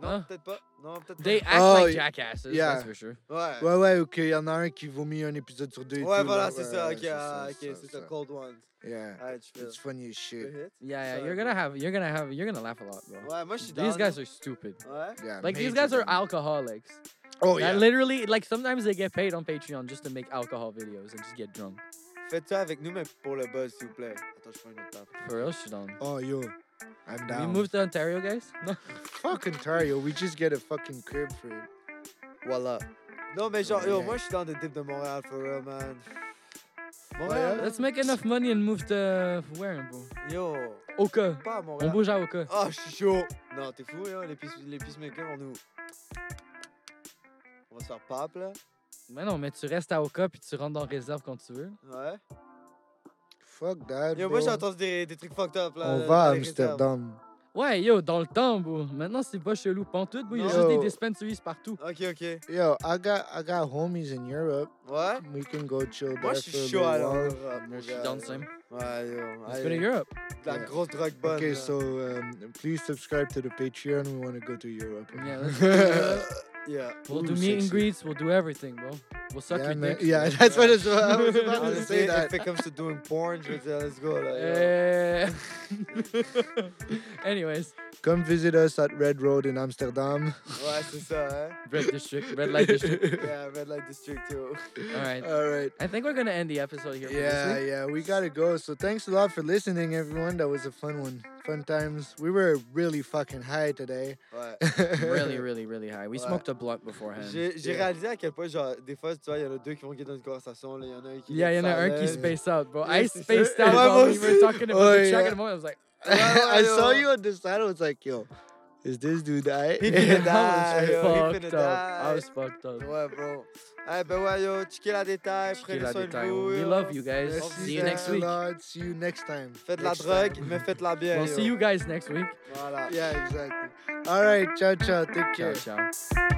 Speaker 3: Non,
Speaker 1: Hein?
Speaker 3: peut-être pas. Non, peut-être
Speaker 1: They
Speaker 3: pas.
Speaker 1: act
Speaker 2: Oh,
Speaker 1: like
Speaker 2: y-
Speaker 1: jackasses.
Speaker 2: yeah.
Speaker 1: That's for sure.
Speaker 3: Ouais.
Speaker 2: Ouais, ouais, ok, y en a un qui vomit un épisode sur deux. et
Speaker 3: Ouais,
Speaker 2: tout,
Speaker 3: voilà,
Speaker 2: là, ouais,
Speaker 3: c'est ça.
Speaker 2: ouais,
Speaker 3: Ok, ah, ok, c'est ça. Cold Ones.
Speaker 2: Yeah,
Speaker 3: Ouais, tu fais.
Speaker 2: it's funny as shit.
Speaker 1: Yeah, yeah.
Speaker 3: Sorry,
Speaker 1: You're
Speaker 3: bro.
Speaker 1: gonna have, you're gonna have, you're gonna laugh a lot, bro.
Speaker 3: Ouais, moi je suis down.
Speaker 1: These guys are stupid.
Speaker 3: Ouais.
Speaker 2: Yeah,
Speaker 1: Like these
Speaker 2: major
Speaker 1: guys are
Speaker 2: dumb.
Speaker 1: alcoholics.
Speaker 2: Oh
Speaker 1: That
Speaker 2: yeah.
Speaker 1: literally, like sometimes they get paid on Patreon just to make alcohol videos and just get drunk.
Speaker 3: Faites ça avec nous, mais pour le buzz, s'il vous plaît. Attends, je prends une autre table.
Speaker 1: For real, shit on.
Speaker 2: Oh yo, I'm
Speaker 1: We
Speaker 2: down.
Speaker 1: moved to Ontario, guys. No.
Speaker 2: Fuck Ontario, we just get a fucking crib for it.
Speaker 3: Voilà. Non, mais genre, yo,
Speaker 2: Ouais.
Speaker 3: moi je suis dans des dips de Montréal, for real, man.
Speaker 2: Ouais,
Speaker 3: Montréal,
Speaker 1: Let's make enough money and move to where, bro?
Speaker 3: Yo,
Speaker 1: Oka.
Speaker 3: pas à
Speaker 1: On
Speaker 3: Montréal.
Speaker 1: bouge à Oka.
Speaker 3: Ah, je suis chaud. Non, t'es fou, yo. Les, peace- les peacemakers, on est où? On va se faire pape, là.
Speaker 1: Mais non, mais tu restes à Oka puis tu rentres en réserve quand tu veux.
Speaker 3: Ouais.
Speaker 2: Fuck that.
Speaker 3: Yo,
Speaker 2: bro.
Speaker 3: moi, j'ai entendu des, des trucs fucked up, là.
Speaker 2: On
Speaker 3: dans
Speaker 2: va à
Speaker 3: les réserves.
Speaker 2: Amsterdam.
Speaker 1: Ouais, yo, dans le temps, bro. Maintenant, c'est pas chelou pantoute, bro. Il y a
Speaker 2: Non.
Speaker 1: juste des dispensaries partout.
Speaker 3: Ok, ok.
Speaker 2: Yo, I got I got homies in Europe.
Speaker 3: Ouais.
Speaker 2: We can go chill
Speaker 3: Moi,
Speaker 2: there
Speaker 3: je
Speaker 2: for a
Speaker 3: suis chaud,
Speaker 2: little
Speaker 3: alors. Ah,
Speaker 2: while.
Speaker 1: Je suis dans le same.
Speaker 3: Ouais, yo.
Speaker 1: Let's go to
Speaker 3: allez,
Speaker 1: Europe.
Speaker 3: La
Speaker 2: Yeah.
Speaker 3: grosse drogue bonne.
Speaker 2: Okay,
Speaker 3: là.
Speaker 2: so um, please subscribe to the Patreon. We want to go to Europe.
Speaker 1: Yeah, let's go to Europe.
Speaker 3: Yeah.
Speaker 1: We'll
Speaker 2: Ooh,
Speaker 1: do meet
Speaker 2: sexy.
Speaker 1: and greets. We'll do everything, bro. We'll suck
Speaker 2: yeah,
Speaker 1: your
Speaker 2: man.
Speaker 1: dick.
Speaker 2: yeah, that's what it's, I was about to
Speaker 3: Honestly,
Speaker 2: say that.
Speaker 3: if it comes to doing porn, je veux dire, let's go. Là, yeah.
Speaker 1: Eh. Anyways,
Speaker 2: Come visit us at Red Road in Amsterdam.
Speaker 3: Ouais, c'est ça, hein.
Speaker 1: red district, red light district.
Speaker 3: Yeah, Red Light District too.
Speaker 1: All right.
Speaker 2: All right.
Speaker 1: I think we're gonna end the episode here. for this
Speaker 2: Yeah,
Speaker 1: week.
Speaker 2: yeah, we gotta go. So thanks a lot for listening, everyone. That was a fun one. Fun times. We were really fucking high today.
Speaker 3: Ouais.
Speaker 1: Really, really, really high. We
Speaker 3: Ouais.
Speaker 1: smoked a blunt beforehand.
Speaker 3: J'ai j'ai
Speaker 2: Euh, Yeah.
Speaker 3: réalisé à quel point, genre, des fois, tu vois, il y en a deux qui vont guider notre conversation. là, Il y en a un qui.
Speaker 1: Yeah, you know,
Speaker 3: s'en
Speaker 1: Erky
Speaker 3: laisse.
Speaker 1: spaced out, bro.
Speaker 3: Yeah,
Speaker 1: I
Speaker 3: c'est ça.
Speaker 1: spaced out
Speaker 3: Ouais,
Speaker 1: while
Speaker 3: moi
Speaker 1: we were
Speaker 3: aussi.
Speaker 1: talking about the
Speaker 2: Ouais,
Speaker 1: check
Speaker 2: yeah.
Speaker 1: in the moment. I was like,
Speaker 2: I saw
Speaker 3: yo.
Speaker 2: you on the side. I was like, yo, is this dude high?
Speaker 3: He
Speaker 1: I
Speaker 3: finna die. yo, he
Speaker 1: was
Speaker 3: finna
Speaker 1: fucked up. I
Speaker 3: die.
Speaker 1: was fucked up.
Speaker 3: Ouais, bro. Eh ben ouais, yo, checkez la détail,
Speaker 1: Checkez
Speaker 3: prenez
Speaker 1: la
Speaker 3: soin
Speaker 1: détail.
Speaker 3: de vous.
Speaker 1: We
Speaker 3: yo.
Speaker 1: love you guys.
Speaker 3: Merci,
Speaker 1: See you
Speaker 3: man.
Speaker 1: next week.
Speaker 2: Lot. See you next time.
Speaker 3: Faites de la
Speaker 2: Next
Speaker 3: drogue,
Speaker 2: time.
Speaker 3: mais faites-la bien.
Speaker 1: We'll
Speaker 3: yo.
Speaker 1: see you guys next week.
Speaker 3: Voilà.
Speaker 2: Yeah, exactly. All right, ciao, ciao. Take
Speaker 1: Ciao,
Speaker 2: care.
Speaker 1: ciao.
Speaker 3: Ciao.